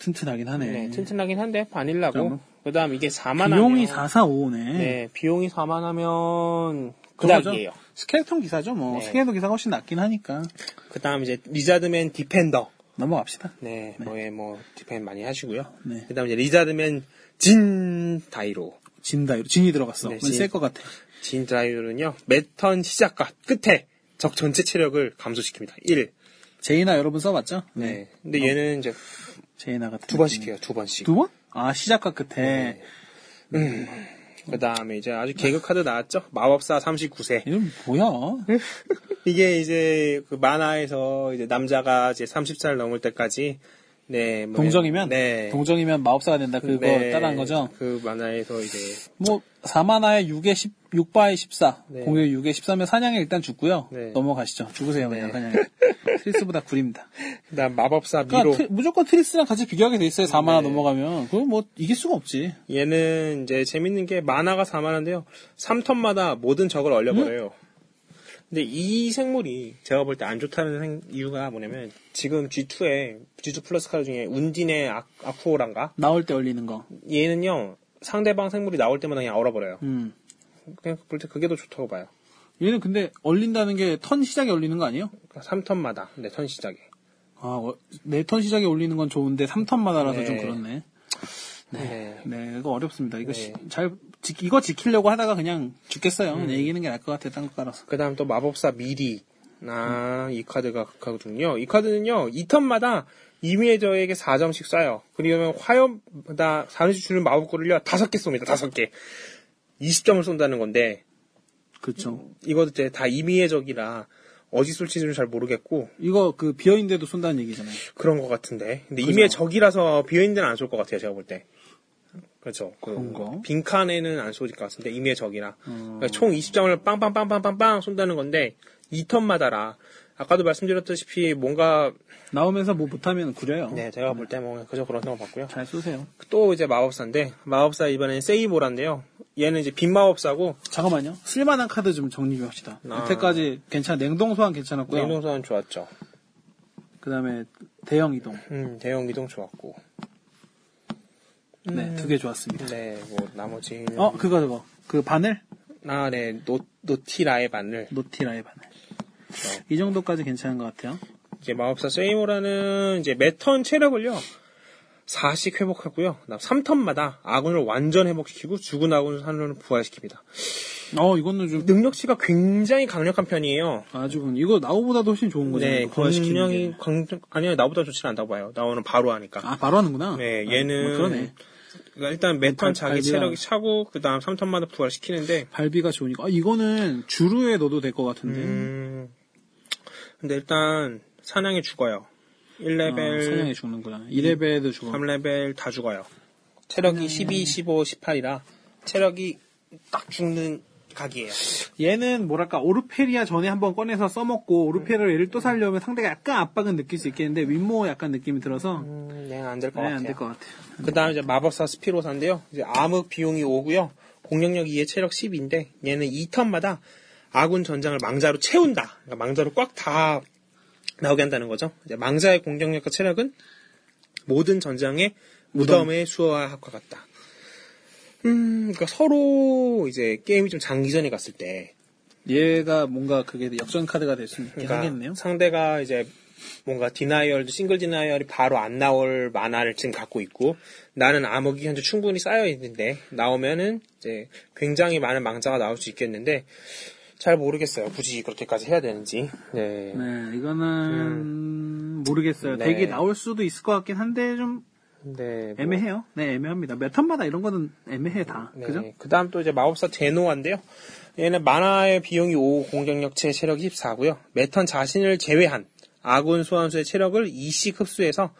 튼튼하긴 하네.
네, 튼튼하긴 한데 바닐라고.
잠깐만.
그다음 이게 4만
음. 뭐. 비용이
하면
445네.
네, 비용이 4만 하면
그거죠.
그닥이에요.
스켈레톤 기사죠, 뭐.
네.
스켈레톤 기사가 훨씬 낫긴 하니까.
그 다음 이제 리자드맨 디펜더.
넘어갑시다.
네, 뭐에 뭐 디펜 많이 하시고요.
네.
그 다음 이제 리자드맨 진 다이로.
진다, 진이 들어갔어.
네,
왠지
진.
셀것 같아.
진 다이로는요, 매턴 시작과 끝에 적 전체 체력을 감소시킵니다. 1.
제이나 여러분 써봤죠?
네. 근데 얘는 이제
제이나 같은.
두 번씩
느낌.
해요, 두 번씩. 네.
두 번? 아, 시작과 끝에.
그 다음에 이제 아주 개그 카드 나왔죠? 마법사 39세.
이건 뭐야?
네. 이게 이제 그 만화에서 이제 남자가 이제 30살 넘을 때까지 네. 뭐-
동정이면?
네.
동정이면 마법사가 된다. 그거
네.
따라한 거죠?
그 만화에서 이제
뭐, 4만화에 6에 10, 6바에 14.
네.
공격 6에 13에 사냥에 일단 죽고요.
네.
넘어가시죠. 죽으세요, 그냥 사냥에. 트리스보다 구립니다.
그다음 마법사 미로.
그러니까 트- 무조건 트리스랑 같이 비교하게 돼 있어요. 4만화
네.
넘어가면. 그거 뭐, 이길 수가 없지.
얘는 이제 재밌는 게 만화가 4만화인데요. 3턴마다 모든 적을 얼려버려요. 근데 이 생물이 제가 볼 때 안 좋다는 생- 이유가 뭐냐면 지금 G2에 G2 플러스 카드 중에 운딘의 아, 아쿠오란가
나올 때 올리는 거.
얘는요 상대방 생물이 나올 때마다 그냥 얼어버려요.
음.
그냥 볼 때 그게 더 좋다고 봐요.
얘는 근데 얼린다는 게 턴 시작에 얼리는 거 아니에요?
3턴마다 네, 턴 시작에.
아, 어, 네 턴 시작에 올리는 건 좋은데 3턴마다라서 좀
네.
그렇네.
네.
네, 이거 어렵습니다. 이거
네. 음.
시- 잘 지, 이거 지키려고 하다가 그냥 죽겠어요. 그냥 이기는 게 나을 것 같아요. 딴거 깔아서.
그다음 또 마법사 미리. 아, 이 카드가 극하거든요. 이 카드는요, 2턴마다 이미의저에게 4점씩 쏴요. 그러면 화염마다 4점씩 주는 마법구를요, 5개 쏩니다, 5개. 20점을 쏜다는 건데,
그렇죠.
이것도 이제 다 이미의 적이라, 어디 쏠지는 잘 모르겠고,
이거 그 비어인데도 쏜다는 얘기잖아요.
그런 것 같은데. 근데
그죠.
이미의 적이라서 비어있는 안 쏠 것 같아요, 제가 볼 때. 그렇죠. 그런
거? 어.
빈칸에는 안 쏠릴 것 같은데, 이미의 적이라. 그러니까 총 20장을 빵빵빵빵빵빵 쏜다는 건데, 2턴마다라. 아까도 말씀드렸다시피, 뭔가,
나오면서 뭐 못하면 구려요.
네, 제가 볼 때 뭐, 그저 그런 생각 봤고요.
잘 쏘세요.
또 이제 마법사인데, 마법사 이번엔 세이보라인데요. 얘는 이제 빈마법사고,
잠깐만요. 쓸만한 카드 좀 정리 좀 합시다.
아.
여태까지 괜찮, 냉동 소환 괜찮았고요.
냉동소환 좋았죠.
그 다음에 대형 이동.
음, 대형 이동 좋았고.
네, 두 개 좋았습니다.
네, 뭐 나머지
어, 그거 저거. 그 바늘?
아, 네, 노 노티라의 바늘.
노티라의 바늘.
어.
이 정도까지 괜찮은 것 같아요.
이제 마법사 세이모라는 이제 매턴 체력을요. 40 회복하고요. 3턴마다 아군을 완전 회복시키고 죽은 아군 산로를 부활시킵니다.
어, 이거는 좀
능력치가 굉장히 강력한 편이에요.
아주 그- 이거 나오보다도 훨씬 좋은 거죠.
네,
부활시키는 게.
강력이 강 아니요 나보다 좋지는 않다고 봐요. 나오는 바로 하니까.
아, 바로 하는구나.
네,
아,
얘는
뭐 그러네. 아,
그러니까 일단 매턴
발-
자기
발비랑-
체력이 차고 그다음 3턴마다 부활시키는데
발비가 좋으니까. 아, 이거는 주루에 넣어도 될 것 같은데.
음. 근데 일단 사냥이 죽어요.
아,
1레벨, 음,
사냥에 죽는구나. 2레벨도 죽어.
3레벨 다 죽어요. 체력이 12, 15, 18이라 체력이 딱 죽는 각이에요.
얘는 뭐랄까 오르페리아 전에 한번 꺼내서 써먹고 오르페리아를 또 살려면 상대가 약간 압박은 느낄 수 있겠는데 윗모 약간 느낌이 들어서
네, 안 될 것
네,
같아요.
안 될 것 같아요.
그다음 이제 마법사 스피로사인데요. 이제 암흑 비용이 오고요. 공격력 2에 체력 10인데 얘는 2턴마다 아군 전장을 망자로 채운다. 그러니까 망자로 꽉 다 나오게 한다는 거죠. 이제 망자의 공격력과 체력은 모든 전장의 무덤의 수호와 합과 같다. 음, 그러니까 서로 이제 게임이 좀 장기전에 갔을 때
얘가 뭔가 그게 역전 카드가 될 수 있게
그러니까
하겠네요.
상대가 이제 뭔가 디나이얼도 싱글 디나이얼이 바로 안 나올 만화를 지금 갖고 있고 나는 암흑이 현재 충분히 쌓여 있는데 나오면은 이제 굉장히 많은 망자가 나올 수 있겠는데 잘 모르겠어요. 굳이 그렇게까지 해야 되는지. 네.
네, 이거는 모르겠어요.
네.
되게 나올 수도 있을 것 같긴 한데 좀
네. 뭐,
애매해요. 네, 애매합니다. 몇 턴마다 이런 거는 애매해 다.
네.
그죠?
그다음 또 이제 마법사 제노아인데요. 얘는 만화의 비용이 5, 공격력체 체력이 14고요. 매턴 자신을 제외한 아군 소환수의 체력을 2씩 흡수해서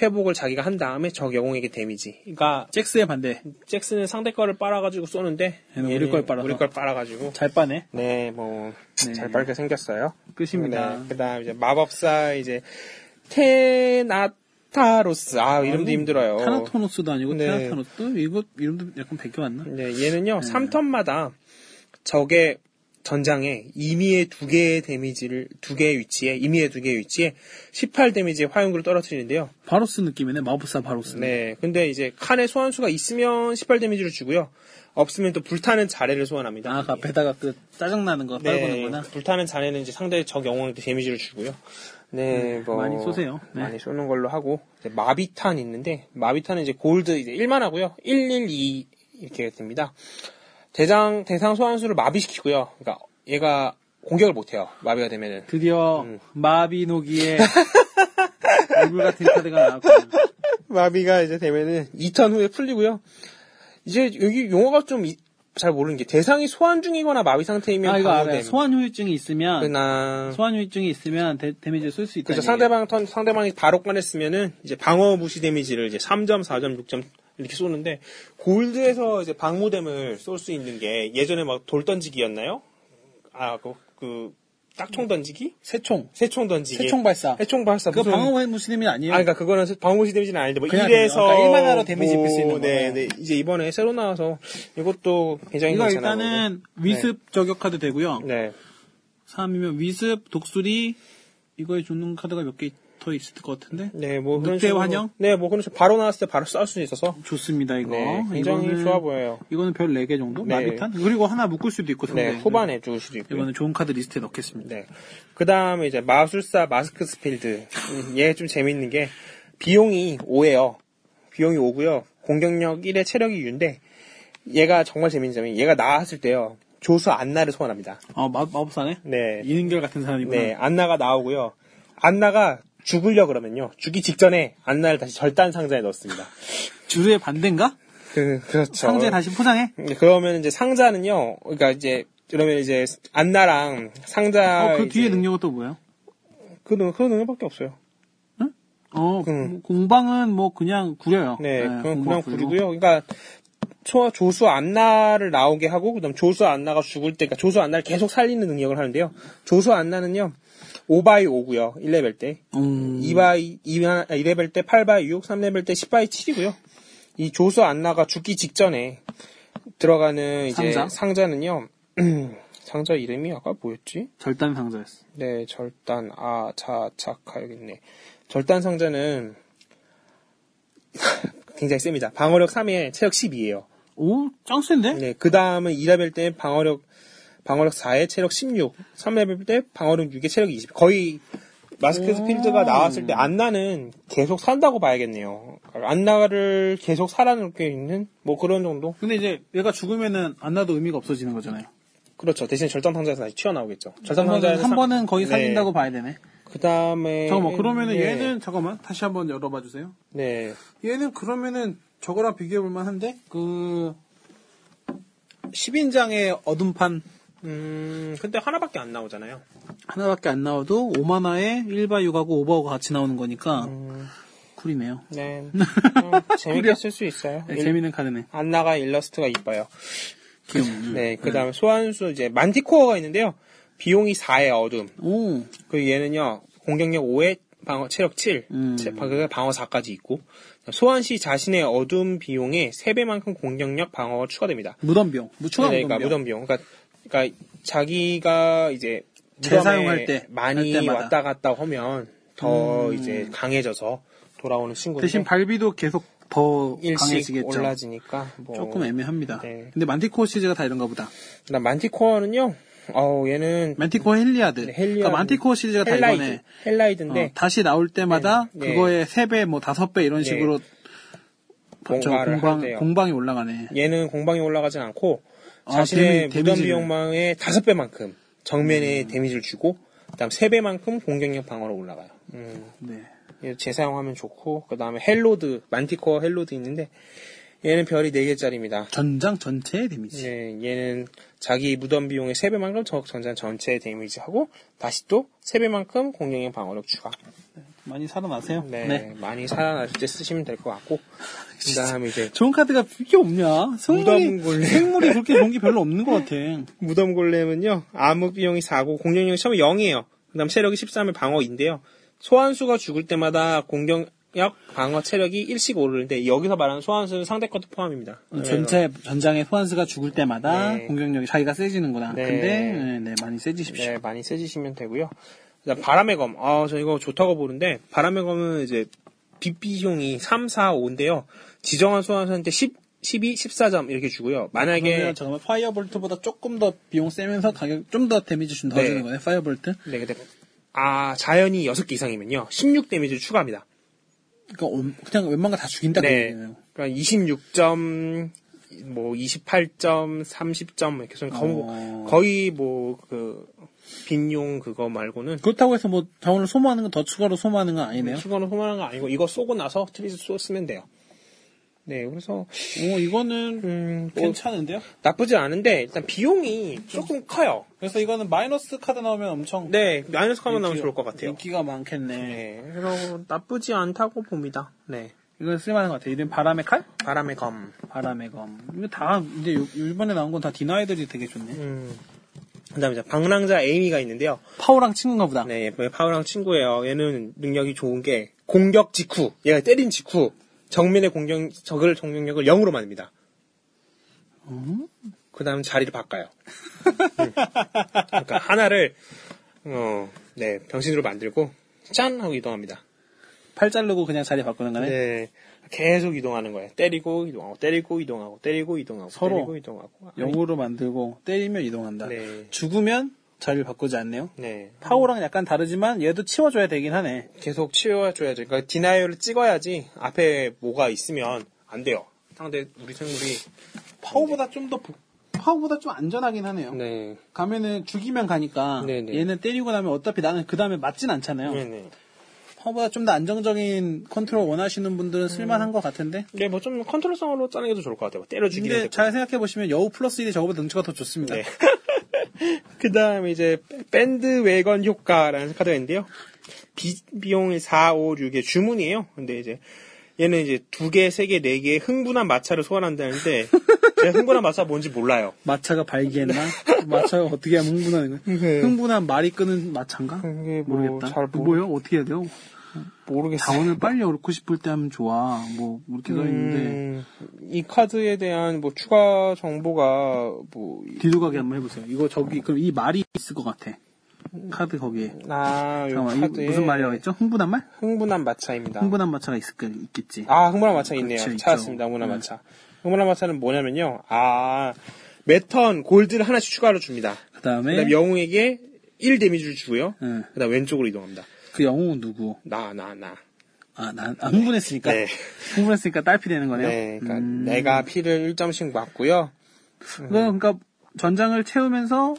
회복을 자기가 한 다음에 적 영웅에게 데미지. 그러니까
잭스의 반대.
잭슨은 상대 거를 빨아가지고 쏘는데
얘는
얘는
우리 걸 빨아서.
우리 걸 빨아가지고
잘 빠네.
네 뭐
네.
잘 빨게 생겼어요.
끝입니다.
네, 그다음 이제 마법사 이제 테나타로스 아
음,
이름도 힘들어요.
타나토노스도 아니고
네.
테나타노스? 이거 이름도 약간 베껴왔나?
네 얘는요 3턴마다 적의 전장에 이미의 두 개의 데미지를 두 개의 위치에 이미의 두 개의 위치에 18 데미지의 화용구를 떨어뜨리는데요.
바로스 느낌이네. 마법사 바로스.
네. 근데 이제 칸에 소환수가 있으면 18 데미지를 주고요. 없으면 또 불타는 자래를 소환합니다.
아, 그 앞에다가 그 짜증나는 거
네,
떨구는구나.
불타는 잔에는 이제 상대 적 영웅한테 데미지를 주고요. 네, 뭐
많이 쏘세요. 네.
많이 쏘는 걸로 하고 이제 마비탄 있는데 마비탄은 이제 골드 이제 1만 하고요. 112 이렇게 됩니다. 대장 대상 소환수를 마비시키고요. 그러니까 얘가 공격을 못 해요. 마비가 되면은.
드디어
음.
마비노기의 얼굴 같은 카드가 나왔고
마비가 이제 되면은 2턴 후에 풀리고요. 이제 여기 용어가 좀 잘 모르는 게 대상이 소환 중이거나 마비 상태이면
아 이거 알아요.
방어됨.
소환 후유증이 있으면
네. 그나
소환 후유증이 있으면 데, 미지를 쏠 수 있다.
그죠 상대방 턴 상대방이 바로 꺼냈으면은 이제 방어 무시 데미지를 이제 3점, 4점, 6점 이렇게 쏘는데 골드에서 이제 방무댐을 쏠 수 있는 게 예전에 막 돌 던지기였나요? 아 그그 딱총 던지기?
새총,
새총 던지기.
새총 발사.
새총 발사.
그거
예. 무슨-
방어 무시님이 아니에요.
아, 그러니까 그거는 방어 무시 데미지는 아닌데 뭐
그냥
1에서
그냥 그러니까 일만 하러 데미지 입힐 수 있는
네,
거예요.
네. 이제 이번에 새로 나와서 이것도 굉장히
이거
괜찮아 네.
일단은 위습 저격 카드 되고요.
보이고. 네.
3이면 위습, 독수리 이거에 주는 카드가 몇 개 더 있을 것 같은데
네, 뭐 그런
늑대
식으로-
환영?
네, 뭐 그런 식으로 바로 나왔을 때 바로 쏠 수 있어서
좋습니다 이거.
네, 굉장히
이거는-
좋아 보여요.
이거는 별 4개 정도
네.
마비탄 그리고 하나 묶을 수도 있고
네,
상대.
후반에 죽을 수도 있고.
이거는 좋은 카드 리스트에 넣겠습니다.
네. 그 다음에 이제 마술사 마스크스필드. 얘 좀 재밌는 게 비용이 5예요. 비용이 5고요. 공격력 1에 체력이 6인데 얘가 정말 재밌는 점이 얘가 나왔을 때요. 조수 안나를 소환합니다.
아 마, 마법사네.
네.
이은결 같은 사람이구나.
네, 안나가 나오고요. 안나가 죽으려 그러면요. 죽기 직전에 안나를 다시 절단 상자에 넣습니다.
주류의 반대인가?
그, 그렇죠.
상자에 다시 포장해?
네, 그러면 이제 상자는요. 그러니까 이제 그러면 이제 안나랑 상자
어, 그 뒤에
아, 이제
능력은 또 뭐예요?
그 능- 그 능력밖에 없어요.
어,
음.
공방은 뭐 그냥 구려요.
네, 그건
공방
그냥 구리고요. 그러니까 초, 조수 안나를 나오게 하고 그다음 조수 안나가 죽을 때, 그러니까 조수 안나를 계속 살리는 능력을 하는데요. 조수 안나는요. 5바이 5고요. 1레벨 때.
음,
2바이 2, 1레벨 때 8바이 6, 3레벨 때 10바이 7이고요. 이 조수 안나가 죽기 직전에 들어가는 이제
상자?
상자? 는요 상자 이름이 아까 뭐였지?
절단 상자였어.
네, 절단 아, 자, 자카 여기 있네. 절단 상자는 굉장히 셉니다. 방어력 3에 체력 10이에요.
오, 짱 센데?
네, 그 다음은 2레벨 때 방어력, 방어력 4에 체력 16, 3레벨 때 방어력 6에 체력 20. 거의 마스크스
오.
필드가 나왔을 때 안나는 계속 산다고 봐야겠네요. 안나를 계속 살아남게 있는 뭐 그런 정도?
근데 이제 얘가 죽으면은 안 나도 의미가 없어지는 거잖아요.
그렇죠. 대신 절단상자에서 다시 튀어나오겠죠. 절단상자에서.
한 번은 거의 살린다고 봐야 되네.
그 다음에.
잠깐만,
예.
그러면은 얘는, 잠깐만, 다시 한번 열어봐 주세요.
네.
얘는 그러면은 저거랑 비교해볼만 한데, 그, 10인장의 어둠판
음, 근데 하나밖에 안 나오잖아요.
하나밖에 안 나와도 5만화에 1바 6하고 5바 5가 같이 나오는 거니까, 쿨이네요.
음, 네. 음, 재밌게 쓸 수 있어요.
네,
일-
재밌는 카드네.
안나가 일러스트가 이뻐요.
귀여운.
네, 그 다음에 소환수, 이제, 만티코어가 있는데요. 비용이 4의 어둠.
오,
그리고 얘는요, 공격력 5에 방어, 체력 7,
음.
방어 4까지 있고, 소환 시 자신의 어둠 비용의 3배만큼 공격력 방어가 추가됩니다.
무덤병. 무초가
네, 그러니까 무덤 비용. 그러니까, 그러니까 자기가 이제 무덤에
재사용할 때,
많이
할 때마다. 음.
왔다 갔다 하면 더 이제 강해져서 돌아오는 친구인데
대신 발비도 계속 더
일씩
강해지겠죠.
올라지니까 뭐
조금 애매합니다.
네.
근데 만티코어 시즈가 다 이런가 보다.
그다음 만티코어는요. 어, 얘는
만티코어 헬리아드.
네, 헬리아드.
그러니까 만티코어 시즈가 다
헬라이드,
이번에
헬라이드인데
어, 다시 나올 때마다
네, 네.
그거의 3배, 뭐 5배 이런 식으로 저
뭔가를
공방,
한대요.
공방이 올라가네.
얘는 공방에 올라가진 않고
아,
자신의
데미-
무덤
데미지를. 음.
비용망의 다섯 배만큼 정면에 데미지를 주고 그다음 세 배만큼 공격력 방어로 올라가요. 음,
네.
얘 재사용하면 좋고 그다음에 헬로드 만티코어 헬로드 있는데 얘는 별이 네 개짜리입니다.
전장 전체의 데미지.
예, 얘는 자기 무덤 비용의 세 배만큼 적전자 전체 데미지하고 다시 또세 배만큼 공격력 방어력 추가.
많이 살아나세요.
네, 많이 살아날 때 쓰시면 될 것 같고 그다음에 이제
좋은 카드가 그게 없냐? 생물이,
무덤굴레. 네.
생물이 그렇게 좋은 게 별로 없는 것 같아.
무덤 골렘은요, 암흑 비용이 4고, 공격력이 처음에 0이에요. 그 다음 체력이 13의 방어인데요. 소환수가 죽을 때마다 공격력, 방어, 체력이 1씩 오르는데, 여기서 말하는 소환수는 상대 것도 포함입니다.
전체 전장의 소환수가 죽을 때마다
네.
공격력이 자기가 세지는구나.
네.
근데 네, 네, 많이 세지십시오.
네, 많이 세지시면 되고요. 그 다음 바람의 검. 아, 저 이거 좋다고 보는데, 바람의 검은 이제, 빛비용이 3, 4, 5인데요. 지정한 소환수한테 10, 12, 14점 이렇게 주고요. 만약에,
그러면 잠깐만 파이어볼트보다 조금 더 비용 세면서 가격 좀 더 데미지 좀 더
네.
주는 거네. 파이어볼트.
네, 근데, 아, 자연이 6개 이상이면요. 16 데미지를 추가합니다.
그러니까 온- 그냥 웬만한 거 다 죽인다
네.
그거예요.
그러니까 26점, 뭐 28점, 30점 이렇게 좀
어.
거의, 거의 뭐그 빈용 그거 말고는
그렇다고 해서 뭐 자원을 소모하는 건 더 추가로 소모하는 건 아니네요.
추가로 소모하는 거 아니고 이거 쏘고 나서 트리스 쏘 쓰면 돼요. 네, 그래서
오 어, 이거는
음, 뭐
괜찮은데요?
나쁘지 않은데 일단 비용이 조금 커요.
그래서 이거는 마이너스 카드 나오면 엄청
네, 마이너스 카면 나오면 좋을 것 같아요.
인기가 많겠네.
네, 그래서 나쁘지 않다고 봅니다. 네,
이건 쓸만한 것 같아요. 이름 바람의 칼?
바람의 검.
바람의 검. 이거 다 이제 요, 이번에 나온 건 다 디나이들이 되게 좋네.
음. 그다음에 이제 방랑자 에이미가 있는데요.
파오랑 친구인가 보다.
네, 얘 파우랑 친구예요. 얘는 능력이 좋은 게 공격 직후, 얘가 때린 직후 정면의 공격 적을 공격력을 0으로 만듭니다. 그다음 자리를 바꿔요. 음. 그러니까 하나를 어, 네, 병신으로 만들고 짠 하고 이동합니다.
팔 자르고 그냥 자리 바꾸는 거네.
네. 계속 이동하는 거예요. 때리고 이동하고 때리고 이동하고 때리고 이동하고
서로
때리고 이동하고.
영으로 만들고 때리면 이동한다.
네.
죽으면 자리를 바꾸지 않네요.
네.
파오랑 약간 다르지만 얘도 치워줘야 되긴 하네.
계속 치워줘야죠. 그러니까 디나이어를 찍어야지 앞에 뭐가 있으면 안 돼요. 상대 우리 생물이
파오보다 좀 더 파오보다 좀 안전하긴 하네요.
네.
가면은 죽이면 가니까
네네.
얘는 때리고 나면 어차피 나는 그 다음에 맞진 않잖아요.
네네.
파오보다 좀 더 안정적인 컨트롤 원하시는
음.
분들은 쓸만한 것 같은데.
네, 뭐 좀 컨트롤성으로 짜는 게 더 좋을 것 같아요. 뭐 때려주기는
근데 잘 생각해 보시면 여우 플러스 1이 저거보다 능치가 더 좋습니다.
네. 그 다음에 이제 밴드 외건 효과라는 카드가 있는데요. 비, 비용이 4, 5, 6의 주문이에요. 근데 이제 얘는 이제 두 개, 세 개, 네 개의 흥분한 마차를 소환한다는데 제가 흥분한 마차가 뭔지 몰라요.
마차가 발기했나? 마차가 어떻게 하면 흥분하는 거야?
네.
흥분한 말이 끄는 마차인가?
그게 뭐
모르겠다.
잘 모르-
뭐요? 어떻게 해야 돼요?
모르겠어요.
자원을 빨리 얻고 싶을 때 하면 좋아. 뭐 이렇게 써 있는데
음, 이 카드에 대한 뭐 추가 정보가 뭐
뒤도 가게 한번 해보세요. 이거 저기 그럼 이 말이 있을 것 같아. 카드 거기에.
아, 요
잠깐만, 이
카드에
무슨 말이라고 했죠? 흥분한 말?
흥분한 마차입니다.
흥분한 마차가 있을, 거- 있겠지.
아, 흥분한 마차 있네요.
그렇죠, 있죠.
찾았습니다. 흥분한
네.
마차. 흥분한 마차는 뭐냐면요. 아, 매턴 골드를 하나씩 추가로 줍니다.
그 다음에,
그다음 영웅에게 1 데미지를 주고요.
네.
그다음 왼쪽으로 이동합니다.
그 영웅은 누구?
나, 나, 나.
아, 나, 아, 흥분했으니까.
네.
흥분했으니까 딸피 되는 거네요.
네, 그러니까
음,
내가 피를 1점씩 맞고요.
그건 그러니까 전장을 채우면서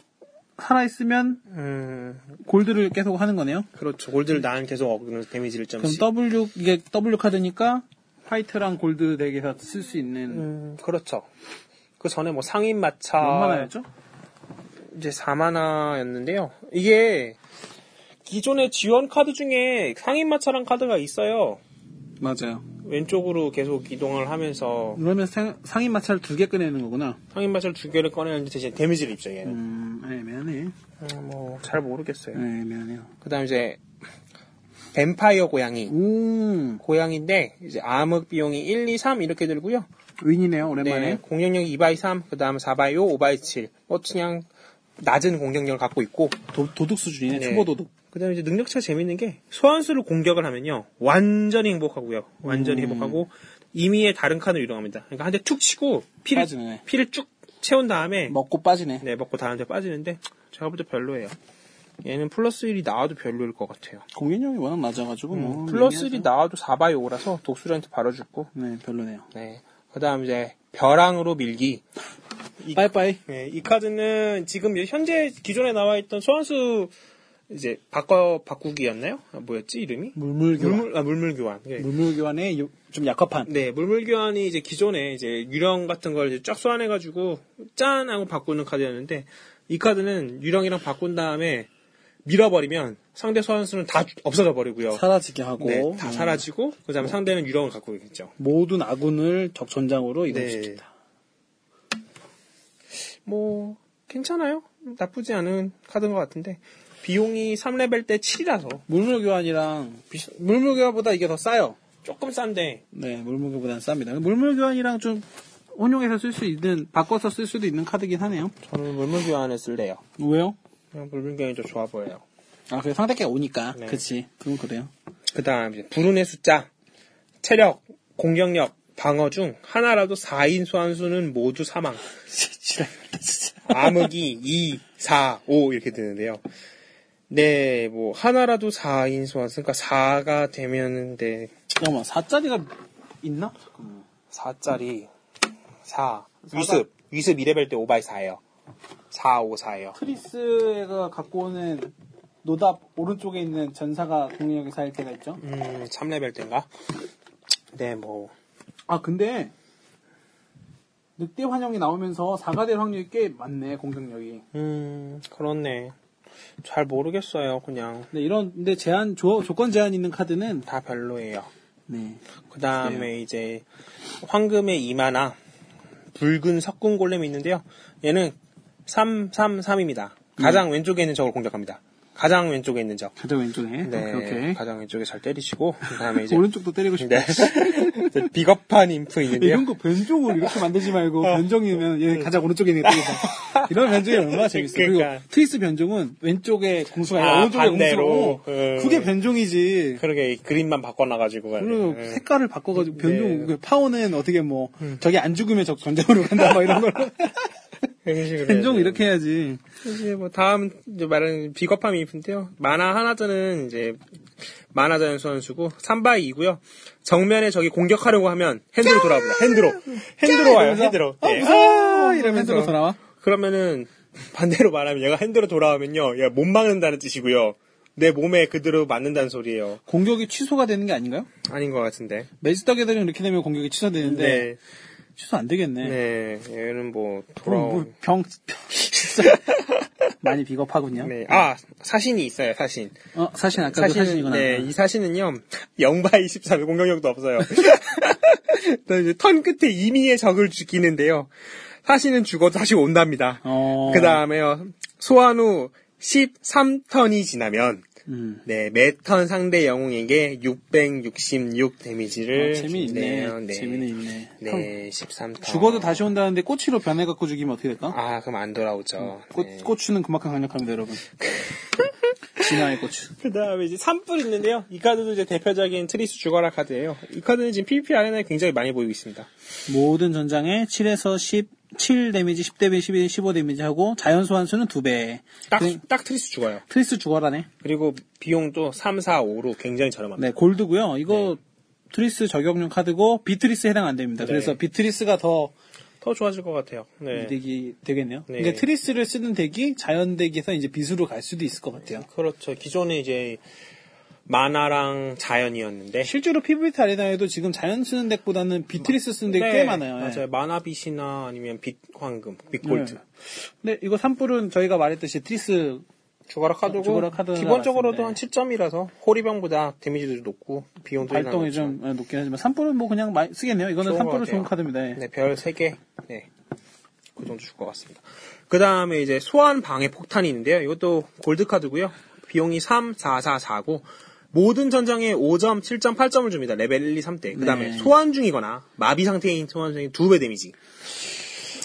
살아있으면
음,
골드를 계속 하는 거네요.
그렇죠. 골드를 나는 계속 얻으면서 데미지
그럼
1점씩.
W, 이게 W 카드니까 화이트랑 골드 덱에서 쓸 수 있는.
음, 그렇죠. 그 전에 뭐 상인 마차
얼마나였죠?
아. 이제 4만화였는데요. 이게 기존의 지원 카드 중에 상인 마차란 카드가 있어요.
맞아요.
왼쪽으로 계속 이동을 하면서
그러면 상, 상인 마차를 두 개 꺼내는 거구나.
상인 마차를 두 개를 꺼내는데 대신 데미지를 입죠 얘는.
음, 애매하네.
음, 뭐잘 모르겠어요.
애매하네요.
음, 그다음 이제 뱀파이어 고양이.
음,
고양인데 이제 암흑 비용이 1, 2, 3 이렇게 들고요.
윈이네요,
네,
오랜만에.
공격력이 2바이 3, 그 다음 4바이 5, 5바이 7. 뭐 그냥 낮은 공격력을 갖고 있고
도, 도둑 수준이네,
네.
초보 도둑.
그다음에 이제 능력치가 재밌는 게 소환수로 공격을 하면요 완전히 행복하고요 완전히 행복하고 임의의 다른 칸으로 이동합니다 그러니까 한 대 툭 치고 피를
빠지네.
피를 쭉 채운 다음에
먹고 빠지네.
네 먹고 다른 데 빠지는데 제가 볼 때 별로예요 얘는 플러스 1이 나와도 별로일 것 같아요
공연력이 워낙 낮아가지고, 뭐.
음, 플러스 1이
애매하죠.
나와도 4바이 5라서 독수리한테 바로 죽고
네, 별로네요.
네 그다음 이제 벼랑으로 밀기 이-
빠이빠이.
네, 이 카드는 지금 현재 기존에 나와 있던 소환수 이제 바꿔 바꾸기였나요? 아, 뭐였지 이름이?
물물교환.
물물 아 물물 교환. 예.
물물교환에 요- 좀 약합한.
네, 물물 교환이 이제 기존에 이제 유령 같은 걸 이제 쫙 소환해 가지고 짠 하고 바꾸는 카드였는데 이 카드는 유령이랑 바꾼 다음에 밀어버리면 상대 소환수는 다 없어져 버리고요.
사라지게 하고.
네, 다
음,
사라지고 그다음에 상대는 유령을 갖고 있겠죠.
모든 아군을 적전장으로
네.
이동시킨다.
뭐 괜찮아요. 나쁘지 않은 카드인 것 같은데 비용이 3레벨 때 7이라서
물물교환이랑, 비슷- 물물교환보다 이게 더 싸요.
조금 싼데
네, 물물교보다는 쌉니다. 물물교환이랑 좀 혼용해서 쓸 수 있는, 바꿔서 쓸 수도 있는 카드긴 하네요.
저는 물물교환을 쓸래요.
왜요?
그냥 물물교환이 더 좋아 보여요.
아, 그래, 상대가 오니까.
네.
그치. 그건 그래요.
그다음 이제 불운의 숫자, 체력, 공격력, 방어 중 하나라도 4인 소환수는 모두 사망.
지랄이다, 진짜.
암흑이 2, 4, 5 이렇게 되는데요. 네, 뭐 하나라도 4인 소환수, 그러니까 4가 되면인데
잠깐만, 4짜리가 있나? 잠깐만.
4짜리 4 위습 위습 2레벨 때 5바이 4예요. 4, 5, 4예요.
크리스가 갖고 오는 노답 오른쪽에 있는 전사가 공격력이 쌓일 때가 있죠.
음, 3레벨 때인가? 네, 뭐
아, 근데 늑대 환영이 나오면서 4가 될 확률이 꽤 많네, 공격력이.
음, 그렇네. 잘 모르겠어요. 그냥
근데 네, 이런, 근데 제한, 조, 조건 제한 있는 카드는,
다 별로예요.
네.
그 다음에 이제 황금의 이마나 붉은 석궁 골렘이 있는데요. 얘는 333입니다.
음.
가장 왼쪽에 있는 적을 공격합니다. 가장 왼쪽에 있는 적.
가장 왼쪽에.
네,
오케이, 오케이.
가장 왼쪽에 잘 때리시고 그 다음에 이제
오른쪽도 때리고 싶다.
네. 이제 비겁한 인프 있는데요.
아, 이런 거 변종을 이렇게 만들지 말고
어.
변종이면 얘 가장 오른쪽에 있는 게 뜨겠다. 이런 변종이 얼마나 재밌어. 그리고
그러니까.
트위스 변종은 왼쪽에 공수가 아니라
아,
오른쪽에
반대로.
공수로
음.
그게 변종이지.
그러게 이 그림만 바꿔놔가지고
그리고
네.
색깔을 바꿔가지고 변종
네.
그 파워는 어떻게 뭐
음.
저기 안 죽으면 적 전쟁으로 간다 막 이런 걸
예. 그런 식으로
변종
해야죠.
이렇게 해야지.
이제 뭐 다음 이제 말하는 비겁함 인프인데요. 만화 하나전은 이제 만화전 선수고 3바이 2고요. 정면에 저기 공격하려고 하면 핸드로 돌아옵니다. 핸드로. 핸드로 와요.
이러면서,
핸드로.
어,
예.
무서워
아,
이러면서
이러면서.
핸드로 돌아와.
그러면은 반대로 말하면 얘가 핸드로 돌아오면요. 얘가 못 막는다는 뜻이고요. 내 몸에 그대로 맞는다는 소리예요.
공격이 취소가 되는 게 아닌가요?
아닌 것 같은데.
매지스타게더링 이렇게 되면 공격이 취소되는데
네.
취소 안 되겠네.
네. 얘는 뭐
그럼
돌아오.
뭐 병, 병 진짜 많이 비겁하군요.
네. 아, 사신이 있어요. 사신.
어, 사실 아까 그
사신은,
사진이구나.
네, 이 사신은요, 0바이 23의 공격력도 없어요. 또 이제 턴 끝에 임의의 적을 죽이는데요. 사신은 죽어도 다시 온답니다.
어.
그 다음에요, 소환 후 13턴이 지나면,
음.
네, 매턴 상대 영웅에게 666
어,
데미지를.
재미있네.
준대요. 네.
재미는 있네. 그럼
네, 13턴.
죽어도 다시 온다는데 꼬치로 변해갖고 죽이면 어떻게 될까?
아, 그럼 안 돌아오죠.
꼬,
네.
꼬추는 그만큼 강력합니다, 여러분. 진화의 고추.
그 다음에 이제 3뿔 있는데요. 이 카드도 이제 대표적인 트리스 주거라 카드예요. 이 카드는 지금 PVP 아레나에 굉장히 많이 보이고 있습니다.
모든 전장에 7에서 10, 7 데미지, 10 데미지, 11, 15 데미지 하고 자연 소환수는 2배.
딱,
네.
딱 트리스 주거요.
트리스 주거라네.
그리고 비용도 3, 4, 5로 굉장히 저렴합니다.
네, 골드고요. 이거 트리스 적용용 카드고 비트리스 해당 안 됩니다. 그래서 비트리스가 더
더 좋아질 것 같아요. 네.
네. 이득이 되겠네요.
네.
근데 트리스를 쓰는 덱이 자연 덱에서 이제 비수로 갈 수도 있을 것 같아요.
그렇죠. 기존에 이제 만화랑 자연이었는데.
실제로 PVT 아레나에도 지금 자연 쓰는 덱보다는 비트리스 쓰는 덱이 꽤 많아요. 예.
네, 맞아요. 만화빛이나 아니면 빛 황금, 빛골드.
네. 근데 이거 산불은 저희가 말했듯이 트리스
주거라 카드고
주거라 카드가
기본적으로도 한
나왔는데.
7점이라서 호리병보다 데미지도 좀 높고 비용도
발동이
낮죠.
좀 예, 높긴 하지만 산불은 뭐 그냥 많이 쓰겠네요. 이거는
좋은 것
산불은
같아요.
좋은 카드입니다. 예.
네, 별 3개. 네. 그 정도 줄 것 같습니다. 그 다음에 이제 소환 방해 폭탄이 있는데요. 이것도 골드카드고요 비용이 3, 4, 4, 4고, 모든 전장에 5점, 7점, 8점을 줍니다. 레벨 1, 2, 3대. 그 다음에
네.
소환 중이거나 마비 상태인 소환 중인 2배 데미지.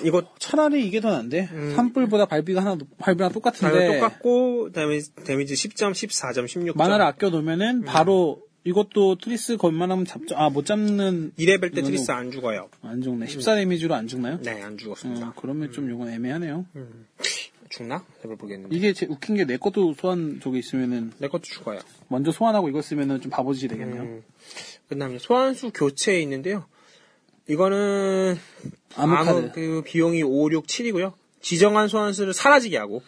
이거
차라리 이게 더 나은데 산불보다 발비가 하나 높- 발비랑
다들
똑같은데
음. 똑같고, 그 다음에 데미지 10점, 14점, 16점.
만화를 아껴
음.
놓으면은 바로 이것도 트리스 걸만하면 잡죠. 아 못 잡는
2레벨 때 트리스 안 죽어요.
안 죽네. 14 데미지로 안 죽나요?
음. 네, 음. 안 죽었습니다.
어, 그러면 좀 이건 애매하네요.
죽나? 해볼 보겠는데.
이게 제 웃긴 게 내 것도 소환 저기 있으면은
내 것도 죽어요.
먼저 소환하고 이거 쓰면은 좀 바보짓이 되겠네요.
음. 그다음에 소환수 교체 있는데요. 이거는
아무
아무
카드.
그 비용이 5, 6, 7이고요. 지정한 소환수를 사라지게 하고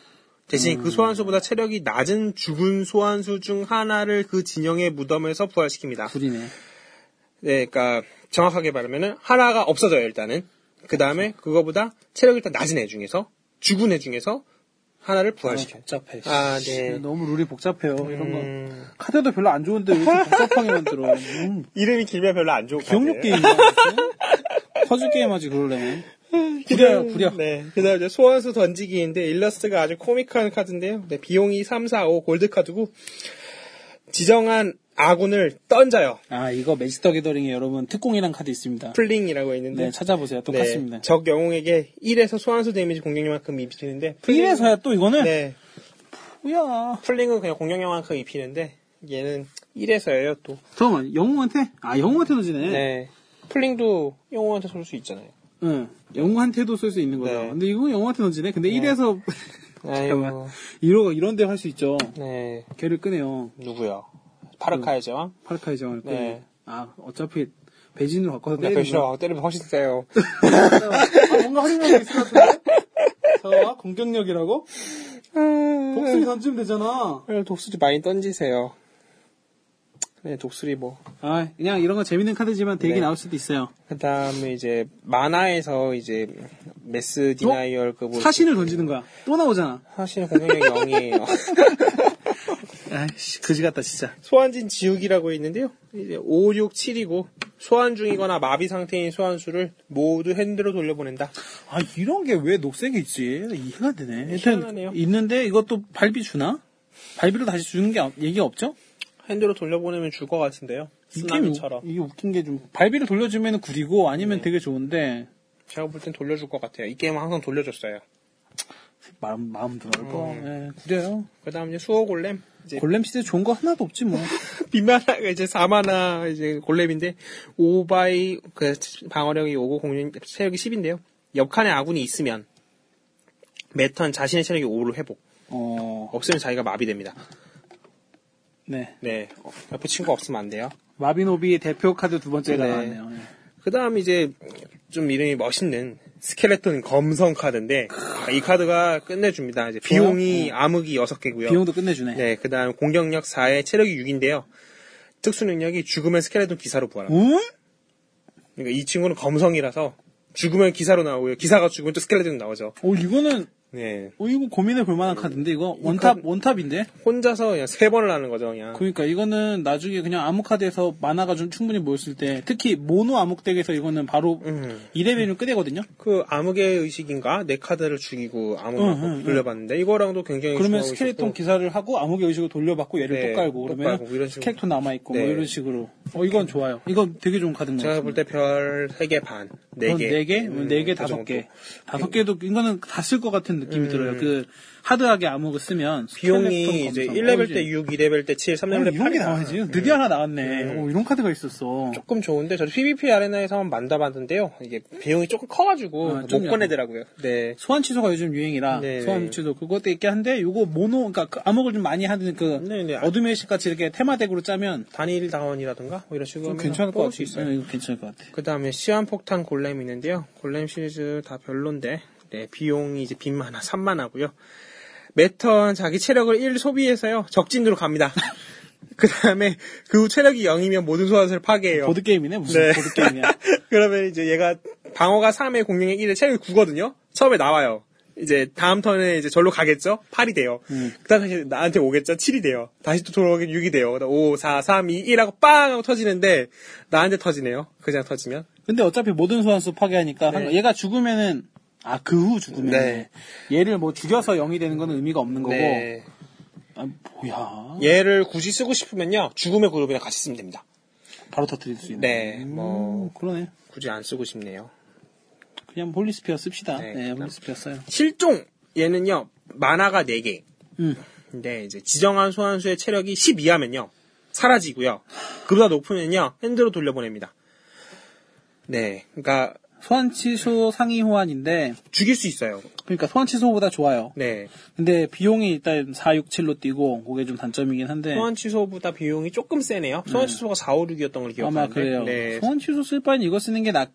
대신 그 소환수보다 체력이 낮은 죽은 소환수 중 하나를 그 진영의 무덤에서 부활시킵니다.
불이네.
네, 그러니까 정확하게 말하면은 하나가 없어져요 일단은. 그 다음에 그거보다 체력이 일단 낮은 애 중에서 죽은 애 중에서 하나를 부활시켜요.
복잡해.
아, 네.
너무 룰이 복잡해요. 이런 거.
음,
카드도 별로 안 좋은데 왜 이렇게 복잡하게 만들어. 음,
이름이 길면 별로 안 좋은
경력
카드예요.
게임이야. 이게? 퍼즐 게임 하지 그럴래. 구려요, 구려.
네. 그 다음에 소환수 던지기인데, 일러스트가 아주 코믹한 카드인데요. 네, 비용이 3, 4, 5 골드 카드고, 지정한 아군을 던져요.
아, 이거 매직 더 게더링에 여러분 특공이란 카드 있습니다.
플링이라고 있는데.
네, 찾아보세요.
네,
똑같습니다.
적 영웅에게 1에서 소환수 데미지 공격력만큼 입히는데, 플링-
이래서야 또 이거는
네.
뭐야.
플링은 그냥 공격력만큼 입히는데, 얘는 1에서예요, 또.
잠깐만, 영웅한테? 아, 영웅한테도 지네.
네. 플링도 영웅한테 쏠 수 있잖아요.
응. 영웅한테도 쓸 수 있는 거죠.
네.
근데 이거 영웅한테 던지네. 근데 1에서
아이고.
이러 이런 데 할 수 있죠.
네.
걔를 끄네요.
누구야? 파르카의 제왕?
파르카이 제왕을 끄네.
네.
아, 어차피 배진으로 바꿔서
네,
때리는 거.
배신하고 때리면 훨씬 세요.
아, 뭔가 활용력이 있을 것 같은데? 저 공격력이라고?
음.
독수리 던지면 되잖아.
네, 독수리 많이 던지세요. 네, 독수리 뭐.
아, 그냥 이런 거 재밌는 카드지만 되게
네.
나올 수도 있어요.
그 다음에 이제, 만화에서 이제, 메스 디나이얼 급으로.
어? 사신을 던지는 거야. 또 나오잖아.
사실은 공격력 0이에요.
아이씨, 그지 같다, 진짜.
소환진 지우기라고 있는데요. 이제 5, 6, 7이고, 소환 중이거나 마비 상태인 소환수를 모두 핸드로 돌려보낸다.
아, 이런 게 왜 녹색이 있지? 이해가 되네.
희한하네요.
하여튼, 있는데 이것도 발비 주나? 발비로 다시 주는 게 없- 얘기 없죠?
핸드로 돌려보내면 줄 것 같은데요.
이 게임 우-
쓰나미처럼. 네.
이게 웃긴 게 좀, 발비를 돌려주면 구리고 아니면 되게 좋은데,
제가 볼 땐 돌려줄 것 같아요. 이 게임은 항상 돌려줬어요.
마음, 마음도 넓어. 예, 구려요.
그 다음 이제 수호 골렘. 이제
골렘 시대 좋은 거 하나도 없지 뭐.
비만화가 이제 4만화 이제 골렘인데 5바이 그 방어력이 5고 공룡 체력이 10인데요. 옆칸에 아군이 있으면 매턴 자신의 체력이 5로 회복.
어,
없으면 자기가 마비됩니다.
네.
네. 어, 옆에 친구 없으면 안 돼요.
마비노비의 대표 카드 두 번째가
네.
나왔네요. 예.
그다음 이제 좀 이름이 멋있는 스켈레톤 검성 카드인데 이 카드가 끝내줍니다. 이제 비용이 암흑이 6개고요.
네. 비용도 끝내주네.
네, 그다음 공격력 4에 체력이 6인데요. 특수 능력이 죽음의 스켈레톤 기사로 부활합니다.
응?
그러니까 이 친구는 검성이라서 죽으면 기사로 나오고요. 기사가 죽으면 또 스켈레톤 나오죠.
오, 어, 이거는,
네.
오, 어, 이거 고민해 볼 만한 카드인데, 이거? 원탑, 원탑인데?
혼자서 그냥 세 번을 하는 거죠, 그냥.
그러니까 이거는 나중에 그냥 암흑 카드에서 만화가 좀 충분히 모였을 때, 특히 모노 암흑 덱에서 이거는 바로
음.
2레벨이면 끝내거든요?
그 암흑의 의식인가 내 카드를 죽이고 암흑을
응, 응,
돌려봤는데 이거랑도 굉장히
음, 그러면
중요하고
스켈레톤
있었고.
기사를 하고 암흑의 의식을 돌려받고 얘를
네,
또 깔고,
또
그러면
깔고 이런 식으로.
스켈레톤 남아있고,
네.
뭐 이런 식으로. 어, 이건 좋아요. 이건 되게 좋은 네 카드인 것
제가
같아요.
볼 때
어,
별 3개 음, 그 반, 4개.
음, 네 개, 네 개, 다섯 개, 다섯 개도 이거는 다 쓸 것 느낌이 들어요. 그 하드하게 암흑을 쓰면
음. 비용이 이제
스켈레톤 검성.
1레벨
어,
때
이제-
6, 2레벨 때 7,
어,
3레벨 음. 때
이런
8이
게 나와야지. 드디어 하나 나왔네. 오, 이런 카드가 있었어.
조금 좋은데 저도 PVP 아레나에서만 만나봤는데요. 이게 비용이 조금 커가지고
아,
못
좀 약간.
보내더라고요. 네.
소환 취소가 요즘 유행이라
네네.
소환 취소 그것도 있긴 한데 요거 모노 그러니까 그 암흑을 좀 많이 하는 그
네네.
어둠의 신 같이 이렇게 테마덱으로 짜면
단일 당원이라든가 뭐 이런 식으로
좀
하면
괜찮을 것
뽑을
같아요.
수 있어요.
네, 이거 괜찮을 것 같아.
그 다음에 시한폭탄 골렘 있는데요. 골렘 시리즈 다 별론데, 네, 비용이 이제 빚만 하, 3만 하고요. 매턴 자기 체력을 1 소비해서요, 적진으로 갑니다. 그 다음에 그 후 체력이 0이면 모든 소환수를 파괴해요.
보드 게임이네 무슨
네.
보드 게임이야.
그러면 이제 얘가 방어가 3에 공격력 1에 체력이 9거든요. 처음에 나와요. 이제 다음 턴에 이제 절로 가겠죠? 8이 돼요. 그 다음 다시 나한테 오겠죠? 7이 돼요. 다시 또 돌아오긴 6이 돼요. 5, 4, 3, 2, 1 하고 빵! 하고 터지는데, 나한테 터지네요. 그냥 터지면.
근데 어차피 모든 소환수 파괴하니까 한- 얘가 죽으면은 아 그 후 죽으면
네.
얘를 뭐 죽여서 0이 되는 거는 의미가 없는 거고
네.
아, 뭐야
얘를 굳이 쓰고 싶으면요 죽음의 그룹이랑 같이 쓰면 됩니다.
바로 터뜨릴 수 있는
네,
음,
뭐.
그러네
굳이 안 쓰고 싶네요.
그냥 홀리스피어 씁시다
네,
네,
그럼.
홀리스피어 써요
실종 얘는요 만화가 4개.
음.
근데 이제 지정한 소환수의 체력이 10 이하면요 사라지고요. 그보다 높으면요 핸드로 돌려보냅니다. 네, 그러니까
소환 취소 상위 호환인데
죽일 수 있어요.
그러니까 소환 취소보다 좋아요
네,
근데 비용이 일단 4, 6, 7로 뛰고 그게 좀 단점이긴 한데
소환 취소보다 비용이 조금 세네요. 소환 취소가 4, 5, 6이었던 걸 기억하는데.
아마 그래요
네,
소환 취소 쓸 바엔 이거 쓰는 게 나을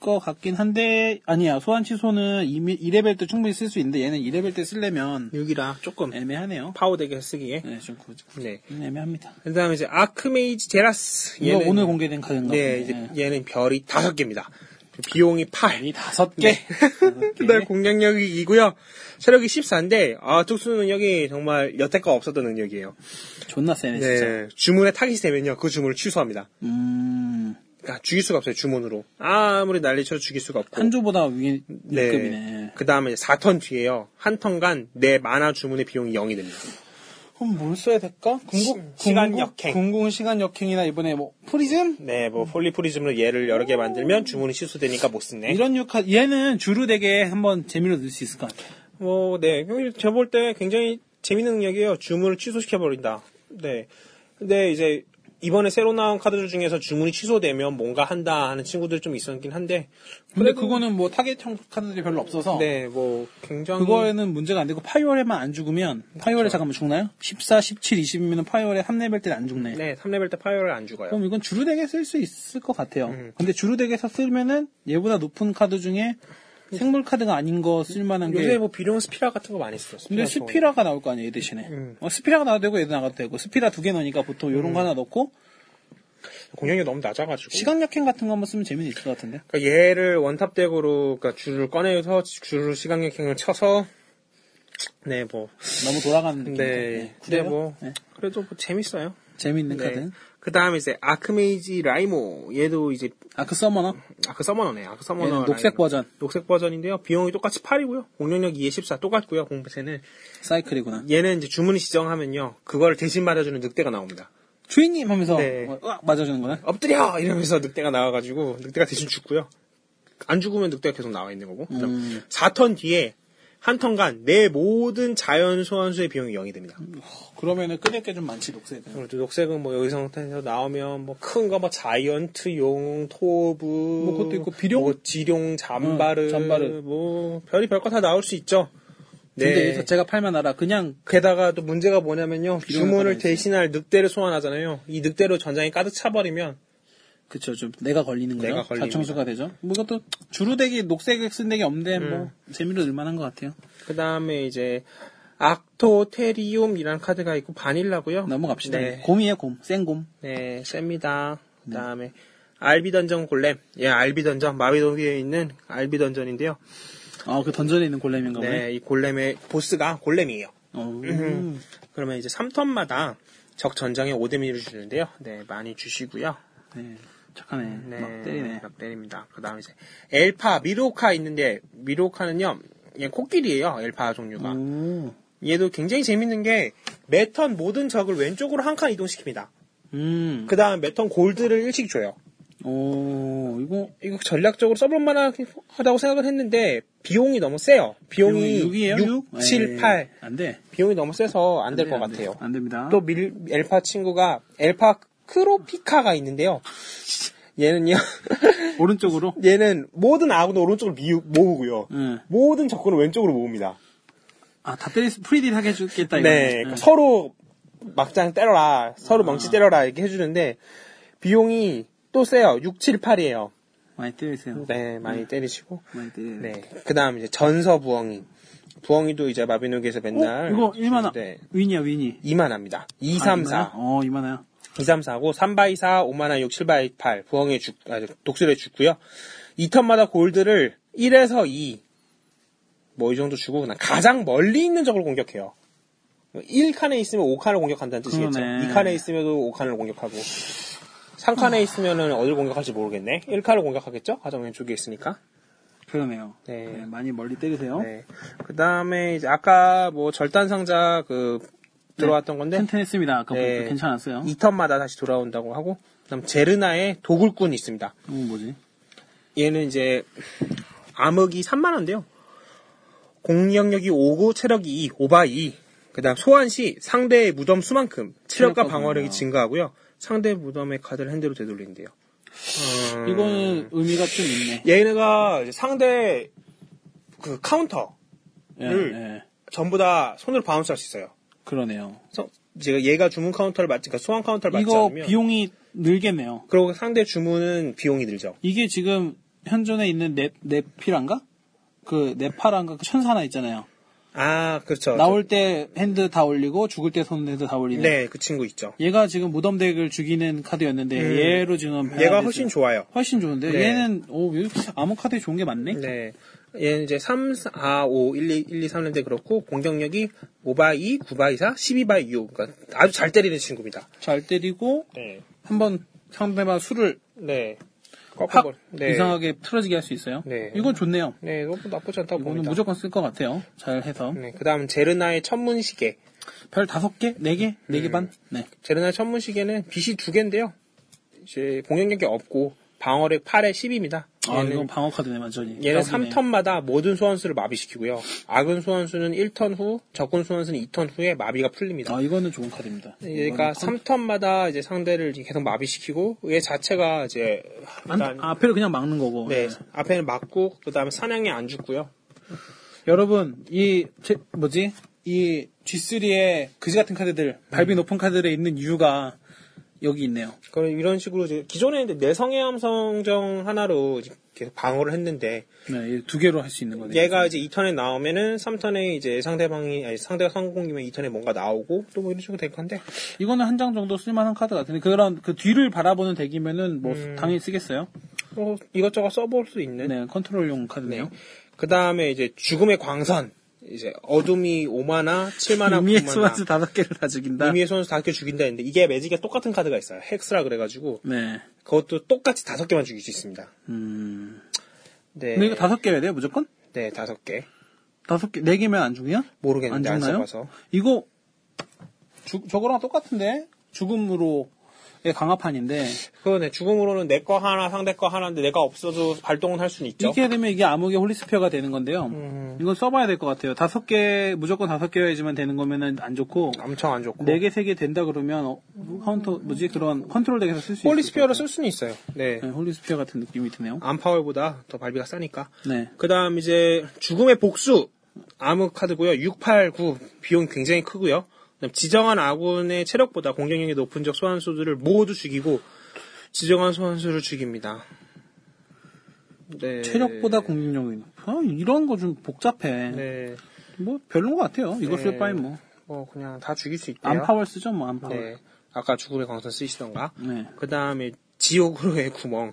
것 같긴 한데 아니야 소환 취소는 이미 2레벨 때 충분히 쓸 수 있는데 얘는 2레벨 때 쓰려면
6이라 조금
애매하네요.
파워덱에 쓰기에.
네, 좀 그, 그,
네.
애매합니다.
그다음에 이제 아크메이지 제라스.
이거 오늘 공개된 카드인가
네,
보네.
이제 얘는 별이 다섯 개입니다. 비용이 8.
이 다섯 개.
네. 그다음 공략력이 이고요 체력이 14인데, 아, 특수 능력이 정말 여태껏 없었던 능력이에요.
존나 세네 진짜.
네. 주문에 타깃이 되면요, 그 주문을 취소합니다.
음,
그러니까 죽일 수가 없어요, 주문으로. 아무리 난리쳐도 죽일 수가 없고.
한조보다 위
네.
위급이네.
그 다음에 4턴 뒤에요. 한 턴간 내 만화 주문의 비용이 0이 됩니다.
그럼 뭘 써야 될까?
궁극- 시간 궁극- 역행.
궁궁 시간 역행이나 이번에 뭐 프리즘
네, 뭐, 폴리프리즘으로 얘를 여러 개 만들면 주문이 취소되니까 못 쓰네.
이런 유카 얘는 주루 되게 한번 재미로 넣을 수 있을 것 같아.
뭐, 네. 제가 볼 때 굉장히 재밌는 능력이에요. 주문을 취소시켜버린다. 네. 근데 이제 이번에 새로 나온 카드들 중에서 주문이 취소되면 뭔가 한다 하는 친구들 좀 있었긴 한데.
근데 그거는 뭐 타겟형 카드들이 별로 없어서
네, 뭐, 굉장히.
그거에는 문제가 안 되고 파이월에만 안 죽으면 파이월에 잠깐만 죽나요? 14, 17, 20이면 파이월에 3레벨 때는 안 죽네.
네, 3레벨 때 파열을 안 죽어요.
그럼 이건 주루덱에 쓸 수 있을 것 같아요. 근데 주루덱에서 쓰면은 얘보다 높은 카드 중에 생물 카드가 아닌 거 쓸만한
요새
게
뭐 비룡 스피라 같은 거 많이 썼어.
근데 스피라가 나올 거 아니에요, 얘 대신에. 어, 스피라가 나와도 되고 얘도 나가도 되고 스피라 두 개 넣으니까 보통 요런 거 하나 넣고
공격이 너무 낮아가지고.
시간 약행 같은 거 한번 쓰면 재미는 있을 것 같은데.
그러니까 얘를 원탑 덱으로, 그러니까 줄을 꺼내서 줄을 시간격행을 쳐서, 네, 뭐.
너무 돌아가는 느낌.
네. 근데 뭐, 그래도 뭐 재밌어요.
재밌는
네.
카드.
그 다음에 이제 아크메이지 라이모 얘도 이제
아크 서머너.
아크 서머너네 아크 서머너
얘는
라이모.
녹색 버전
녹색 버전인데요 비용이 똑같이 8이고요 공격력 2에 14 똑같고요 공배세는
사이클이구나.
얘는 이제 주문이 지정하면요 그걸 대신 맞아주는 늑대가 나옵니다
주인님 하면서
네.
어, 으악 맞아주는구나.
엎드려 이러면서 늑대가 나와가지고 늑대가 대신 죽고요 안 죽으면 늑대가 계속 나와 있는 거고 그다음 4턴 뒤에 한 턴간 내 모든 자연 소환수의 비용이 0이 됩니다
그러면은 끊을 게 좀 많지 녹색은.
그리고 또 녹색은 뭐 여기 상태에서 나오면 뭐 큰 거 뭐 자이언트 용 토브 뭐
그것도 있고 비룡?
뭐 지룡 잠바르
응, 잠바르.
뭐 별이 별거 다 나올 수 있죠.
근데 얘
네.
자체가 팔만 알아. 그냥
게다가 또 문제가 뭐냐면요
비룡을
주문을
따라야지.
대신할 늑대를 소환하잖아요. 이 늑대로 전장이 가득 차버리면
그쵸 좀 내가 걸리는 거죠.
내가 걸립니다.
자청수가 되죠. 뭐 이것도 주루덱이 녹색 쓴 덱이 없는데 뭐
음.
재미로 늘만한 것 같아요.
그 다음에 이제 악토테리움이라는 카드가 있고 바닐라고요.
넘어갑시다.
네,
곰이에요 곰. 생곰.
네 셉니다. 그 다음에 알비 던전 골렘, 예 알비 던전 마비노기에 있는 알비 던전인데요.
아그 던전에 있는 골렘인가 보네.
네, 이 골렘의 보스가 골렘이에요.
어,
그러면 이제 3턴마다 적 전장에 5데미지를 주는데요. 네, 많이 주시고요.
네. 착하네.
네,
막 때리네.
막 때립니다. 그다음 이제 엘파 미로카 있는데 미로카는요. 얘 코끼리예요. 엘파
음.
종류가.
오.
얘도 굉장히 재밌는 게 매턴 모든 적을 왼쪽으로 한 칸 이동시킵니다.
음.
그다음 매턴 골드를 일씩 줘요.
오, 이거
이거 전략적으로 써볼 만하다고 생각을 했는데 비용이 너무 세요. 비용이,
6이에요? 아, 예.
6, 7, 8.
안 돼.
비용이 너무 세서 안 될
네,
것
안 돼.
같아요.
안 됩니다.
어? 또 밀, 엘파 친구가 엘파 크로피카가 있는데요. 얘는요.
오른쪽으로.
얘는 모든 아군을 오른쪽으로 미우, 모으고요.
응.
모든 적군을 왼쪽으로 모읍니다.
아, 다 때릴 수, 프리딜 하게 해주겠다, 이거.
네, 그러니까 서로 막장 때려라, 서로
아.
멍치 때려라 이렇게 해주는데 비용이 또 세요. 6, 7, 8이에요.
많이 때리세요.
네,
음.
많이 때리시고.
많이 때려요.
네, 그다음 이제 전서 부엉이. 부엉이도 이제 마비노기에서 맨날
어, 이거 1만화.
네,
위니야, 위니.
2만합니다.
아,
2, 3, 4.
이만화? 어, 2만화요.
2, 3, 4고 3바이 4, 5만원 6, 7바이 8 부엉이 죽, 아, 독수리에 죽고요. 2턴마다 골드를 1에서 2, 뭐 이 정도 주고 그냥 가장 멀리 있는 적을 공격해요. 1칸에 있으면 5칸을 공격한다는 뜻이겠죠.
그러네.
2칸에 있으면도 5칸을 공격하고
아.
3칸에 있으면은 어딜 공격할지 모르겠네. 1칸을 공격하겠죠? 가장 왼쪽에 있으니까.
그러네요.
네.
네, 많이 멀리 때리세요.
네. 그 다음에 이제 아까 뭐 절단 상자 그 들어왔던 건데
튼튼했습니다. 아까
네.
보니까 괜찮았어요.
2턴마다 다시 돌아온다고 하고 그다음 제르나의 도굴꾼이 있습니다.
어, 뭐지?
얘는 이제 암흑이 3만 원인데요. 공격력이 5고 체력이 2, 5바 2. 그다음 소환시 상대의 무덤 수만큼 체력과
체력과
방어력이
방어력.
증가하고요. 상대 무덤의 카드를 핸드로 되돌린대요. 음,
이거는 의미가 좀 있네.
얘네가 이제 상대 그 카운터를
예,
음.
예.
전부 다 손으로 바운스할 수 있어요.
그러네요.
그래서 제가 얘가 주문 카운터를 맞지, 그러니까 소환 카운터를 맞지
이거
않으면
비용이 늘겠네요.
그리고 상대 주문은 비용이 들죠.
이게 지금 현존에 있는 네, 네피란가? 그 네파란가 그 천사 하나 있잖아요.
아 그렇죠.
나올 때 핸드 다 올리고 죽을 때 손 핸드 다 올리는.
네그 친구 있죠.
얘가 지금 무덤 덱을 죽이는 카드였는데
음.
얘로 지금 봐야
얘가
되죠.
훨씬 좋아요.
훨씬 좋은데
네.
얘는 오 얘- 아무 카드에 좋은 게 많네.
네. 얘는 이제 3, 4, 5, 1, 2, 1, 2, 3년대 그렇고 공격력이 5바 2, 9바 2, 4, 12바 6. 그러니까 아주 잘 때리는 친구입니다.
잘 때리고
네.
한번 상대방 수를
네.
확
꺾어버. 네.
이상하게 틀어지게 할 수 있어요.
네.
이건 좋네요.
네, 너무 나쁘지 않다고
이거는
봅니다.
무조건 쓸 것 같아요. 잘 해서
네, 그다음 제르나의 천문 시계.
별 다섯 개, 네 개, 네
음.
개 반. 네.
제르나의 천문 시계는 빛이 두 개인데요. 이제 공격력이 없고 방어력 8에 10입니다.
아 이건 방어 카드네 완전히.
얘는
답이네.
3턴마다 모든 소환수를 마비시키고요. 악은 소환수는 1턴 후, 적군 소환수는 2턴 후에 마비가 풀립니다.
아 이거는 좋은 카드입니다. 이거는
그러니까 3턴마다 이제 상대를 이제 계속 마비시키고 얘 자체가 이제
안- 아,
일단
앞에를 그냥 막는 거고.
네, 앞에는 맞고 그다음에 사냥에 안 죽고요.
여러분 이 제- 뭐지 이 G3의 그지 같은 카드들
음.
발비 높은 카드들에 있는 이유가 여기 있네요.
그럼 이런 식으로 이제 기존에 이제 네 내성의 함성정 하나로 이제 계속 방어를 했는데
네, 이두 개로 할 수 있는 거네요.
얘가 이제 2턴에 나오면은 3턴에 이제 상대방이 아니, 상대가 성공이면 2턴에 뭔가 나오고 또 뭐 이런 식으로 될 건데
이거는 한 장 정도 쓸만한 카드 같은데 그런 그 뒤를 바라보는 덱이면은 뭐
음.
당연히 쓰겠어요.
뭐 이것저것 써볼 수 있는
네, 컨트롤용 카드네요.
그 다음에 이제 죽음의 광선. 이제 어둠이 5만화, 7만화,
이미의 소환수
9만화.
다섯 개를 다 죽인다.
이미의 손수 다섯 개 죽인다 했는데 이게 매직에 똑같은 카드가 있어요. 헥스라 그래가지고
네.
그것도 똑같이 다섯 개만 죽일 수 있습니다.
음.
네,
근데 이거 다섯 개여야 돼요 무조건?
네 다섯 개
다섯 개, 네 개면 안 죽냐?
모르겠는데
안
안,
죽나요?
써봐서
이거 죽- 저거랑 똑같은데 죽음으로의 강화판인데
그거네 죽음으로는 내 거 하나 상대 거 하나인데 내가 없어도 발동은 할 수는 있죠.
이렇게 되면 이게 암흑의 홀리스피어가 되는 건데요.
음.
이건 써봐야 될 것 같아요. 다섯 개 무조건 다섯 개여야지만 되는 거면은 안 좋고
엄청 안 좋고
네 개 세 개 된다 그러면 어, 카운터 뭐지 그런 컨트롤 덱에서 쓸 수 있어요.
폴리스피어를 쓸 수는 있어요. 네,
네, 홀리스피어 같은 느낌이 드네요.
암파월보다 더 발비가 싸니까.
네.
그다음 이제 죽음의 복수 암흑 카드고요. 6, 8, 9 비용 이 굉장히 크고요. 그다음 지정한 아군의 체력보다 공격력이 높은 적 소환수들을 모두 죽이고 지정한 소환수를 죽입니다. 네.
체력보다 공격력이 높아? 이런 거 좀 복잡해.
네.
뭐 별론 것 같아요. 이거 쓸
네.
바엔 뭐
뭐 그냥 다 죽일 수 있대요.
암파월 쓰죠 뭐 암파월.
네. 아까 죽음의 광선 쓰시던가.
네.
그다음에 지옥으로의 구멍.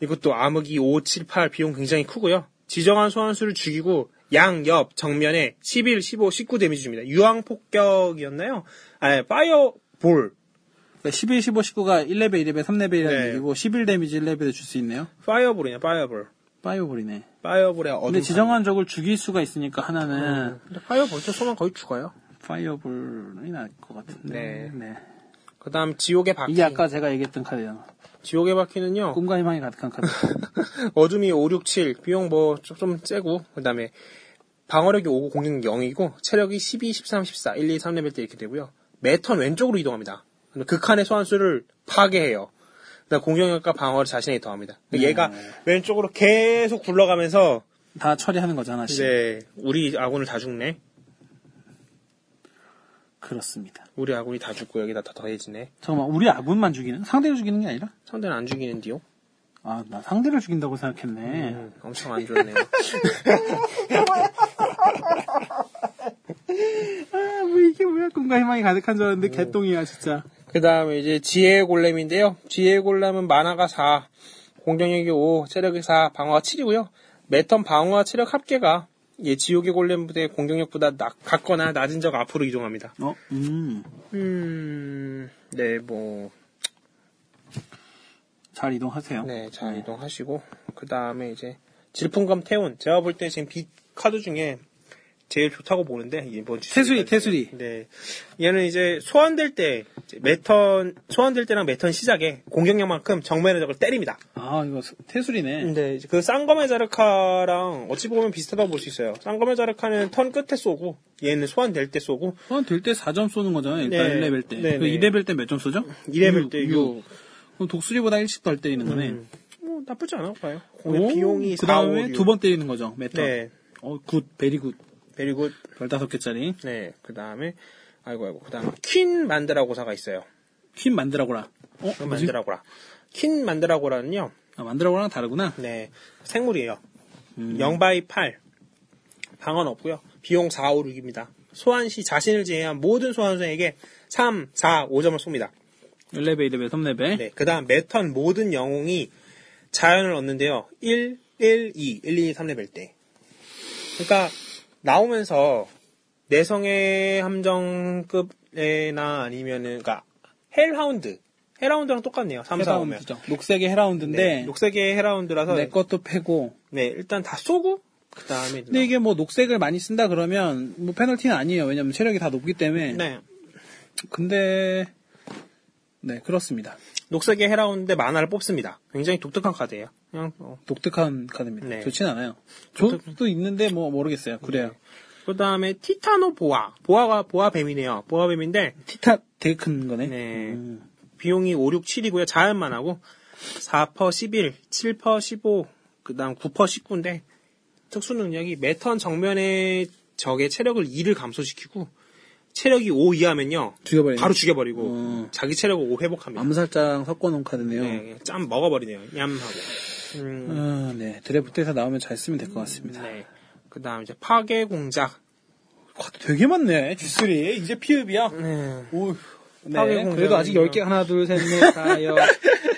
이것도 암흑이 5, 7, 8 비용 굉장히 크고요. 지정한 소환수를 죽이고 양, 옆, 정면에 11, 15, 19 데미지 줍니다. 유황 폭격이었나요? 아, 파이어 볼.
그러니까 11, 15, 19가 1레벨, 2레벨, 3레벨이라는
네.
얘기고 11 데미지 1레벨에 줄 수 있네요.
파이어 볼이냐, 파이어 볼.
파이어볼이네.
파이어 볼의 어둠.
근데 지정한 적을 죽일 수가 있으니까 하나는
음. 파이어 볼도 소만 거의 죽어요.
파이어볼이 날 것 같은데.
네. 그다음 지옥의 바퀴.
이게 아까 제가 얘기했던 카드잖아.
지옥의 바퀴는요.
꿈과 희망이 가득한 카드.
어둠이 5, 6, 7, 비용 뭐, 좀, 좀 세고, 그 다음에, 방어력이 5고 공격력이 0이고, 체력이 12, 13, 14, 1, 2, 3레벨 때 이렇게 되고요. 매턴 왼쪽으로 이동합니다. 근데 극한의 소환수를 파괴해요. 그다음 공격력과 방어를 자신에게 더합니다. 근데 얘가 왼쪽으로 계속 굴러가면서,
다 처리하는 거잖아, 씨.
이제, 우리 아군을 다 죽네.
그렇습니다.
우리 아군이 다 죽고, 여기다 더 더해지네.
잠깐만, 우리 아군만 죽이는? 상대를 죽이는 게 아니라?
상대는 안 죽이는데요?
아, 나 상대를 죽인다고 생각했네.
음, 엄청 안 좋네요.
아, 뭐 이게 뭐야. 꿈과 희망이 가득한 줄 알았는데
네.
개똥이야, 진짜.
그 다음에 이제 지혜의 골렘인데요. 지혜의 골렘은 만화가 4, 공격력이 5, 체력이 4, 방어가 7이고요. 매턴 방어와 체력 합계가 예, 지옥의 골렘부대 공격력보다 낮, 같거나 낮은 적 앞으로 이동합니다.
어, 음.
음, 네, 뭐,
잘 이동하세요.
네, 잘 이동하시고. 그 다음에 이제 질풍검 태운. 제가 볼 때 지금 빛 카드 중에 제일 좋다고 보는데, 이번 주
태수리, 태수리.
네. 얘는 이제 소환될 때, 이제 매턴, 소환될 때랑 매턴 시작에 공격력만큼 정면의 적을 때립니다.
아, 이거 수- 태수리네.
근데 이제 그 쌍검의 자르카랑 어찌 보면 비슷하다고 볼 수 있어요. 쌍검의 자르카는 턴 끝에 쏘고, 얘는 소환될 때 쏘고,
소환 될때 4점 쏘는 거잖아요. 일단
네.
1레벨 때.
네,
그
네.
2레벨 때 몇 점 쏘죠?
2레벨 때
육,
6.
그럼 독수리보다 1씩 덜 때리는 거네.
뭐, 나쁘지 않아 봐요.
오,
공의 비용이
그
4, 5,
다음에
6.
두 번 때리는 거죠. 메터.
네.
어, 굿, 베리 굿.
그리고
15개짜리.
네, 그 다음에, 아이고, 아이고, 그 다음에, 퀸 만드라고사가 있어요.
퀸 만드라고라. 어,
그
뭐지?
만드라고라. 퀸 만드라고라는요,
아, 만드라고랑 다르구나.
네, 생물이에요.
음.
0바이 8. 방언 없고요 비용 4, 5, 6입니다. 소환 시 자신을 제외한 모든 소환수에게 3, 4, 5점을 쏩니다.
1레벨, 2레벨, 3레벨.
네, 그 다음 매턴 모든 영웅이 자연을 얻는데요. 1, 1, 2, 1, 2, 3레벨 때. 그러니까 나오면서 내성의 함정급에나 아니면은 그러니까 헬하운드, 헬하운드랑 똑같네요. 3, 4, 5면. 네,
헤라운드죠. 네. 녹색의 헤라운드인데,
녹색의 헬하운드라서
내 것도 패고.
네, 일단 다 쏘고 그 다음에
근데 이게 뭐 녹색을 많이 쓴다 그러면, 뭐 페널티는 아니에요. 왜냐면 체력이 다 높기 때문에.
네.
근데, 네, 그렇습니다.
녹색의 헬하운드 만화를 뽑습니다. 굉장히 독특한 카드예요. 그냥 어.
독특한 카드입니다.
네.
좋진 않아요. 저도 있는데, 뭐, 모르겠어요. 그래요.
그 다음에 티타노 보아. 보아가 보아뱀이네요. 보아뱀인데
티타 되게 큰 거네.
네.
음.
비용이 5, 6, 7이고요. 자연만 하고 4퍼 11, 7퍼 15, 그다음 9퍼 19인데 특수 능력이 매턴 정면의 적의 체력을 2를 감소시키고 체력이 5 이하면요.
죽여버리네.
바로 죽여버리고
음.
자기 체력을 5 회복합니다.
암살자랑 섞어놓은 카드네요.
네, 짬 먹어버리네요. 얌하고. 음,
아, 네. 드래프트에서 나오면 잘 쓰면 될 것 같습니다.
네. 그다음 이제 파괴 공작.
카드 되게 많네. G3. 이제 피읍이야.
네.
오.
파괴
네.
공작이군요.
그래도 아직 10개. 하나, 둘, 셋, 넷, 다, 여,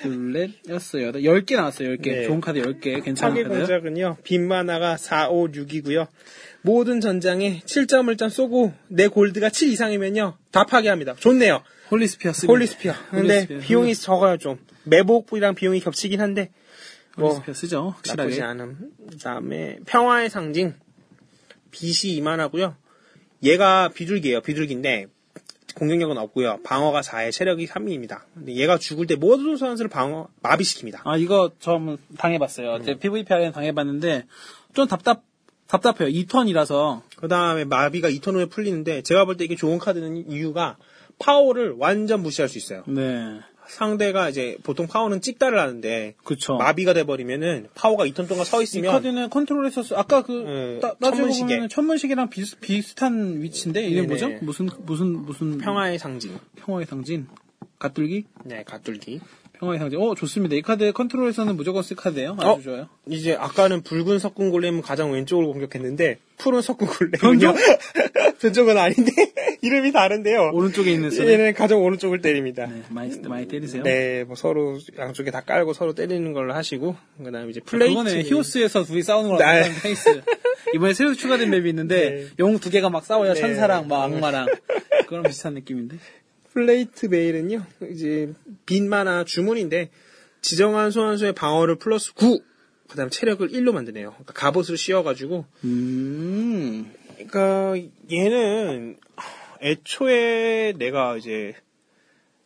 둘, 넷, 여섯, 여덟. 10개 나왔어요. 10개.
네.
좋은 카드 10개. 괜찮은
파괴
카드.
공작은요. 빈만화가 4, 5, 6이고요. 모든 전장에 7점을 짠 쏘고 내 골드가 7 이상이면요. 다 파괴합니다. 좋네요.
음, 홀리스피어 음. 쓰
홀리스피어. 근데 비용이 적어요 좀. 매복부랑 비용이 겹치긴 한데 뭐
홀리스피어 쓰죠. 확실하게.
나쁘지 않음. 그다음에 평화의 상징 빛이 이만하고요. 얘가 비둘기예요. 비둘기인데 공격력은 없고요. 방어가 4에 체력이 3입니다. 근데 얘가 죽을 때 모든 선수를 방어 마비시킵니다.
아, 이거 저 한번 당해봤어요. 제
음.
PVPR에는 당해봤는데, 좀 답답, 답답해요. 2턴이라서.
그 다음에 마비가 2턴 후에 풀리는데 제가 볼 때 이게 좋은 카드는 이유가 파워를 완전 무시할 수 있어요.
네.
상대가 이제 보통 파워는 찍다를 하는데
그쵸.
마비가 돼버리면은 파워가 2턴 동안 서
이
있으면
카드는 컨트롤에서 쓰- 아까 그
네,
따, 따지고
천문시계.
보면 천문시계랑 비슷, 비슷한 위치인데 이게
네네.
뭐죠? 무슨 무슨 무슨
평화의 상징.
평화의 상징 가뚤기
네, 가뚤기.
평화의 상징. 어 좋습니다. 이 카드 컨트롤에서는 무조건 쓸 카드예요. 아주
어?
좋아요.
이제 아까는 붉은 석궁 골렘은 가장 왼쪽으로 공격했는데 푸른 석궁
변종?
골렘은요. 변종은 아닌데 이름이 다른데요.
오른쪽에 있는 손에
얘는 가장 오른쪽을 때립니다.
예. 네, 많이 많이 때리세요.
네, 뭐 서로 양쪽에 다 깔고 서로 때리는 걸로 하시고 그다음에 이제 플레이트.
그러니까 그거네 히오스에서 둘이 싸우는
네.
거랑 페이스 이번에 새로 추가된 맵이 있는데 영웅 두 개가 막 싸워요
네.
천사랑 막 악마랑 그거랑 비슷한 느낌인데
플레이트 베일은요. 이제 빈마나 주문인데 지정한 소환수의 방어를 플러스 9. 그다음 체력을 1로 만드네요. 그러니까 갑옷을 씌워가지고
음
그러니까 얘는 애초에 내가 이제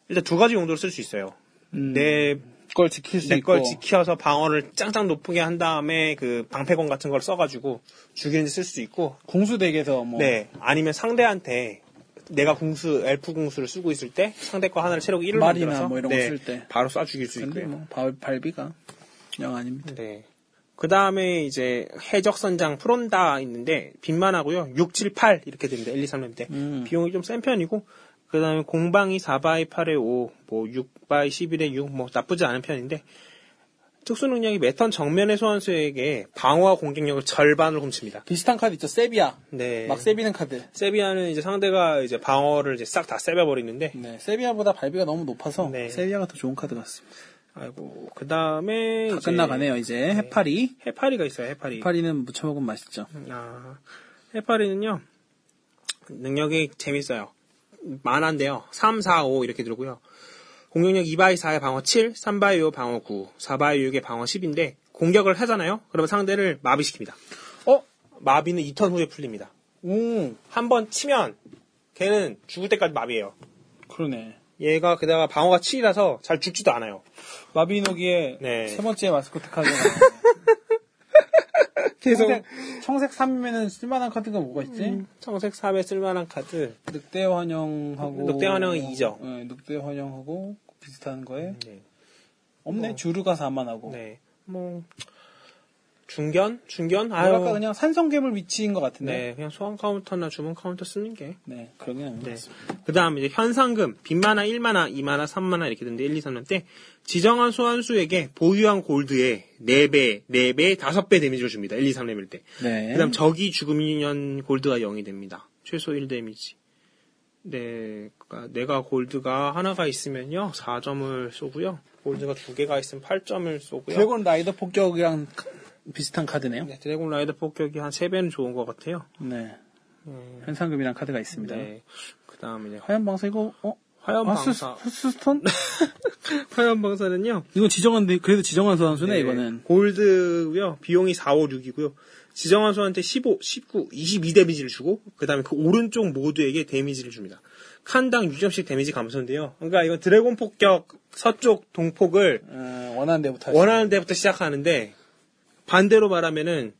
일단 두 가지 용도로 쓸 수 있어요.
음,
내
걸 지킬 수
내
있고.
걸 네, 지켜서 방어를 짱짱 높게 한 다음에 그 방패권 같은 걸 써가지고 죽이는지 쓸 수 있고
공수덱에서 뭐.
네 아니면 상대한테 내가 궁수 엘프 궁수를 쓰고 있을 때 상대 거 하나를 체력 1로
말이나
만들어서
뭐 이런 거
네,
쓸 때.
바로 쏴 죽일 수
근데
있고요.
뭐, 발, 발비가 영 아닙니다.
네. 그 다음에 이제 해적선장 프론다 있는데 빚만 하고요. 6, 7, 8 이렇게 됩니다. 1, 2, 3렘 때.
음.
비용이 좀 센 편이고 그 다음에 공방이 4바이 8에 5, 뭐 6바이 11에 6, 뭐 나쁘지 않은 편인데 특수 능력이 매턴 정면의 소환수에게 방어와 공격력을 절반으로 훔칩니다.
비슷한 카드 있죠. 세비야.
네.
막 세비는 카드.
세비아는 이제 상대가 이제 방어를 이제 싹 다 세벼버리는데
네. 세비야보다 발비가 너무 높아서
네.
세비야가 더 좋은 카드 같습니다.
아이고 그 다음에
다 끝나가네요. 이제 해파리.
해파리가 있어요. 해파리.
해파리는 무쳐먹으면 맛있죠.
아, 해파리는요, 능력이 재밌어요. 만화인데요. 3, 4, 5 이렇게 들고요. 공격력 2바이 4의 방어 7, 3바이 5 방어 9, 4바이 6의 방어 10인데, 공격을 하잖아요? 그러면 상대를 마비시킵니다.
어?
마비는 2턴 후에 풀립니다.
오,
한 번 치면, 걔는 죽을 때까지 마비예요.
그러네.
얘가 게다가 방어가 7이라서 잘 죽지도 않아요.
마비노기의
네.
세 번째 마스코트 카드가
계속
청색, 청색 3이면 쓸만한 카드가 뭐가 있지?
청색 3에 쓸만한 카드.
늑대 환영하고
늑대 환영은 이죠.
네, 늑대 환영하고 비슷한 거에
네.
없네. 주류가 4만하고.
어. 네. 뭐, 중견? 중견? 아유.
뭐랄까 그냥 산성괴물 위치인 것 같은데.
네, 그냥 소환 카운터나 주문 카운터 쓰는 게.
네. 그러면
네. 그 다음, 이제 현상금, 빚만화 1만화, 2만화, 3만화 이렇게 되는데 1, 2, 3년 때, 지정한 소환수에게 보유한 골드의 4배, 4배, 5배 데미지를 줍니다. 1, 2, 3레벨 때.
네.
그 다음, 적이 죽음 인연 골드가 0이 됩니다. 최소 1 데미지. 네, 그러니까 내가 골드가 하나가 있으면요, 4점을 쏘고요. 골드가 두 개가 있으면 8점을 쏘고요.
드래곤 라이더 폭격이랑 카- 비슷한 카드네요.
네, 드래곤 라이더 폭격이 한 3배는 좋은 것 같아요. 음,
네. 현상금이랑 카드가 있습니다.
네. 그 다음, 이제
화염 방사 이거 어?
화염 네.
아, 스-
방사.
스- 스톤?
화염 방사는요.
이건 지정한 그래도 지정한 소환수네
네,
이거는.
골드고요. 비용이 4, 5, 6이고요. 지정한 수한테 15, 19, 22 데미지를 주고 그다음에 그 오른쪽 모두에게 데미지를 줍니다. 칸당 6점씩 데미지 감소인데요. 그러니까 이건 드래곤 폭격 서쪽 동폭을
어, 원하는 데부터 하시죠.
원하는 데부터 시작하는데 반대로 말하면은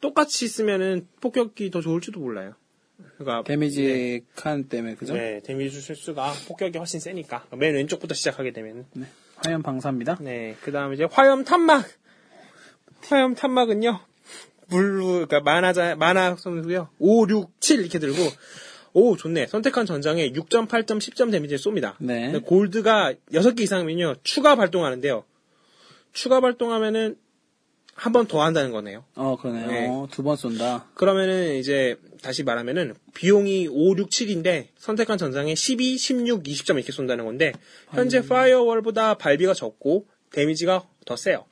똑같이 쓰면은 폭격이 더 좋을지도 몰라요. 그러니까
데미지 칸 때문에 그죠?
네, 데미지 실수가 폭격이 훨씬 세니까 맨 왼쪽부터 시작하게 되면
네. 화염 방사입니다.
네, 그 다음에 이제 화염 탄막. 화염 탄막은요, 물로, 그러니까 만화자, 만화 선수고요. 5, 6, 7 이렇게 들고, 오, 좋네. 선택한 전장에 6점, 8점, 10점 데미지를 쏩니다.
네.
근데 골드가 6개 이상이면요, 추가 발동하는데요. 추가 발동하면은, 한 번 더 한다는 거네요.
어 그러네요.
네.
두 번 쏜다.
그러면은 이제 다시 말하면은 비용이 5, 6, 7인데 선택한 전장에 12, 16, 20점 이렇게 쏜다는 건데 현재 파이어월보다 발비가 적고 데미지가 더 세요.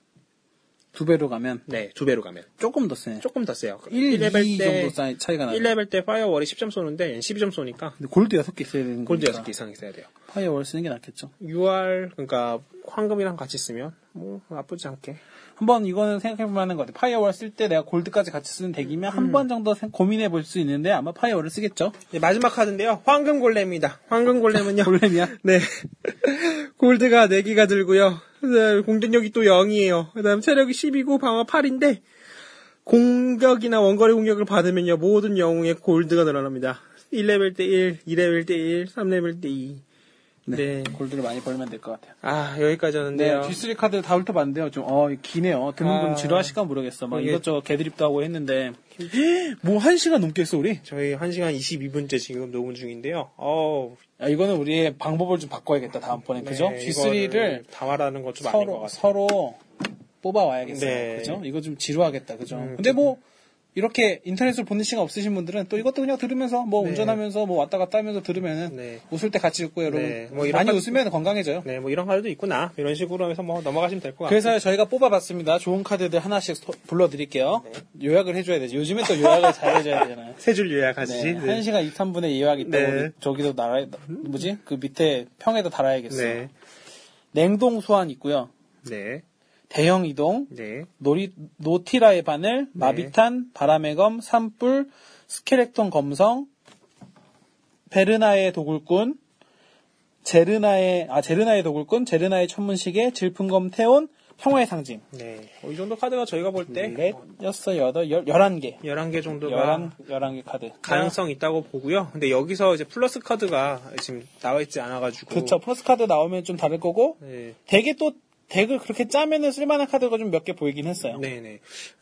두 배로 가면
네, 두 배로 가면
조금 더 세네.
조금 더 세요.
1,
1레벨
2
때
정도 차이, 차이가 나요.
1레벨 때 파이어월이 10점 쏘는데 얘는 12점 쏘니까
근데 골드 6개 있어야 되는
골드
거니까.
6개 이상 있어야 돼요.
파이어월 쓰는 게 낫겠죠.
UR 그러니까 황금이랑 같이 쓰면 뭐 나쁘지 않게.
한번 이거는 생각해볼 만한 것 같아요. 파이어월 쓸 때 내가 골드까지 같이 쓰는 덱이면 한 번 정도 생- 고민해볼 수 있는데 아마 파이어월을 쓰겠죠.
이제 예, 마지막 카드인데요. 황금 골렘입니다. 황금 골렘은요.
골렘이야?
네. 골드가 4개가 들고요. 그다음에 공격력이 또 0이에요. 그 다음 체력이 10이고 방어 8인데, 공격이나 원거리 공격을 받으면요. 모든 영웅의 골드가 늘어납니다. 1레벨 때 1, 2레벨 때 1, 3레벨 때 2. 네.
골드를 많이 벌면 될 것 같아요.
아, 여기까지
네,
하는데요.
D3 카드 다 훑어봤는데요. 좀, 어, 기네요. 드문드문
아.
지루하실까 모르겠어. 막
이게-
이것저것 개드립도 하고 했는데. 뭐, 한 시간 넘게 했어, 우리?
저희 1시간 22분째 지금 녹음 중인데요. 어우,
야, 아, 이거는 우리의 방법을 좀 바꿔야겠다, 다음번엔. 그죠?
네,
D3를
이거를 담아라는 건 좀 아닌 것
서로,
같아요.
서로 뽑아와야겠어요.
네. 음,
그죠? 이거 좀 지루하겠다, 그죠? 근데 뭐, 이렇게 인터넷으로 보는 시간 없으신 분들은 또 이것도 그냥 들으면서 뭐 운전하면서 뭐 왔다 갔다 하면서 들으면은
네.
웃을 때 같이 웃고 여러분
네, 뭐 이런
많이
카-
웃으면 건강해져요.
네, 뭐 이런 카드도 있구나. 이런 식으로 해서 뭐 넘어가시면 될 것 같아요.
그래서 저희가 뽑아봤습니다. 좋은 카드들 하나씩 소- 불러드릴게요. 요약을 해줘야 되죠. 요즘에 또 요약을 잘 해줘야 되잖아요.
세 줄 요약하시지.
네,
네. 네.
1시간 23분에 예약 있다고
네.
우리 저기도 달아야, 뭐지? 그 밑에 평에도 달아야겠어요.
네.
냉동 소환 있고요.
네.
대형 이동,
네.
노리, 노티라의 바늘, 마비탄, 바람의 검, 산불, 스케렉톤 검성, 베르나의 도굴꾼, 제르나의 아 제르나의 도굴꾼, 제르나의 천문시계, 질풍검 태온, 평화의 상징.
네. 어, 이 정도 카드가 저희가 볼 때
넷, 여섯, 여덟, 열, 열한 개.
네. 11개 정도가
열한, 열한 개 카드.
가능성 있다고 보고요. 근데 여기서 이제 플러스 카드가 지금 나와 있지 않아 가지고
그렇죠. 플러스 카드 나오면 좀 다를 거고
네.
되게 또 덱을 그렇게 짜면은 쓸만한 카드가 좀 몇 개 보이긴 했어요.
네네.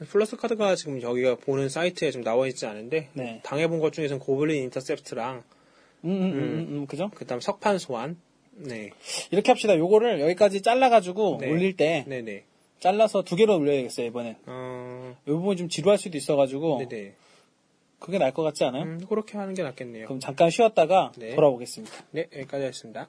플러스 카드가 지금 여기가 보는 사이트에 지금 나와 있지 않은데
네.
당해본 것 중에서는 고블린 인터셉트랑
음, 음, 음, 음, 음, 그죠?
그다음 석판 소환. 네.
이렇게 합시다. 요거를 여기까지 잘라가지고
네.
올릴 때
네네.
잘라서 두 개로 올려야겠어요 이번엔.
어.
이 부분이 좀 지루할 수도 있어가지고
네네.
그게 나을 것 같지 않아요?
음, 그렇게 하는 게 낫겠네요.
그럼 잠깐 쉬었다가
네.
돌아오겠습니다.
네, 여기까지 하겠습니다.